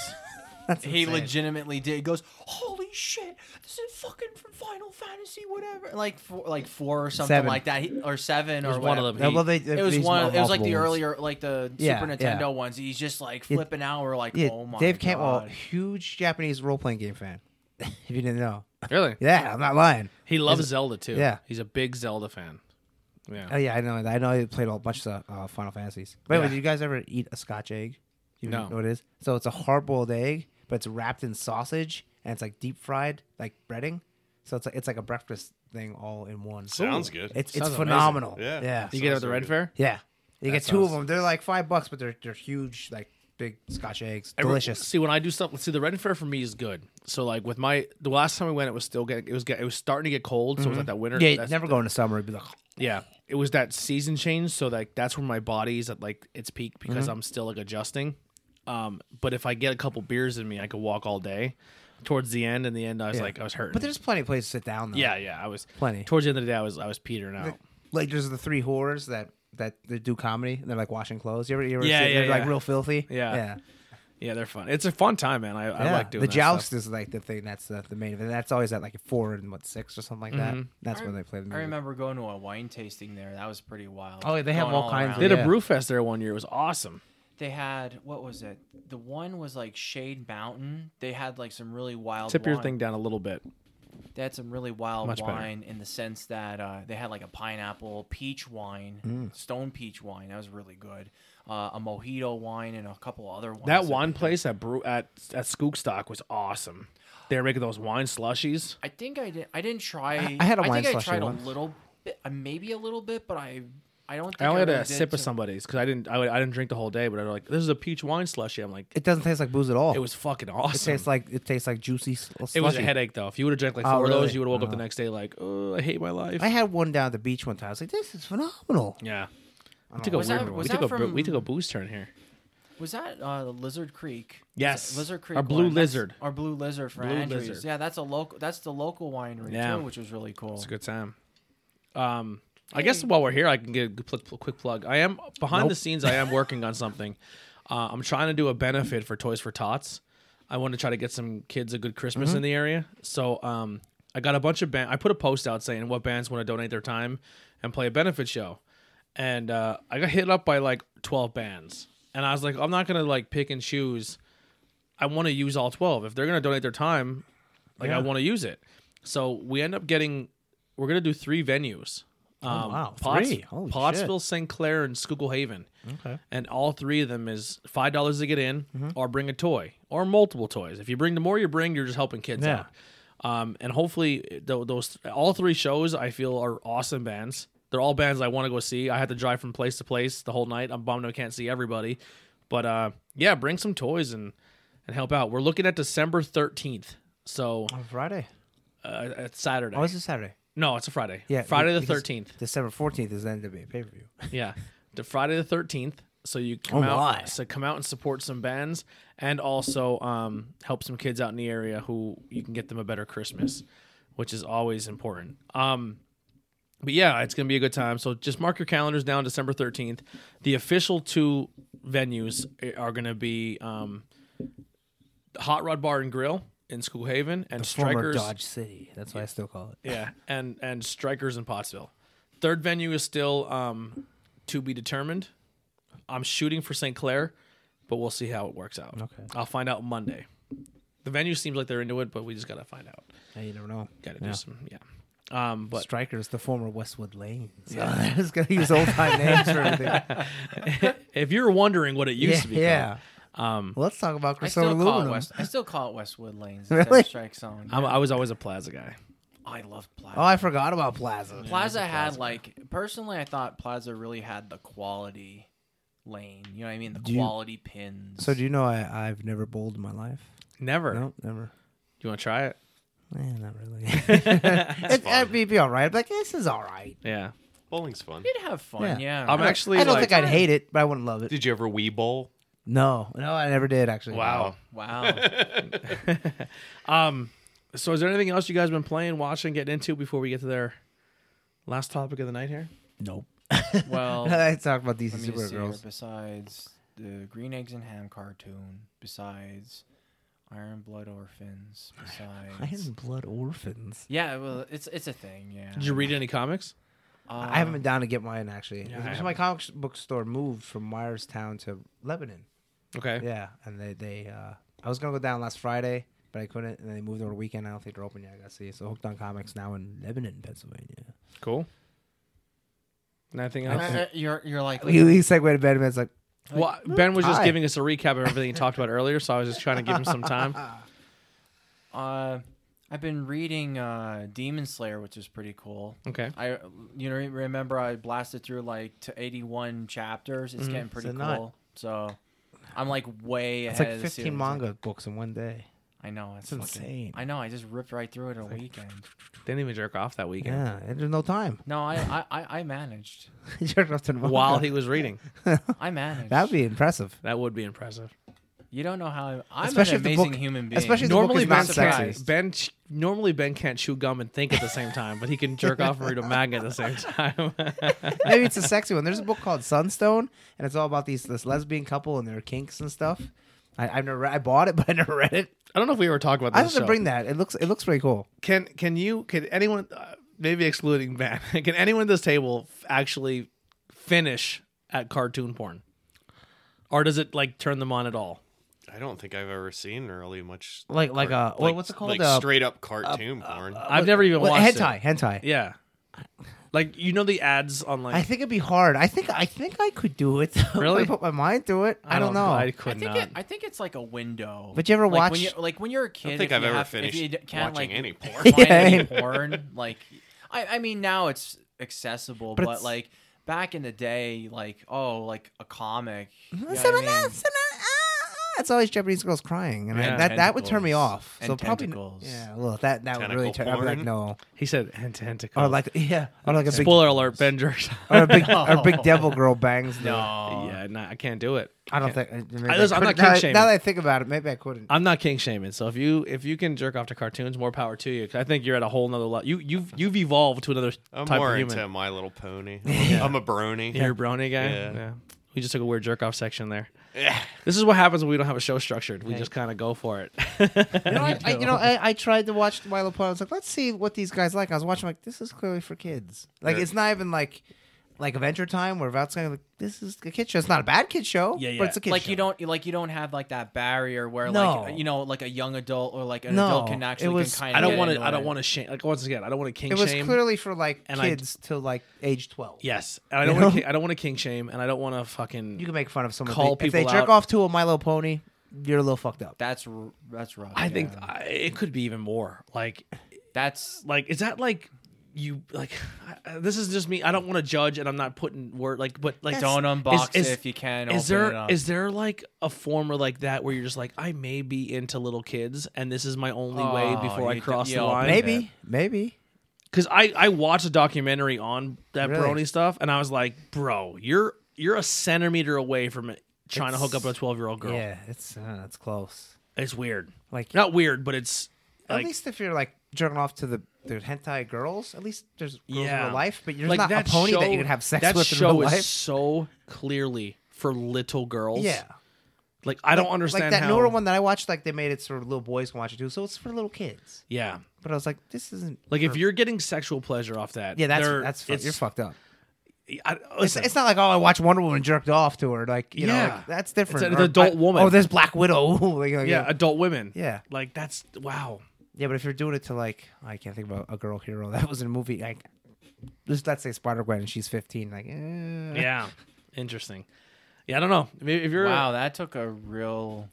Speaker 4: that's
Speaker 5: he
Speaker 4: insane.
Speaker 5: legitimately did. He goes, "Holy shit, this is fucking from Final Fantasy, whatever." Like four, like four or something
Speaker 4: Seven.
Speaker 5: like that, He- or seven,
Speaker 2: was
Speaker 5: or
Speaker 2: one of
Speaker 5: whatever.
Speaker 2: them.
Speaker 4: Yeah, Uh, well, they,
Speaker 5: It was one. It was like
Speaker 4: multiple
Speaker 5: the
Speaker 4: ones.
Speaker 5: earlier, like the
Speaker 4: Yeah,
Speaker 5: Super
Speaker 4: yeah.
Speaker 5: Nintendo ones. He's just like flipping out. We're like,
Speaker 4: Yeah,
Speaker 5: "Oh my
Speaker 4: Dave
Speaker 5: god."
Speaker 4: Cantwell, huge Japanese role playing game fan. if you didn't know,
Speaker 2: really?
Speaker 4: yeah, I'm not lying.
Speaker 2: He loves Zelda too.
Speaker 4: yeah.
Speaker 2: He's a big Zelda fan.
Speaker 4: Oh
Speaker 2: Yeah.
Speaker 4: yeah, I know. I know. He played a bunch of uh, Final Fantasies. By the way,
Speaker 2: Yeah.
Speaker 4: did you guys ever eat a Scotch egg? You
Speaker 2: No.
Speaker 4: know what it is? So it's a hard boiled egg, but it's wrapped in sausage and it's like deep fried, like breading. So it's like it's like a breakfast thing all in one.
Speaker 3: Sounds good.
Speaker 4: It's
Speaker 2: Sounds
Speaker 4: it's
Speaker 2: amazing.
Speaker 4: phenomenal.
Speaker 3: Yeah.
Speaker 4: Yeah.
Speaker 2: You get it at the Red Fair?
Speaker 4: yeah. You
Speaker 2: That
Speaker 4: get two of
Speaker 2: sounds-
Speaker 4: them. They're like five bucks, but they're they're huge, like big Scotch eggs. Delicious.
Speaker 2: See, when I do stuff, see, the Red Fair for me is good. So, like with my the last time we went, it was still getting it was get- it was starting to get cold. So it was like that winter.
Speaker 4: Mm-hmm. yeah,
Speaker 2: that's-
Speaker 4: never go in the summer. It'd be like,
Speaker 2: Yeah, it was that season change. So like that's where my body's at like its peak
Speaker 4: Mm-hmm.
Speaker 2: because I'm still like adjusting. Um, but if I get a couple beers in me, I could walk all day. Towards the end, and the end, I was
Speaker 4: Yeah.
Speaker 2: like, I was hurting.
Speaker 4: but there's plenty of places to sit down. Though.
Speaker 2: yeah, yeah, I was
Speaker 4: Plenty.
Speaker 2: Towards the end of the day, I was I was petering out.
Speaker 4: like there's the three whores that that they do comedy and they're like washing clothes. You ever, you ever
Speaker 2: Yeah,
Speaker 4: see?
Speaker 2: yeah,
Speaker 4: they're like
Speaker 2: yeah.
Speaker 4: real filthy.
Speaker 2: Yeah.
Speaker 4: yeah.
Speaker 2: Yeah, they're fun. It's a fun time, man. I, I
Speaker 4: Yeah,
Speaker 2: like doing
Speaker 4: the
Speaker 2: that
Speaker 4: joust
Speaker 2: Stuff.
Speaker 4: is like the thing that's the, the main event. That's always at like four and what six or something like that.
Speaker 2: Mm-hmm.
Speaker 4: That's when they play the
Speaker 5: I
Speaker 4: music.
Speaker 5: remember going to a wine tasting there. That was pretty wild.
Speaker 4: Oh, yeah, they have
Speaker 5: Going
Speaker 4: all kinds of-
Speaker 5: around.
Speaker 2: They had
Speaker 4: Yeah.
Speaker 2: a brew fest there one year. It was awesome.
Speaker 5: They had what was it? The one was like Shade Mountain. They had like some really wild.
Speaker 2: Tip your
Speaker 5: wine-
Speaker 2: thing down a little bit.
Speaker 5: They had some really wild
Speaker 2: Much better.
Speaker 5: wine in the sense that uh, they had like a pineapple peach wine,
Speaker 2: Mm.
Speaker 5: stone peach wine. That was really good. Uh, a mojito wine and a couple other ones.
Speaker 2: That wine place at brew at at Skookstock was awesome. They were making those wine slushies.
Speaker 5: I think I did. I didn't try.
Speaker 4: I- I had a wine
Speaker 5: think I
Speaker 4: slushy
Speaker 5: tried a
Speaker 4: once.
Speaker 5: little bit, uh, maybe a little bit, but I, I don't. Think
Speaker 2: I only had
Speaker 5: really
Speaker 2: a
Speaker 5: did
Speaker 2: sip of
Speaker 5: too-
Speaker 2: somebody's because I didn't I, I didn't drink the whole day, but I was like, this is a peach wine slushie. I'm like,
Speaker 4: it doesn't taste like booze at all.
Speaker 2: it was fucking
Speaker 4: It
Speaker 2: awesome.
Speaker 4: tastes like it tastes like juicy. s-
Speaker 2: It was a
Speaker 4: slushy.
Speaker 2: headache though. If you would have drank like
Speaker 4: Oh,
Speaker 2: four of those,
Speaker 4: really?
Speaker 2: you would have woke up
Speaker 4: Oh.
Speaker 2: the next day like, oh, I hate my life.
Speaker 4: I had one down at the beach one time. I was like, this is phenomenal.
Speaker 2: yeah. We took a
Speaker 5: Was that-
Speaker 2: weird- we
Speaker 5: was
Speaker 2: took
Speaker 5: that
Speaker 2: a bru- we
Speaker 5: from-
Speaker 2: took a booze turn here.
Speaker 5: Was that uh, Lizard Creek?
Speaker 2: Yes.
Speaker 5: Lizard Creek.
Speaker 2: Our Blue
Speaker 5: wine. That's-
Speaker 2: Lizard.
Speaker 5: Our blue lizard for
Speaker 2: Blue
Speaker 5: Andrews.
Speaker 2: Lizard.
Speaker 5: Yeah, that's a local. That's the local winery
Speaker 2: Yeah.
Speaker 5: too, which was really cool.
Speaker 2: It's a good time. Um, I guess while we're here, I can get a pl- pl- quick plug. I am behind the
Speaker 4: Nope.
Speaker 2: scenes. I am working on something. Uh, I'm trying to do a benefit for Toys for Tots. I want to try to get some kids a good Christmas in the area. So um, I got a bunch of band. I put a post out saying what bands want to donate their time and play a benefit show, and uh, I got hit up by like 12 bands. And I was like, I'm not gonna like pick and choose. I want to use all 12. If they're going to donate their time, like I want to use it. So we end up getting, we're going to do three venues. Um,
Speaker 4: wow,
Speaker 2: Potts-
Speaker 4: three. Holy
Speaker 2: Pottsville, St. Clair, and Schuylkill Haven. Okay. And all three of them is $5 to get in
Speaker 4: Mm-hmm.
Speaker 2: or bring a toy or multiple toys. If you bring the more you bring, you're just helping kids
Speaker 4: Yeah.
Speaker 2: out. Um, and hopefully th- those all three shows I feel are awesome bands. They're all bands I want to go see. I had to drive from place to place the whole night. I'm bummed I can't see everybody, but uh, yeah, bring some toys and and help out. We're looking at December 13th, so
Speaker 4: On Friday.
Speaker 2: uh, it's Saturday.
Speaker 4: Oh, this is Saturday.
Speaker 2: no, it's a Friday.
Speaker 4: Yeah,
Speaker 2: Friday the
Speaker 4: because
Speaker 2: 13th.
Speaker 4: December fourteenth is the end of pay per view.
Speaker 2: Yeah, the Friday the 13th. So you come
Speaker 4: Oh,
Speaker 2: out,
Speaker 4: my.
Speaker 2: so come out and support some bands, and also um, help some kids out in the area who you can get them a better Christmas, which is always important. Um, but yeah, it's gonna be a good time. So just mark your calendars down, December thirteenth. The official two venues are gonna be um, Hot Rod Bar and Grill in School Haven, and
Speaker 4: Former
Speaker 2: Strikers.
Speaker 4: Dodge City. That's why I still call it.
Speaker 2: Yeah, and and strikers in Pottsville. Third venue is still um, to be determined. I'm shooting for St. Clair, but we'll see how it works out. Okay, I'll find out Monday. The venue seems like they're into it, but we just gotta find out.
Speaker 4: Yeah, you never know.
Speaker 2: Gotta do some, yeah. Um, but
Speaker 4: Strikers, the former Westwood Lane. So I was gonna use old time names for everything.
Speaker 2: if you're wondering what it used
Speaker 4: yeah,
Speaker 2: to be,
Speaker 4: yeah.
Speaker 2: called, um,
Speaker 4: Well, let's talk about
Speaker 5: I
Speaker 4: Crystal
Speaker 5: still call
Speaker 4: Aluminum.
Speaker 5: it West. I still call it Westwood Lanes.
Speaker 4: Really?
Speaker 5: Really? Strike zone.
Speaker 2: I'm, I was always a Plaza guy.
Speaker 5: I love Plaza.
Speaker 4: oh, I forgot about Plaza.
Speaker 5: Plaza had like personally, I thought Plaza really had the quality lane. You know what I mean? The
Speaker 4: you-
Speaker 5: quality pins.
Speaker 4: So do you know I, I've never bowled in my life?
Speaker 2: Never.
Speaker 4: No, never.
Speaker 2: You want to try it?
Speaker 4: Eh, not really. it, it'd be, be all right. Like this is all right.
Speaker 2: Yeah.
Speaker 3: Bowling's fun.
Speaker 5: would have fun. Yeah.
Speaker 2: I'm
Speaker 4: I don't-
Speaker 2: actually,
Speaker 4: I don't
Speaker 2: like-
Speaker 4: think I'd hate it, but I wouldn't love it.
Speaker 3: Did you ever wee bowl?
Speaker 4: No, no, I never did actually.
Speaker 2: Wow.
Speaker 5: wow.
Speaker 2: Um. So is there anything else you guys been playing, watching, getting into before we get to their last topic of the night here?
Speaker 4: Nope.
Speaker 5: Well, let
Speaker 4: I talked about DC
Speaker 5: me see here.
Speaker 4: Supergirls.
Speaker 5: Besides the Green Eggs and Ham cartoon, besides Iron Blood Orphans, besides.
Speaker 4: Iron Blood Orphans.
Speaker 5: Yeah, well, it's it's a thing. Yeah.
Speaker 2: Did you read any comics?
Speaker 5: Uh,
Speaker 4: I haven't been down to get mine actually.
Speaker 2: Yeah, I
Speaker 4: Because
Speaker 2: haven't.
Speaker 4: my comic sh- book store moved from Myerstown to Lebanon.
Speaker 2: Okay.
Speaker 4: Yeah, and they they uh, I was gonna go down last Friday, but I couldn't, and they moved over the weekend. I don't think they're open yet. I gotta see. So hooked on comics now in Lebanon, Pennsylvania.
Speaker 2: Cool. Nothing
Speaker 5: Uh,
Speaker 2: else.
Speaker 5: uh, you're you're like
Speaker 4: He, he segued to bed, and it's like,
Speaker 2: well, Ben was just
Speaker 4: Hi.
Speaker 2: giving us a recap of everything he talked about earlier, so I was just trying to give him some time.
Speaker 5: uh, I've been reading uh, Demon Slayer, which is pretty cool.
Speaker 2: Okay.
Speaker 5: I you know remember I blasted through like to 81 chapters. It's getting pretty
Speaker 4: Mm-hmm. It's a
Speaker 5: cool.
Speaker 4: nut.
Speaker 5: So I'm like way
Speaker 4: it's
Speaker 5: ahead.
Speaker 4: like
Speaker 5: of the
Speaker 4: 15
Speaker 5: series.
Speaker 4: manga books in one day.
Speaker 5: I know it's,
Speaker 4: It's
Speaker 5: fucking-
Speaker 4: insane.
Speaker 5: I know I just ripped right through it a weekend.
Speaker 2: Didn't even jerk off that weekend
Speaker 4: Yeah, and there's no time.
Speaker 5: No, I I, I, I managed.
Speaker 4: He jerked off to the manga.
Speaker 2: while he was reading.
Speaker 5: I managed.
Speaker 4: that'd be impressive.
Speaker 2: That would be impressive.
Speaker 5: you don't know how I'm, I'm
Speaker 4: Especially
Speaker 5: an
Speaker 4: if the
Speaker 5: amazing
Speaker 4: book-
Speaker 5: human being.
Speaker 4: especially if the book
Speaker 2: Normally
Speaker 4: is
Speaker 2: Ben,
Speaker 4: non-sexist.
Speaker 2: Ben ch- normally Ben can't chew gum and think at the same time, but he can jerk off and read a manga at the same time.
Speaker 4: Maybe it's a sexy one. There's a book called Sunstone, and it's all about these this lesbian couple and their kinks and stuff. I, I've never I bought it, but I never read it.
Speaker 2: I don't know if we ever talked about
Speaker 4: I
Speaker 2: this.
Speaker 4: have to
Speaker 2: show.
Speaker 4: bring that. It looks it looks pretty cool.
Speaker 2: Can can you can anyone uh, maybe excluding Ben? Can anyone at this table f- actually finish at cartoon porn, or does it like turn them on at all?
Speaker 3: I don't think I've ever seen really much.
Speaker 4: Like like uh,
Speaker 3: cart-
Speaker 4: what what's it called?
Speaker 3: Like
Speaker 4: uh,
Speaker 3: straight up cartoon porn.
Speaker 2: I've never even
Speaker 4: well,
Speaker 2: watched
Speaker 4: Uh, hentai,
Speaker 2: it.
Speaker 4: hentai.
Speaker 2: Yeah, like you know the ads on like
Speaker 4: I think it'd be hard. I think I think I could do it. though, if
Speaker 2: Really?
Speaker 4: I put my mind to it. I, don't, know.
Speaker 2: I
Speaker 5: I
Speaker 2: could
Speaker 5: think
Speaker 2: not.
Speaker 5: it, I think it's like a window.
Speaker 4: But you ever
Speaker 5: like
Speaker 4: watch-
Speaker 5: when you're, like when you're a kid?
Speaker 3: think
Speaker 5: if you
Speaker 3: I've ever
Speaker 5: have- if
Speaker 3: finished
Speaker 5: you d- can't,
Speaker 3: watching
Speaker 5: like,
Speaker 3: any porn.
Speaker 4: Yeah,
Speaker 5: find any
Speaker 4: I-
Speaker 5: porn. Like, I, I mean, now it's accessible,
Speaker 4: But
Speaker 5: but,
Speaker 4: it's-
Speaker 5: like back in the day, like oh, like a comic. you know what I
Speaker 4: Seven
Speaker 5: mean?
Speaker 4: up, seven up, ah, ah. It's always Japanese girls crying, and I-
Speaker 2: Yeah.
Speaker 4: that that would turn me
Speaker 5: Tentacles.
Speaker 4: off.
Speaker 5: And
Speaker 4: so probably
Speaker 5: tentacles.
Speaker 4: yeah. Well, that that would really turn.
Speaker 3: Tentacle
Speaker 4: I'd be like
Speaker 3: porn?
Speaker 4: no,
Speaker 2: he said and tentacle.
Speaker 4: or Oh, like yeah, or like a big
Speaker 2: spoiler alert, Ben jerks.
Speaker 4: or a big or a big devil girl bangs. the-
Speaker 5: No.
Speaker 2: yeah, nah, I can't do it.
Speaker 4: I don't think. maybe
Speaker 2: I- listen, I'm not
Speaker 4: couldn't-
Speaker 2: kink
Speaker 4: now, that-
Speaker 2: shaming.
Speaker 4: now that I think about it, maybe I couldn't.
Speaker 2: I'm not king shaming. So if you if you can jerk off to cartoons, more power to you. 'cause I think you're at a whole nother level. You you've you've evolved to another
Speaker 3: I'm
Speaker 2: type
Speaker 3: more
Speaker 2: of human.
Speaker 3: into My Little Pony. I'm a brony.
Speaker 2: You're a brony guy.
Speaker 3: Yeah.
Speaker 2: We just took a weird jerk off section there.
Speaker 3: Yeah.
Speaker 2: This is what happens when we don't have a show structured. We just kind of go for it.
Speaker 4: You know, I, I, you know, I, I tried to watch My Little Pony. I was like, let's see what these guys like. I was watching, like, this is clearly for kids. Like,
Speaker 3: Right.
Speaker 4: it's not even like, like Adventure Time where Val's kind of like, this is a kid show. It's not a bad kid show.
Speaker 2: Yeah,
Speaker 4: But
Speaker 2: yeah.
Speaker 4: it's a kid
Speaker 5: Like
Speaker 4: show.
Speaker 5: you don't like you don't have like that barrier where
Speaker 4: No.
Speaker 5: like you know like a young adult or like an
Speaker 4: No,
Speaker 5: adult can
Speaker 4: it
Speaker 5: actually
Speaker 4: was-
Speaker 5: can kind
Speaker 2: I
Speaker 5: of
Speaker 2: don't want to. I don't want to shame. Like once again, I don't want to king
Speaker 4: It was
Speaker 2: shame.
Speaker 4: clearly for like
Speaker 2: And I-
Speaker 4: kids till like age twelve.
Speaker 2: yes, and I
Speaker 4: You
Speaker 2: don't want.
Speaker 4: know?
Speaker 2: to I don't want to king shame, and I don't want to fucking.
Speaker 4: You can make fun of someone.
Speaker 2: Call
Speaker 4: if they, if they
Speaker 2: people
Speaker 4: jerk
Speaker 2: out.
Speaker 4: off to a My Little Pony, you're a little fucked up.
Speaker 5: That's r- that's rough.
Speaker 2: I think
Speaker 5: yeah.
Speaker 2: I, it could be even more. Like,
Speaker 5: that's
Speaker 2: like is that like you like? This is just me. I don't want to judge, and I'm not putting word like. But like,
Speaker 5: don't unbox
Speaker 2: is-
Speaker 5: it if you can.
Speaker 2: is
Speaker 5: open
Speaker 2: there
Speaker 5: it up.
Speaker 2: is there like a former like that where you're just like I may be into little kids and this is my only way
Speaker 5: Oh,
Speaker 2: before I
Speaker 5: you d-
Speaker 2: cross the
Speaker 5: yo,
Speaker 2: line?
Speaker 4: maybe, maybe.
Speaker 2: because I I watched a documentary on that
Speaker 4: Really?
Speaker 2: brony stuff, and I was like, bro, you're you're a centimeter away from trying to hook up
Speaker 4: It's-
Speaker 2: with a 12 year old girl.
Speaker 4: Yeah, it's uh, it's close.
Speaker 2: It's weird.
Speaker 4: Like
Speaker 2: Not weird, but it's
Speaker 4: at
Speaker 2: like
Speaker 4: least if you're like jerking off to the, the hentai girls, at least there's girls in
Speaker 2: Yeah.
Speaker 4: real life. But you're
Speaker 2: like
Speaker 4: not a pony that you can have sex
Speaker 2: that
Speaker 4: with
Speaker 2: show
Speaker 4: in real
Speaker 2: is
Speaker 4: life.
Speaker 2: so clearly for little girls.
Speaker 4: yeah,
Speaker 2: Like I don't
Speaker 4: like
Speaker 2: understand
Speaker 4: that
Speaker 2: how.
Speaker 4: Nora one that I watched. Like they made it so little boys can watch it too. So it's for little kids.
Speaker 2: Yeah.
Speaker 4: But I was like, this isn't
Speaker 2: Like
Speaker 4: for-
Speaker 2: if you're getting sexual pleasure off that,
Speaker 4: yeah, that's
Speaker 2: they're-
Speaker 4: that's fu-
Speaker 2: it's-
Speaker 4: you're fucked up.
Speaker 2: I,
Speaker 4: It's,
Speaker 2: listen,
Speaker 4: it's not like oh I watched Wonder Woman and jerked off to her like you know
Speaker 2: Yeah.
Speaker 4: like, that's different.
Speaker 2: an
Speaker 4: Or,
Speaker 2: adult
Speaker 4: I-
Speaker 2: woman.
Speaker 4: Oh, there's Black Widow. Like, like,
Speaker 2: yeah, adult women.
Speaker 4: Yeah.
Speaker 2: Like that's wow.
Speaker 4: Yeah, but if you're doing it to like, I can't think about a girl hero that was in a movie like, just let's say Spider Gwen and she's 15, like, eh.
Speaker 2: Yeah. Interesting. Yeah, I don't know. Maybe If you're
Speaker 5: Wow, that took a real.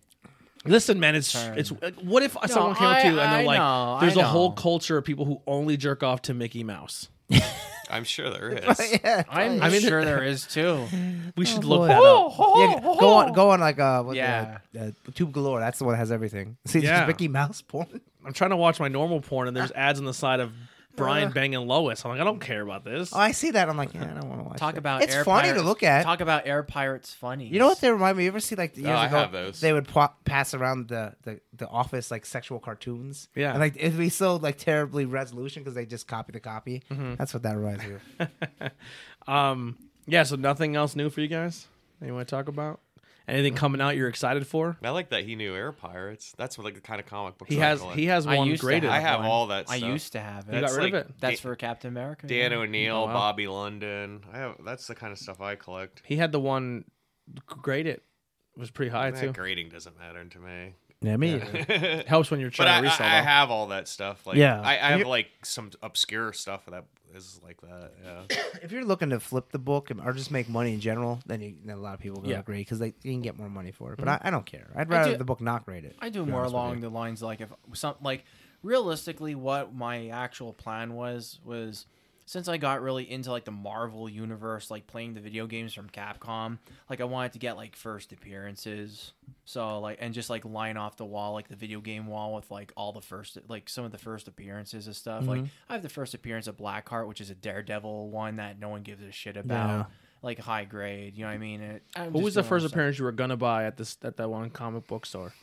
Speaker 2: listen, man, it's
Speaker 5: Sorry.
Speaker 2: it's like, what if someone came up to you and
Speaker 5: I-
Speaker 2: they're
Speaker 5: I
Speaker 2: like,
Speaker 5: know,
Speaker 2: there's
Speaker 5: I
Speaker 2: a whole
Speaker 5: know.
Speaker 2: culture of people who only jerk off to Mickey Mouse.
Speaker 3: I'm sure there is.
Speaker 4: yeah.
Speaker 5: I'm
Speaker 2: I mean-
Speaker 5: sure there is too.
Speaker 2: We should
Speaker 4: Oh,
Speaker 2: look
Speaker 4: boy.
Speaker 2: that up.
Speaker 4: Yeah,
Speaker 2: Oh,
Speaker 4: go on, go on, like, uh, what
Speaker 5: Yeah.
Speaker 4: yeah, the, uh, Tube Galore. That's the one that has everything. See, there's
Speaker 2: Yeah.
Speaker 4: Mickey Mouse porn.
Speaker 2: I'm trying to watch my normal porn and there's ads on the side of Brian banging Lois. I'm like, I don't care about this.
Speaker 4: Oh, I see that. I'm like, yeah, I don't want to watch.
Speaker 5: Talk
Speaker 4: that.
Speaker 5: about
Speaker 4: it's
Speaker 5: air
Speaker 4: funny
Speaker 5: pirates.
Speaker 4: to look at.
Speaker 5: Talk about air pirates funny.
Speaker 4: you know what they remind me? You ever see like years
Speaker 3: I
Speaker 4: ago?
Speaker 3: have those.
Speaker 4: They would pa- pass around the, the the office like sexual cartoons.
Speaker 2: Yeah.
Speaker 4: and like it'd be so like terribly resolution because they just copy the copy.
Speaker 5: Mm-hmm.
Speaker 4: That's what that reminds me. of.
Speaker 2: Um, yeah. So nothing else new for you guys. That you want to talk about? Anything coming out you're excited for?
Speaker 3: I like that he knew air pirates. That's what, like the kind of comic book.
Speaker 2: He
Speaker 3: I
Speaker 2: has
Speaker 3: collect.
Speaker 2: he has
Speaker 5: I
Speaker 2: one
Speaker 5: used to
Speaker 2: graded.
Speaker 3: I
Speaker 5: have
Speaker 3: have
Speaker 5: one.
Speaker 3: all that.
Speaker 5: I
Speaker 3: stuff.
Speaker 5: used to have it.
Speaker 2: You got
Speaker 3: That's
Speaker 2: rid of
Speaker 3: like
Speaker 2: it.
Speaker 5: That's
Speaker 3: Da-
Speaker 5: for Captain America.
Speaker 3: Dan
Speaker 5: yeah.
Speaker 3: O'Neill,
Speaker 2: Oh, wow.
Speaker 3: Bobby London. I have that's the kind of stuff I collect.
Speaker 2: He had the one graded. It was pretty high
Speaker 3: That
Speaker 2: too.
Speaker 3: grading doesn't matter to me.
Speaker 4: Yeah, me. either.
Speaker 3: but
Speaker 2: Helps when you're
Speaker 3: I, I,
Speaker 2: trying to resell.
Speaker 3: I
Speaker 2: though.
Speaker 3: have all that stuff. Like,
Speaker 4: Yeah.
Speaker 3: I, I have
Speaker 4: You're-
Speaker 3: like some obscure stuff that is like that. Yeah.
Speaker 4: if you're looking to flip the book and- or just make money in general, then, you, then a lot of people will
Speaker 2: Yeah.
Speaker 4: agree because they you can get more money for it. But I, I don't care. I'd rather
Speaker 5: Mm-hmm. do-
Speaker 4: the book not grade it.
Speaker 5: I
Speaker 4: to
Speaker 5: do
Speaker 4: be
Speaker 5: more
Speaker 4: honest with
Speaker 5: along
Speaker 4: you.
Speaker 5: the lines of, like if some like realistically what my actual plan was was since I got really into like the Marvel universe, like playing the video games from Capcom, like I wanted to get like first appearances. So like and just like line off the wall, like the video game wall with like all the first like some of the first appearances and stuff. Like
Speaker 4: Mm-hmm.
Speaker 5: I have the first appearance of Blackheart, which is a Daredevil one that no one gives a shit about.
Speaker 4: Yeah.
Speaker 5: Like high grade, you know what I mean? It, I'm
Speaker 2: What
Speaker 5: just
Speaker 2: was the
Speaker 5: doing
Speaker 2: first
Speaker 5: stuff.
Speaker 2: appearance you were gonna buy at this at that one comic book store?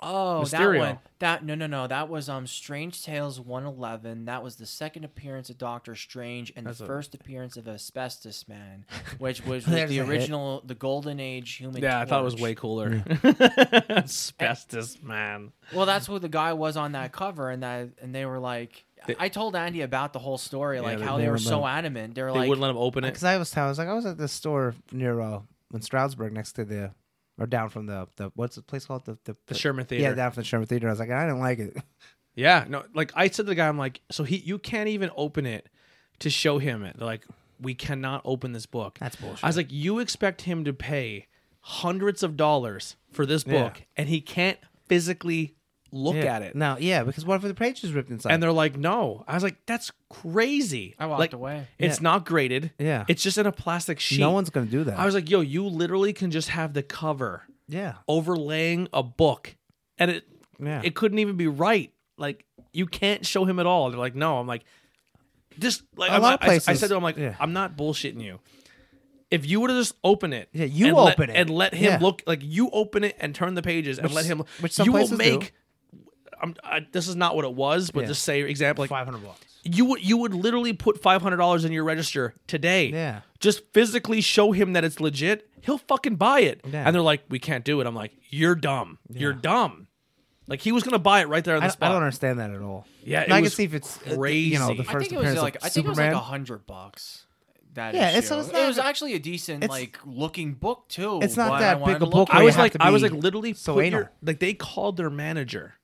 Speaker 5: Oh,
Speaker 2: Mysterio.
Speaker 5: that one. That no, no, no. That was um Strange Tales one eleven. That was the second appearance of Doctor Strange and
Speaker 2: That's
Speaker 5: the
Speaker 2: a-
Speaker 5: first appearance of Asbestos Man, which was
Speaker 4: There's
Speaker 5: the
Speaker 4: a hit.
Speaker 5: original, the Golden Age human.
Speaker 2: Yeah, I thought it was
Speaker 5: Torch.
Speaker 2: way cooler. Asbestos man.
Speaker 5: Well, that's who the guy was on that cover, and that and they were like, I told Andy about the whole story, like
Speaker 2: they-
Speaker 5: how they,
Speaker 4: they
Speaker 5: were
Speaker 4: wouldn't let
Speaker 5: so
Speaker 4: him-
Speaker 5: adamant. They were
Speaker 2: They
Speaker 5: like,
Speaker 2: wouldn't let him open it.
Speaker 4: Because Uh, I was, I was like, I was at this store near uh, in Stroudsburg next to the, or down from the, the what's the place called? The, the,
Speaker 2: The Sherman
Speaker 4: Yeah,
Speaker 2: Theater.
Speaker 4: down from the Sherman Theater. I was like, I didn't like it.
Speaker 2: Yeah, no, like I said to the guy, I'm like, so he, you can't even open it to show him it. They're like, we cannot open this book.
Speaker 4: That's bullshit.
Speaker 2: I was like, you expect him to pay hundreds of dollars for this
Speaker 4: Yeah.
Speaker 2: book, and he can't physically look at it.
Speaker 4: No, yeah, because what if the page is ripped inside?
Speaker 2: And they're like, no. I was like, that's crazy.
Speaker 5: I walked
Speaker 2: Like,
Speaker 5: away.
Speaker 2: It's
Speaker 4: Yeah.
Speaker 2: not graded.
Speaker 4: Yeah.
Speaker 2: It's just in a plastic sheet.
Speaker 4: no one's gonna do that.
Speaker 2: I was like, yo, you literally can just have the cover
Speaker 4: yeah,
Speaker 2: overlaying a book, and it
Speaker 4: yeah.
Speaker 2: it couldn't even be right. Like you can't show him at all. They're like, no. I'm like, just like
Speaker 4: A
Speaker 2: I'm
Speaker 4: lot
Speaker 2: not-
Speaker 4: of
Speaker 2: I- I,
Speaker 4: places-
Speaker 2: said to him, I'm like,
Speaker 4: yeah.
Speaker 2: I'm not bullshitting you. If you would have just open it,
Speaker 4: Yeah, you
Speaker 2: and let-
Speaker 4: open it.
Speaker 2: and let him
Speaker 4: Yeah.
Speaker 2: look. Like you open it and turn the pages and
Speaker 4: Which-
Speaker 2: let him.
Speaker 4: which some
Speaker 2: you will
Speaker 4: places do.
Speaker 2: make. I'm, I, this is not what it was, but
Speaker 4: Yeah.
Speaker 2: just say example like
Speaker 4: five hundred bucks.
Speaker 2: you would you would literally put five hundred dollars in your register today.
Speaker 4: Yeah.
Speaker 2: Just physically show him that it's legit. He'll fucking buy it.
Speaker 4: Yeah.
Speaker 2: And they're like, we can't do it. I'm like, you're dumb. You're dumb. Like he was gonna buy it right there on
Speaker 4: I,
Speaker 2: the
Speaker 4: I
Speaker 2: spot.
Speaker 4: don't understand that at all.
Speaker 2: Yeah, it
Speaker 4: I can
Speaker 2: was
Speaker 4: see if it's uh,
Speaker 2: crazy.
Speaker 4: You know, the
Speaker 2: I
Speaker 4: first
Speaker 5: I think it was
Speaker 4: appearance
Speaker 5: like
Speaker 4: of
Speaker 5: I think it was
Speaker 4: Superman.
Speaker 5: like a hundred bucks. That
Speaker 4: Yeah, it's-
Speaker 5: issue.
Speaker 4: it's
Speaker 5: it
Speaker 4: not-
Speaker 5: was actually a decent
Speaker 4: it's-
Speaker 5: like looking book too.
Speaker 4: it's not
Speaker 5: but
Speaker 4: that
Speaker 5: I wanted
Speaker 4: big
Speaker 5: to
Speaker 4: a
Speaker 5: look
Speaker 4: book
Speaker 5: at
Speaker 2: I
Speaker 4: where
Speaker 5: it.
Speaker 2: was
Speaker 4: have
Speaker 2: like,
Speaker 4: to
Speaker 2: I was
Speaker 4: be
Speaker 2: like, literally
Speaker 4: so
Speaker 2: put
Speaker 4: anal.
Speaker 2: your, like they called their manager,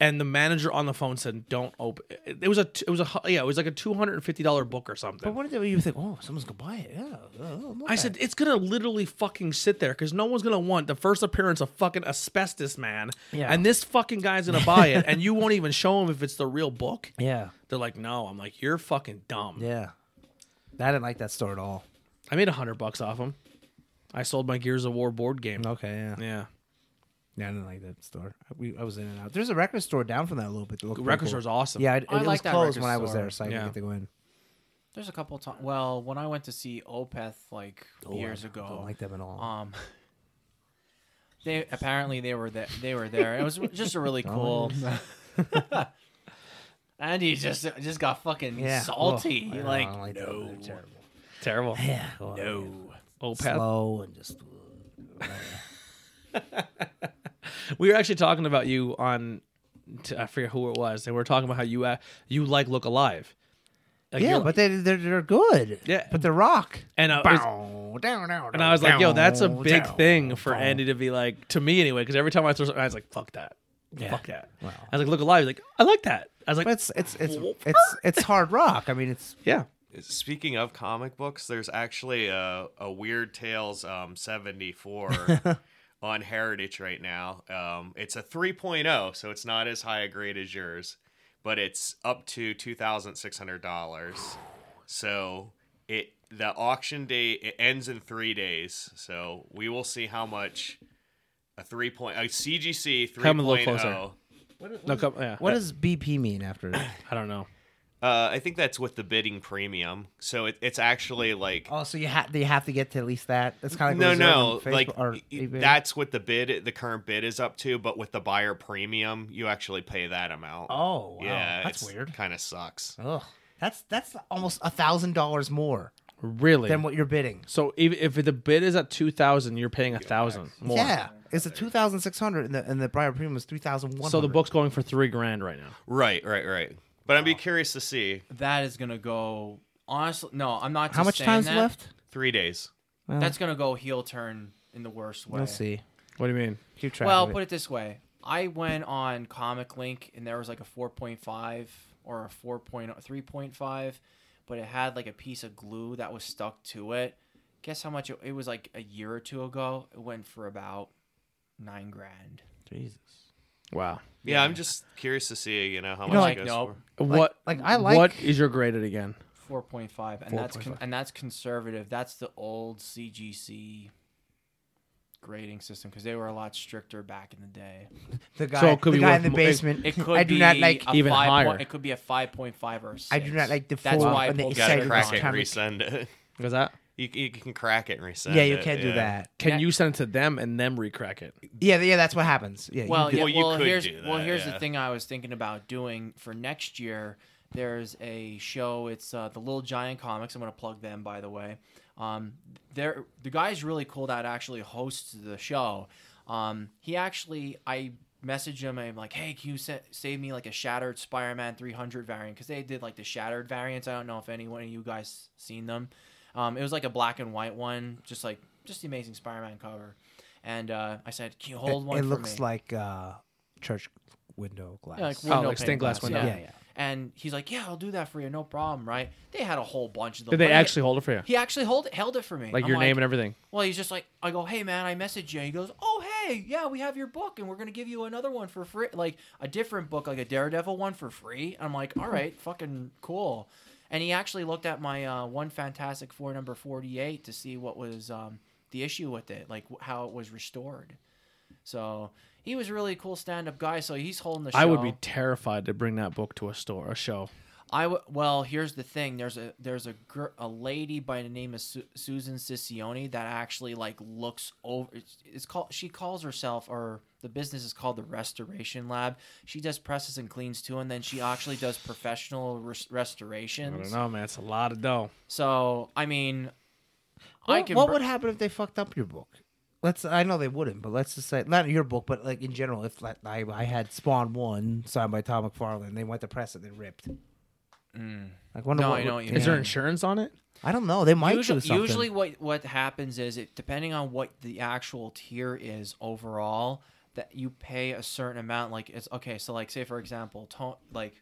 Speaker 2: and the manager on the phone said, "Don't open." It it was a, it was a, hu- yeah, it was like a two hundred and fifty dollar book or something.
Speaker 4: But what did you think? Oh, someone's gonna buy it. Yeah. oh, look
Speaker 2: I
Speaker 4: at
Speaker 2: said it's gonna literally fucking sit there because no one's gonna want the first appearance of fucking asbestos man,
Speaker 4: Yeah.
Speaker 2: and this fucking guy's gonna buy it, and you won't even show him if it's the real book.
Speaker 4: it. Yeah.
Speaker 2: They're like, no. I'm like, you're fucking dumb.
Speaker 4: Yeah. I didn't like that store at all.
Speaker 2: I made a hundred bucks off him. I sold my Gears of War board game.
Speaker 4: Okay, yeah.
Speaker 2: Yeah,
Speaker 4: Yeah, I didn't like that store. We, I was in and out. There's a record store down from that a little bit. that looked
Speaker 2: the
Speaker 4: pretty
Speaker 2: record
Speaker 4: cool.
Speaker 2: store's awesome.
Speaker 4: Yeah, it, it,
Speaker 5: I
Speaker 4: it
Speaker 5: like
Speaker 4: was
Speaker 5: that
Speaker 4: closed
Speaker 5: record
Speaker 4: when I was
Speaker 5: store.
Speaker 4: there, so I
Speaker 2: Yeah.
Speaker 4: didn't get to go in.
Speaker 5: There's a couple times. Well, when I went to see Opeth like
Speaker 4: Oh,
Speaker 5: years ago,
Speaker 4: Don't like them at all.
Speaker 5: um, they apparently they were there. They were there. It was just a really cool. Andy just just got fucking
Speaker 4: yeah.
Speaker 5: salty.
Speaker 4: Oh, I don't
Speaker 5: like
Speaker 4: like them. They're terrible. Oh,
Speaker 2: Terrible.
Speaker 4: Yeah. well,
Speaker 2: Opeth.
Speaker 4: Slow and just.
Speaker 2: uh, We were actually talking about you on, t- I forget who it was, and we were talking about how you uh, you like Look Alive. Like,
Speaker 4: yeah,
Speaker 2: you're-
Speaker 4: but they they're, they're good.
Speaker 2: Yeah.
Speaker 4: but they're rock.
Speaker 2: and uh, I was, and I was like, yo, that's a big thing for Andy to be like to me anyway, because every time I throw something, I was like, fuck that, fuck that.
Speaker 4: Wow.
Speaker 2: I was like, Look Alive. He's like, I like that. I was like,
Speaker 4: But it's it's it's it's it's hard rock. I mean, it's
Speaker 2: yeah.
Speaker 3: Speaking of comic books, there's actually a, a Weird Tales um, 74 on Heritage right now. Um, it's a 3.0, so it's not as high a grade as yours, but it's up to $2,600. So it the auction date it ends in three days. So we will see how much a 3.0 a CGC 3.0
Speaker 2: Come a little closer.
Speaker 3: oh,
Speaker 2: No, come, yeah.
Speaker 4: what does BP mean after?
Speaker 2: I don't know.
Speaker 3: Uh, I think that's with the bidding premium. So it, it's actually like
Speaker 4: oh, so you have you have to get to at least that. It's kind of
Speaker 3: no
Speaker 4: like
Speaker 3: no
Speaker 4: reserve on
Speaker 3: like
Speaker 4: Facebook or
Speaker 3: y-
Speaker 4: eBay.
Speaker 3: that's what the bid the current bid is up to but with the buyer premium you actually pay that amount
Speaker 4: Oh, wow.
Speaker 3: yeah
Speaker 4: that's weird.
Speaker 3: kind of sucks
Speaker 4: Ugh. That's that's almost a thousand dollars more
Speaker 2: Really?
Speaker 4: than what you're bidding.
Speaker 2: so if, if the bid is at two thousand, you're paying a thousand more.
Speaker 4: Yeah, it's a two thousand six hundred, and the and the buyer premium is three thousand one hundred.
Speaker 2: So the book's going for three grand right now.
Speaker 3: right right right but i'd be curious to see
Speaker 5: that is gonna go. Honestly, no, I'm not.
Speaker 4: How
Speaker 5: just
Speaker 4: much
Speaker 5: saying
Speaker 4: time's
Speaker 5: that.
Speaker 4: left?
Speaker 3: three days
Speaker 5: That's gonna go heel turn in the worst way.
Speaker 4: We'll see.
Speaker 2: What do you mean?
Speaker 4: Keep track.
Speaker 5: Well,
Speaker 4: of it.
Speaker 5: put it this way: I went on Comic Link, and there was like a 4.5 or a 4.0, 3.5, but it had like a piece of glue that was stuck to it. Guess how much? It, it was like a year or two ago. It went for about nine grand.
Speaker 4: Jesus.
Speaker 2: Wow.
Speaker 3: yeah, i'm just curious to see you know how
Speaker 4: know,
Speaker 3: much
Speaker 4: like,
Speaker 3: it goes
Speaker 5: nope.
Speaker 2: what?
Speaker 4: like, I like-
Speaker 2: What is your grade at again?
Speaker 5: 4.5, and that's con-
Speaker 2: 4.5.
Speaker 5: and that's conservative. That's the old CGC grading system because they were a lot stricter back in the day.
Speaker 4: The guy,
Speaker 2: So it could
Speaker 4: the
Speaker 2: be worth
Speaker 4: guy in the
Speaker 2: mo- it-
Speaker 4: basement.
Speaker 5: It could
Speaker 4: I do
Speaker 5: be
Speaker 4: not like.
Speaker 5: a
Speaker 2: even
Speaker 5: five
Speaker 2: higher.
Speaker 5: Point, it could be a five point five or a six.
Speaker 4: I do not like the
Speaker 5: That's
Speaker 4: four
Speaker 5: why I
Speaker 4: and the
Speaker 5: pulled
Speaker 3: for. you
Speaker 4: excited
Speaker 3: gotta crack it and
Speaker 4: comic.
Speaker 3: resend it
Speaker 2: Because that
Speaker 3: you, you can crack it and resend
Speaker 4: yeah, you
Speaker 3: it,
Speaker 4: can't do
Speaker 3: yeah.
Speaker 4: that.
Speaker 2: can
Speaker 5: Yeah.
Speaker 2: you send it to them and them recrack it?
Speaker 4: Yeah, yeah, that's what happens. Yeah, you
Speaker 5: Well,
Speaker 4: do-
Speaker 5: yeah,
Speaker 3: Well, you
Speaker 5: well,
Speaker 3: could
Speaker 5: here's,
Speaker 3: do
Speaker 5: well,
Speaker 3: that,
Speaker 5: here's the
Speaker 3: yeah.
Speaker 5: thing I was thinking about doing for next year. There's a show. It's uh, the Little Giant Comics. I'm gonna plug them, by the way. Um, they're the guy's really cool that actually hosts the show. Um, he actually, I messaged him. I'm like, hey, can you sa- save me like a Shattered Spider-Man 300 variant? Because they did like the Shattered variants. I don't know if anyone of you guys seen them. Um, it was like a black and white one, just like just the Amazing Spider-Man cover. And uh, I said, can you hold
Speaker 4: it,
Speaker 5: one?
Speaker 4: it
Speaker 5: for
Speaker 4: looks
Speaker 5: me?
Speaker 4: like uh, church window glass.
Speaker 5: Yeah, like
Speaker 2: Oh,
Speaker 5: window
Speaker 2: like stained
Speaker 5: pane
Speaker 2: glass window.
Speaker 5: Yeah.
Speaker 4: Yeah, yeah.
Speaker 5: And he's like, "Yeah, I'll do that for you, no problem." Right? They had a whole bunch of them.
Speaker 2: Did they
Speaker 5: but he-
Speaker 2: actually hold it for you?
Speaker 5: He actually hold held it for me.
Speaker 2: Like
Speaker 5: I'm
Speaker 2: your name and everything.
Speaker 5: Well, he's just like, I go, "Hey, man, I messaged you." He goes, "Oh, hey, yeah, we have your book, and we're gonna give you another one for free, like a different book, like a Daredevil one for free." I'm like, "All right, fucking cool." And he actually looked at my uh, one Fantastic Four number forty-eight to see what was um, the issue with it, like wh- how it was restored. So he was a really cool stand-up guy. So he's holding the. show.
Speaker 2: I would be terrified to bring that book to a store, a show.
Speaker 5: I w- well, here's the thing. There's a there's a gr- a lady by the name of Su- Susan Sicione that actually like looks over. It's, it's called she calls herself or the business is called the Restoration Lab. She does presses and cleans too, and then she actually does professional res-
Speaker 2: I don't
Speaker 5: restorations.
Speaker 2: know, man. It's a lot of dough.
Speaker 5: So I mean, I
Speaker 4: What,
Speaker 5: can.
Speaker 4: what
Speaker 5: br-
Speaker 4: would happen if they fucked up your book? Let's. I know they wouldn't, but let's just say not your book, but like in general, if like, I, I had Spawn One signed by Tom McFarlane, they went to press it, they ripped. Like wonder
Speaker 5: Mm. No,
Speaker 4: what
Speaker 5: I know
Speaker 4: would-
Speaker 5: what you
Speaker 4: yeah.
Speaker 2: Is there insurance on it?
Speaker 4: I don't know. They might do
Speaker 5: usually,
Speaker 4: something.
Speaker 5: usually what what happens is it depending on what the actual tier is overall that you pay a certain amount like it's okay so like say for example to, like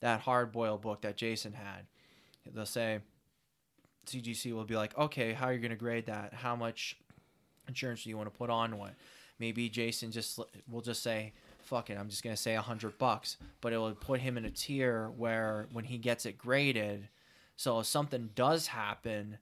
Speaker 5: that hard boiled book that jason had they'll say cgc will be like okay how are you going to grade that how much insurance do you want to put on one maybe jason just l- will just say fuck it i'm just going to say 100 bucks but it will put him in a tier where when he gets it graded so if something does happen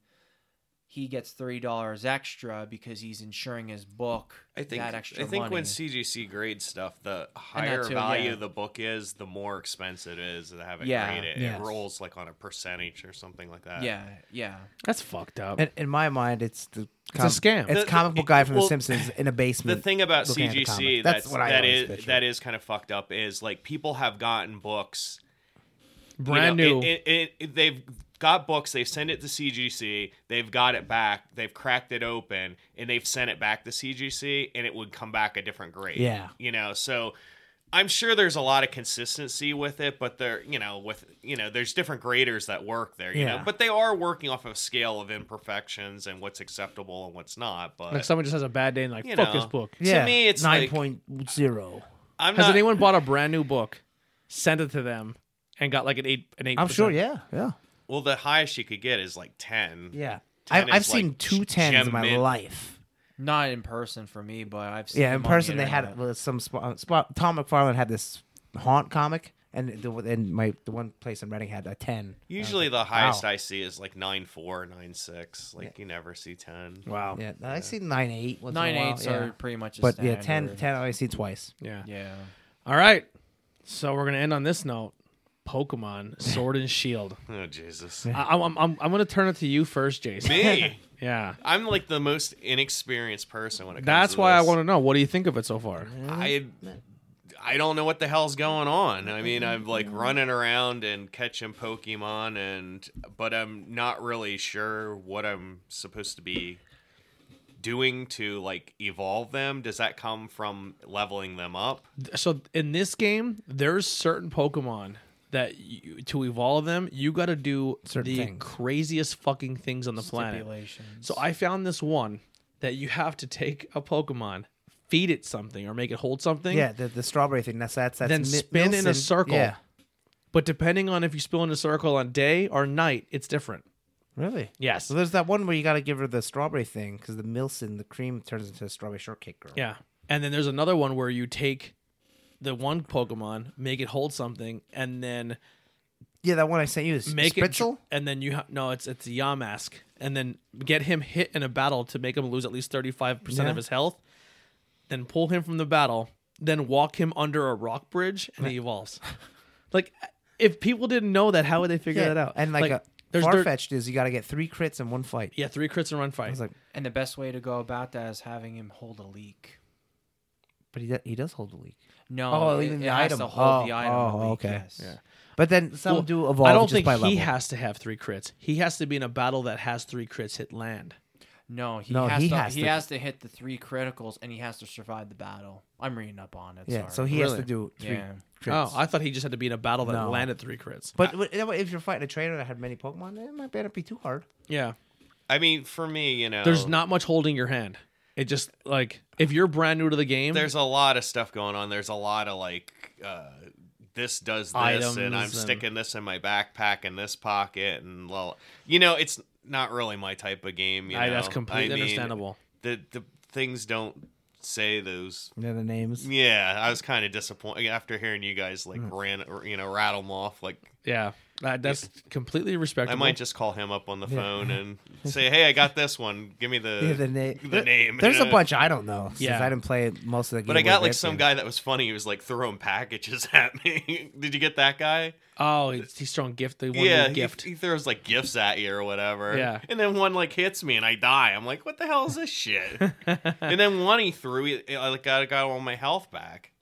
Speaker 5: he gets thirty dollars extra because he's insuring his book.
Speaker 3: I think
Speaker 5: that extra
Speaker 3: I think
Speaker 5: money.
Speaker 3: when CGC grades stuff, the
Speaker 5: And that
Speaker 3: higher
Speaker 5: too,
Speaker 3: value
Speaker 5: yeah.
Speaker 3: the book is, the more expensive it is to have it
Speaker 5: Yeah,
Speaker 3: graded.
Speaker 4: yes.
Speaker 3: It rolls like on a percentage or something like that.
Speaker 5: yeah, yeah,
Speaker 2: That's fucked up.
Speaker 4: In, in my mind, it's the
Speaker 2: scam.
Speaker 4: It's
Speaker 3: The-
Speaker 4: comic book guy from The
Speaker 3: well,
Speaker 4: Simpsons in a
Speaker 3: The
Speaker 4: basement.
Speaker 3: thing about
Speaker 4: looking at the
Speaker 3: CGC
Speaker 4: comic.
Speaker 3: that's,
Speaker 4: what I
Speaker 3: that
Speaker 4: always
Speaker 3: is
Speaker 4: picture.
Speaker 3: that is kind of fucked up is like people have gotten books you
Speaker 2: Brand
Speaker 3: know,
Speaker 2: new.
Speaker 3: it- it- it- they've got books. They send it to CGC. They've got it back. They've cracked it open, and they've sent it back to CGC, and it would come back a different grade.
Speaker 4: Yeah.
Speaker 3: you know. So I'm sure there's a lot of consistency with it, but they're you know with you know there's different graders that work there. You
Speaker 4: Yeah.
Speaker 3: know, but they are working off of a scale of imperfections and what's acceptable and what's not. But
Speaker 2: like someone just has a bad day and like
Speaker 3: you
Speaker 2: fuck
Speaker 3: know,
Speaker 2: this book.
Speaker 3: to me, it's
Speaker 4: nine
Speaker 3: like-
Speaker 4: point zero.
Speaker 3: I'm
Speaker 2: Has
Speaker 3: not.
Speaker 2: anyone bought a brand new book, sent it to them, and got like an eight an eight?
Speaker 4: I'm sure. Yeah, yeah,
Speaker 3: well, the highest you could get is like ten.
Speaker 4: yeah.
Speaker 3: Ten
Speaker 4: I've, I've
Speaker 3: is
Speaker 4: seen
Speaker 3: like
Speaker 4: two
Speaker 3: gem
Speaker 4: tens in my
Speaker 3: mint.
Speaker 4: life.
Speaker 5: not in person for me, but I've seen
Speaker 4: Yeah, in
Speaker 5: them on
Speaker 4: person
Speaker 5: the
Speaker 4: they had
Speaker 5: internet.
Speaker 4: well, some spot, spot. Tom McFarlane had this haunt comic, and the and my the one place in Reading had a ten.
Speaker 3: Usually, the
Speaker 4: Wow.
Speaker 3: highest I see is like nine four, nine six. Like you never see ten.
Speaker 2: Wow.
Speaker 4: Yeah, I see nine eight. Once
Speaker 5: nine
Speaker 4: in a while,
Speaker 5: eights
Speaker 4: yeah.
Speaker 5: are pretty much. A
Speaker 4: but yeah, 10,
Speaker 5: standard.
Speaker 4: 10 I only see twice.
Speaker 2: Yeah.
Speaker 5: Yeah,
Speaker 2: All right. So we're gonna end on this note. Pokemon Sword and Shield.
Speaker 3: Oh Jesus!
Speaker 2: I, I'm, I'm, I'm gonna turn it to you first, Jason.
Speaker 3: Me,
Speaker 2: Yeah.
Speaker 3: I'm like the most inexperienced person when it comes.
Speaker 2: That's
Speaker 3: to
Speaker 2: why I
Speaker 3: this.
Speaker 2: want to know. What do you think of it so far?
Speaker 3: I
Speaker 2: Mm-hmm.
Speaker 3: I don't know what the hell's going on. I mean, I'm like
Speaker 2: Mm-hmm.
Speaker 3: running around and catching Pokemon, and but I'm not really sure what I'm supposed to be doing to like evolve them. Does that come from leveling them up?
Speaker 2: So in this game, there's certain Pokemon that you, to evolve them, you got to do
Speaker 4: Certain
Speaker 2: the
Speaker 4: things.
Speaker 2: craziest fucking things on the planet.
Speaker 5: stipulations.
Speaker 2: So I found this one that you have to take a Pokemon, feed it something, or make it hold something.
Speaker 4: Yeah, the, the strawberry thing. That's that's that's
Speaker 2: Then
Speaker 4: Mi-
Speaker 2: spin in a
Speaker 4: Milson.
Speaker 2: circle.
Speaker 4: Yeah,
Speaker 2: But depending on if you spin in a circle on day or night, it's different.
Speaker 4: really.
Speaker 2: Yes.
Speaker 4: So there's that one where you got to give her the strawberry thing because the Milson, the cream turns into a strawberry shortcake girl.
Speaker 2: Yeah. And then there's another one where you take the one Pokemon, make it hold something, and then
Speaker 4: yeah, that one I sent you is
Speaker 2: make it
Speaker 4: Spitzel.
Speaker 2: dr- and then you ha- no, it's it's Yamask, and then get him hit in a battle to make him lose at least thirty five percent
Speaker 4: Yeah.
Speaker 2: of his health. Then pull him from the battle, then walk him under a rock bridge, and he evolves. like, if people didn't know that, how would they figure
Speaker 4: yeah,
Speaker 2: that out?
Speaker 4: And like, a
Speaker 2: there's
Speaker 4: far
Speaker 2: there-
Speaker 4: fetched is you got to get three crits in one fight.
Speaker 2: yeah, three crits and run
Speaker 4: I
Speaker 2: fight.
Speaker 4: was like,
Speaker 5: and the best way to go about that is having him hold a leak.
Speaker 4: but he does, he does hold the leak.
Speaker 5: No,
Speaker 4: Oh,
Speaker 5: it,
Speaker 4: even
Speaker 5: it
Speaker 4: the
Speaker 5: has to
Speaker 4: item.
Speaker 5: hold
Speaker 4: Oh,
Speaker 5: the item.
Speaker 4: oh,
Speaker 5: a leak,
Speaker 4: okay.
Speaker 5: yes.
Speaker 2: Yeah.
Speaker 4: But then some
Speaker 2: Well,
Speaker 4: do evolve.
Speaker 2: I don't
Speaker 4: just
Speaker 2: think
Speaker 4: by
Speaker 2: he
Speaker 4: level.
Speaker 2: has to have three crits. He has to be in a battle that has three crits hit land.
Speaker 5: No, he
Speaker 4: No,
Speaker 5: has
Speaker 4: he
Speaker 5: to
Speaker 4: has
Speaker 5: he
Speaker 4: to-
Speaker 5: has to hit the three criticals and he has to survive the battle. I'm reading up on it.
Speaker 4: Yeah,
Speaker 5: sorry.
Speaker 4: so he has to
Speaker 2: Really?
Speaker 4: do three
Speaker 5: Yeah.
Speaker 4: crits.
Speaker 2: Oh, I thought he just had to be in a battle that
Speaker 4: No.
Speaker 2: landed three crits.
Speaker 4: but w- you know what, if you're fighting a trainer that had many Pokemon, it might not be too hard.
Speaker 2: Yeah.
Speaker 3: I mean, for me, you know,
Speaker 2: There's not much holding your hand. It just like if you're brand new to the game,
Speaker 3: there's a lot of stuff going on. There's a lot of like uh, this does this,
Speaker 2: Items
Speaker 3: and I'm
Speaker 2: and-
Speaker 3: sticking this in my backpack in this pocket, and well, you know, it's not really my type of game. You
Speaker 2: I,
Speaker 3: know?
Speaker 2: that's completely
Speaker 3: I mean,
Speaker 2: understandable.
Speaker 3: The the things don't say those.
Speaker 4: You know the names.
Speaker 3: Yeah, I was kind of disappointed after hearing you guys like
Speaker 4: Hmm.
Speaker 3: ran, or, you know, rattle them off. Like
Speaker 2: Yeah, that, that's completely
Speaker 3: I
Speaker 2: respectable.
Speaker 3: might just call him up on the phone and say, "Hey, I got this one. Give me the
Speaker 4: Yeah, the, na-
Speaker 3: the name."
Speaker 4: There's a bunch I don't know. Since
Speaker 2: Yeah.
Speaker 4: I didn't play most of the game.
Speaker 3: But I
Speaker 4: with
Speaker 3: got like
Speaker 4: Red
Speaker 3: some
Speaker 4: Team.
Speaker 3: guy that was funny. He was like throwing packages at me. Did you get that guy?
Speaker 2: oh, he's, he's throwing gift. They want
Speaker 3: yeah,
Speaker 2: a
Speaker 3: he,
Speaker 2: gift.
Speaker 3: he throws like gifts at you or whatever.
Speaker 2: Yeah.
Speaker 3: And then one like hits me and I die. I'm like, what the hell is this shit? and then one he threw, he, I like got got all my health back.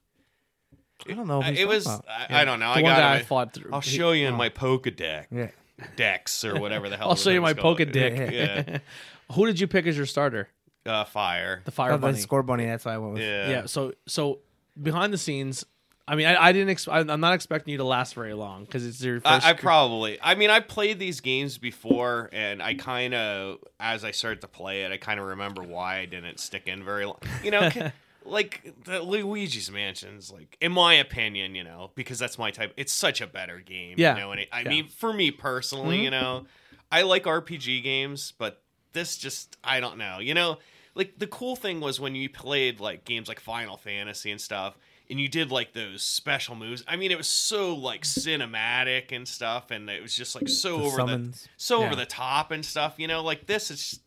Speaker 4: I don't know. who
Speaker 3: I-
Speaker 4: he's
Speaker 3: Uh, it
Speaker 4: talking
Speaker 3: was
Speaker 4: about.
Speaker 3: I, I don't know.
Speaker 2: the
Speaker 3: I
Speaker 2: one
Speaker 3: got
Speaker 2: guy I
Speaker 3: him.
Speaker 2: fought through.
Speaker 3: I'll
Speaker 2: he- uh,
Speaker 3: show you in my Pokedex.
Speaker 4: Yeah.
Speaker 3: Dex or whatever the hell.
Speaker 2: I'll
Speaker 3: the
Speaker 2: show you my
Speaker 3: thing's called.
Speaker 2: Pokedeck.
Speaker 3: Yeah.
Speaker 2: Who did you pick as your starter?
Speaker 3: Uh, fire.
Speaker 2: The fire
Speaker 4: Oh, the
Speaker 2: bunny.
Speaker 4: score bunny. That's why I went with.
Speaker 3: Yeah.
Speaker 2: yeah. So so behind the scenes, I mean, I, I didn't. Ex- I, I'm not expecting you to last very long because it's your first.
Speaker 3: I, I
Speaker 2: cr-
Speaker 3: probably. I mean, I played these games before, and I kind of, as I started to play it, I kind of remember why I didn't stick in very long. You know, c- like the Luigi's Mansion's, like in my opinion, you know, because that's my type. It's such a better game.
Speaker 2: Yeah.
Speaker 3: You know, and it, I
Speaker 2: Yeah. Mm-hmm.
Speaker 3: mean, for me personally, you know, I like RPG games, but this just, I don't know. You know, like the cool thing was when you played like games like Final Fantasy and stuff, and you did like those special moves. I mean, it was so like cinematic and stuff, and it was just like so
Speaker 4: The
Speaker 3: over
Speaker 4: summons.
Speaker 3: the so
Speaker 2: Yeah.
Speaker 3: over the top and stuff. You know, like this is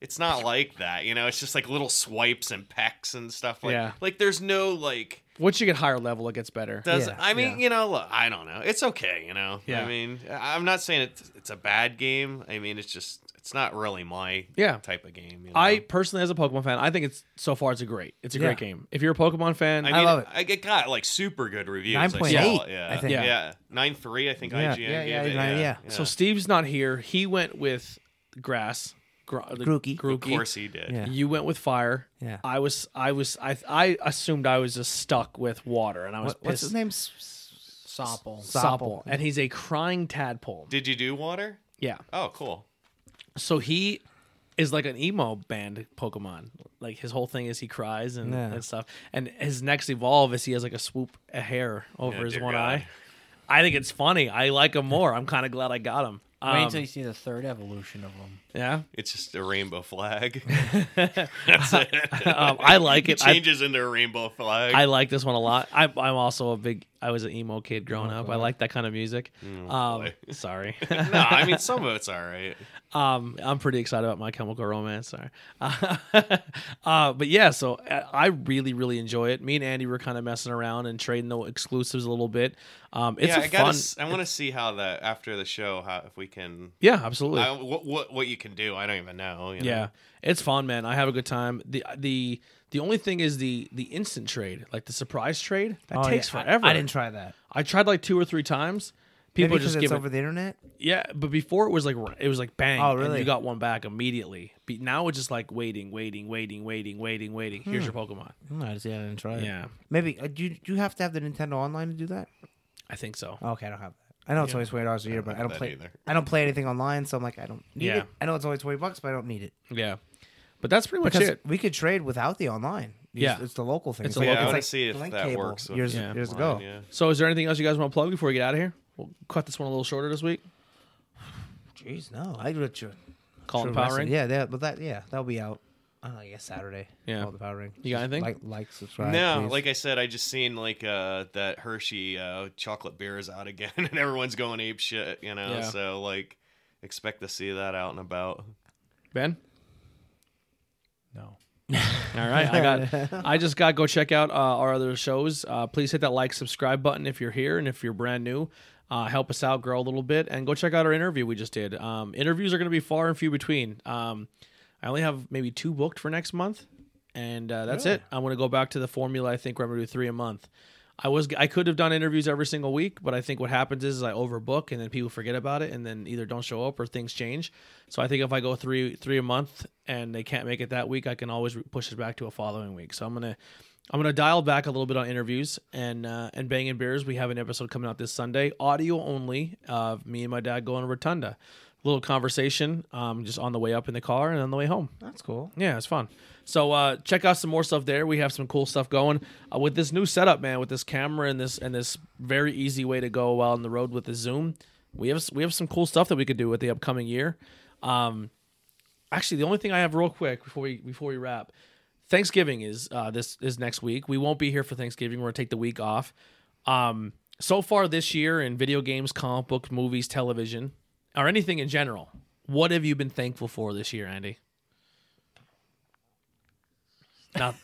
Speaker 3: it's not like that, you know. It's just like little swipes and pecks and stuff like
Speaker 2: Yeah.
Speaker 3: like there's no like
Speaker 2: Once you get higher level, it gets better.
Speaker 3: does
Speaker 4: Yeah,
Speaker 3: I mean,
Speaker 2: yeah.
Speaker 3: you know, look, I don't know. It's okay, you know.
Speaker 2: Yeah.
Speaker 3: I mean, I- I'm not saying it's it's a bad game. I mean, it's just it's not really my
Speaker 2: Yeah.
Speaker 3: type of game, you know?
Speaker 2: I personally, as a Pokemon fan, I think it's so far it's a great, it's a
Speaker 4: Yeah.
Speaker 2: great game. If you're a Pokemon fan,
Speaker 3: I mean,
Speaker 4: I love it.
Speaker 3: I it got like super good reviews. I saw
Speaker 4: 9.8,
Speaker 3: it, yeah.
Speaker 4: I think.
Speaker 2: Yeah.
Speaker 3: Yeah. Nine three, I think
Speaker 4: Yeah,
Speaker 3: IGN
Speaker 4: yeah,
Speaker 3: gave
Speaker 4: yeah,
Speaker 3: it.
Speaker 4: yeah,
Speaker 3: Yeah.
Speaker 4: yeah.
Speaker 2: so Steve's not here. He went with grass, gr-
Speaker 4: Grookey.
Speaker 3: of course he did.
Speaker 4: Yeah.
Speaker 2: You went with fire.
Speaker 4: Yeah.
Speaker 2: I was, I was, I, I assumed I was just stuck with water, and I was
Speaker 4: What, what's
Speaker 2: pissed.
Speaker 4: his name? S- s-
Speaker 5: Sopple.
Speaker 2: Sopple,
Speaker 4: Sopple.
Speaker 2: and he's a crying tadpole.
Speaker 3: Did you do water?
Speaker 2: Yeah.
Speaker 3: Oh, cool.
Speaker 2: So he is like an emo band Pokemon. Like his whole thing is he cries and,
Speaker 4: Yeah.
Speaker 2: and stuff. And his next evolve is he has like a swoop a hair over
Speaker 3: Yeah,
Speaker 2: his
Speaker 3: dear
Speaker 2: one
Speaker 3: God.
Speaker 2: eye. I think it's funny. I like him more. I'm kind of glad I got him.
Speaker 5: Wait
Speaker 2: Um,
Speaker 5: until you see the third evolution of them.
Speaker 2: yeah.
Speaker 3: It's just a rainbow flag. That's it.
Speaker 2: Um, I like
Speaker 3: it
Speaker 2: it. I,
Speaker 3: changes into a rainbow flag.
Speaker 2: I like this one a lot. I, I'm also a big. I was an emo kid growing
Speaker 5: Oh,
Speaker 2: up. I like that kind of music. um,
Speaker 3: Mm, boy.
Speaker 2: sorry.
Speaker 3: no, I mean some of it's all right.
Speaker 2: Um, I'm pretty excited about My Chemical Romance. Sorry, uh, but yeah, so uh, I really, really enjoy it. Me and Andy were kind of messing around and trading the exclusives a little bit. Um, it's
Speaker 3: yeah,
Speaker 2: a
Speaker 3: I
Speaker 2: fun.
Speaker 3: gotta. s I want to see how that after the show, how if we can,
Speaker 2: yeah, absolutely.
Speaker 3: I, what what what you can do. I don't even know. you know?
Speaker 2: yeah, it's fun, man. I have a good time. the the The only thing is the the instant trade, like the surprise trade, that
Speaker 4: Oh,
Speaker 2: takes
Speaker 4: yeah, I-
Speaker 2: forever.
Speaker 4: I, didn't try that.
Speaker 2: I tried like two or three times.
Speaker 4: People
Speaker 2: People just
Speaker 4: it's
Speaker 2: give it.
Speaker 4: over the internet.
Speaker 2: Yeah, but before it was like it was like bang,
Speaker 4: Oh,
Speaker 2: and
Speaker 4: really?
Speaker 2: you got one back immediately. But now it's just like waiting, waiting, waiting, waiting, waiting, waiting. Here's your
Speaker 4: Hmm.
Speaker 2: Pokemon.
Speaker 4: I just yeah, I didn't try
Speaker 2: Yeah,
Speaker 4: Maybe uh, do you, do you have to have the Nintendo Online to do that?
Speaker 2: I think so.
Speaker 4: Oh, okay, I don't have that. I know it's only twenty dollars a year, but I
Speaker 3: have
Speaker 4: don't
Speaker 3: that
Speaker 4: play.
Speaker 3: either.
Speaker 4: I don't play anything online, so I'm like, I don't need
Speaker 2: Yeah. Oh,
Speaker 4: it. I know it's only twenty bucks, but I don't need it
Speaker 2: Yeah, but that's pretty much
Speaker 4: because
Speaker 2: it.
Speaker 4: we could trade without the online. It's-
Speaker 2: Yeah.
Speaker 4: it's the local thing.
Speaker 2: It's
Speaker 4: So
Speaker 2: a
Speaker 3: But
Speaker 2: local
Speaker 3: yeah,
Speaker 2: It's
Speaker 3: I want
Speaker 4: like
Speaker 3: to see if
Speaker 4: Link
Speaker 3: that
Speaker 4: cable
Speaker 3: works. With
Speaker 4: years,
Speaker 2: Yeah.
Speaker 4: years
Speaker 3: mine,
Speaker 4: ago.
Speaker 3: yeah.
Speaker 2: So, is there anything else you guys want to plug before we get out of here? We'll cut this one a little shorter this week.
Speaker 4: Jeez, no, I would you.
Speaker 2: Calling Power Ring.
Speaker 4: Yeah, that, but that yeah, that'll be out. I don't know, I guess Saturday.
Speaker 2: Yeah.
Speaker 4: Call the Power Ring.
Speaker 2: You got anything?
Speaker 4: Like, like, subscribe.
Speaker 3: no,
Speaker 4: please.
Speaker 3: like I said, I just seen like uh that Hershey uh chocolate beer is out again, and everyone's going ape shit. You know,
Speaker 2: Yeah.
Speaker 3: so like expect to see that out and about.
Speaker 2: Ben.
Speaker 5: No.
Speaker 2: All right, I got. I just got go check out uh, our other shows. Uh, please hit that like subscribe button if you're here and if you're brand new. Uh, help us out, grow a little bit, and go check out our interview we just did. Um, interviews are going to be far and few between. Um, I only have maybe two booked for next month, and uh, that's it. I'm going to go back to the formula. I think we're going to do three a month. I was I could have done interviews every single week, but I think what happens is, I overbook and then people forget about it and then either don't show up or things change. So I think if I go three three a month and they can't make it that week, I can always re- push it back to a following week. So I'm gonna I'm gonna dial back a little bit on interviews and uh, and bang and beers. We have an episode coming out this Sunday, audio only, of me and my dad going to Rotunda. Little conversation, um, just on the way up in the car and on the way home.
Speaker 4: that's cool.
Speaker 2: Yeah, it's fun. So uh, check out some more stuff there. We have some cool stuff going uh, with this new setup, man. With this camera and this and this very easy way to go while on the road with the Zoom. We have we have some cool stuff that we could do with the upcoming year. Um, actually, the only thing I have real quick before we before we wrap, Thanksgiving is uh, this is next week. We won't be here for Thanksgiving. We're gonna take the week off. Um, so far this year in video games, comic books, movies, television, or anything in general, what have you been thankful for this year, Andy? Not,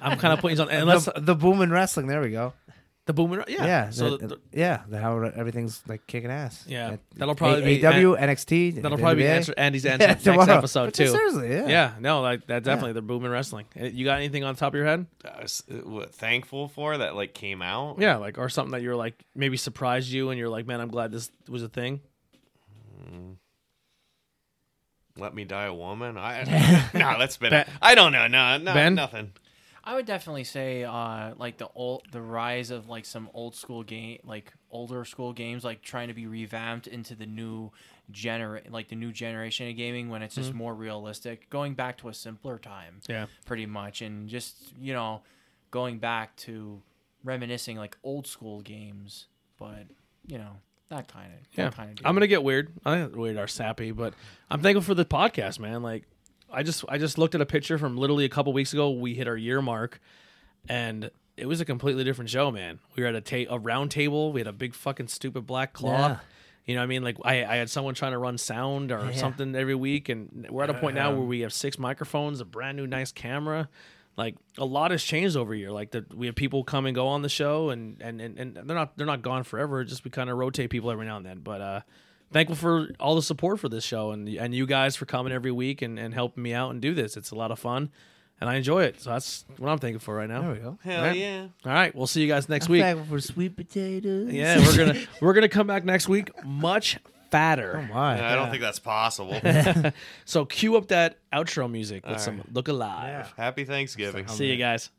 Speaker 2: I'm kind of putting you on unless
Speaker 4: the, the boom in wrestling. There we go.
Speaker 2: the boomer. Yeah.
Speaker 4: Yeah.
Speaker 2: So
Speaker 4: the-
Speaker 2: th-
Speaker 4: yeah. The, how everything's like kicking ass.
Speaker 2: Yeah,
Speaker 4: At-
Speaker 2: that'll probably be-
Speaker 4: AW, NXT.
Speaker 2: that'll
Speaker 4: the
Speaker 2: probably be
Speaker 4: NBA.
Speaker 2: answer, Andy's answer
Speaker 4: Yeah,
Speaker 2: next
Speaker 4: tomorrow.
Speaker 2: episode
Speaker 4: But
Speaker 2: too.
Speaker 4: Seriously. Yeah.
Speaker 2: Yeah, no, like that definitely the boom in wrestling. Uh, You got anything on top of your head?
Speaker 3: I was uh, what, thankful for that like came out.
Speaker 2: Yeah, like or something that you're like maybe surprised you and you're like, man, I'm glad this was a thing.
Speaker 3: Let me die a woman. I no, that's been. I don't know. No, no,
Speaker 2: Ben?
Speaker 3: nothing.
Speaker 5: I would definitely say uh, like the old the rise of like some old school game like older school games like trying to be revamped into the new gener like the new generation of gaming when it's just
Speaker 4: Mm-hmm.
Speaker 5: more realistic going back to a simpler time
Speaker 2: Yeah.
Speaker 5: pretty much and just you know going back to reminiscing like old school games but you know that kind of
Speaker 2: Yeah.
Speaker 5: kind of
Speaker 2: I'm gonna get weird. I think weird or sappy, but I'm thankful for the podcast, man. Like I just I just looked at a picture from literally a couple weeks ago. We hit our year mark and it was a completely different show, man. We were at a ta- a round table, we had a big fucking stupid black cloth. You know what I mean? Like I, I had someone trying to run sound or
Speaker 4: Yeah. Uh-huh.
Speaker 2: something every week, and we're at a point now where we have six microphones, a brand new nice camera. Like a lot has changed over here. Like that we have people come and go on the show, and and and, and they're not they're not gone forever. Just we kind of rotate people every now and then. But uh, thankful for all the support for this show and and you guys for coming every week and and helping me out and do this. It's a lot of fun, and I enjoy it. So that's what I'm thankful for right now.
Speaker 4: There we go.
Speaker 3: Hell
Speaker 2: Right.
Speaker 3: yeah.
Speaker 2: All right, we'll see you guys next
Speaker 4: I'm
Speaker 2: week.
Speaker 4: back for sweet potatoes.
Speaker 2: Yeah, we're gonna we're gonna come back next week much fatter.
Speaker 4: Why?
Speaker 3: I don't think that's possible.
Speaker 2: So cue up that outro music with some look alive.
Speaker 3: Happy Thanksgiving.
Speaker 2: See you guys.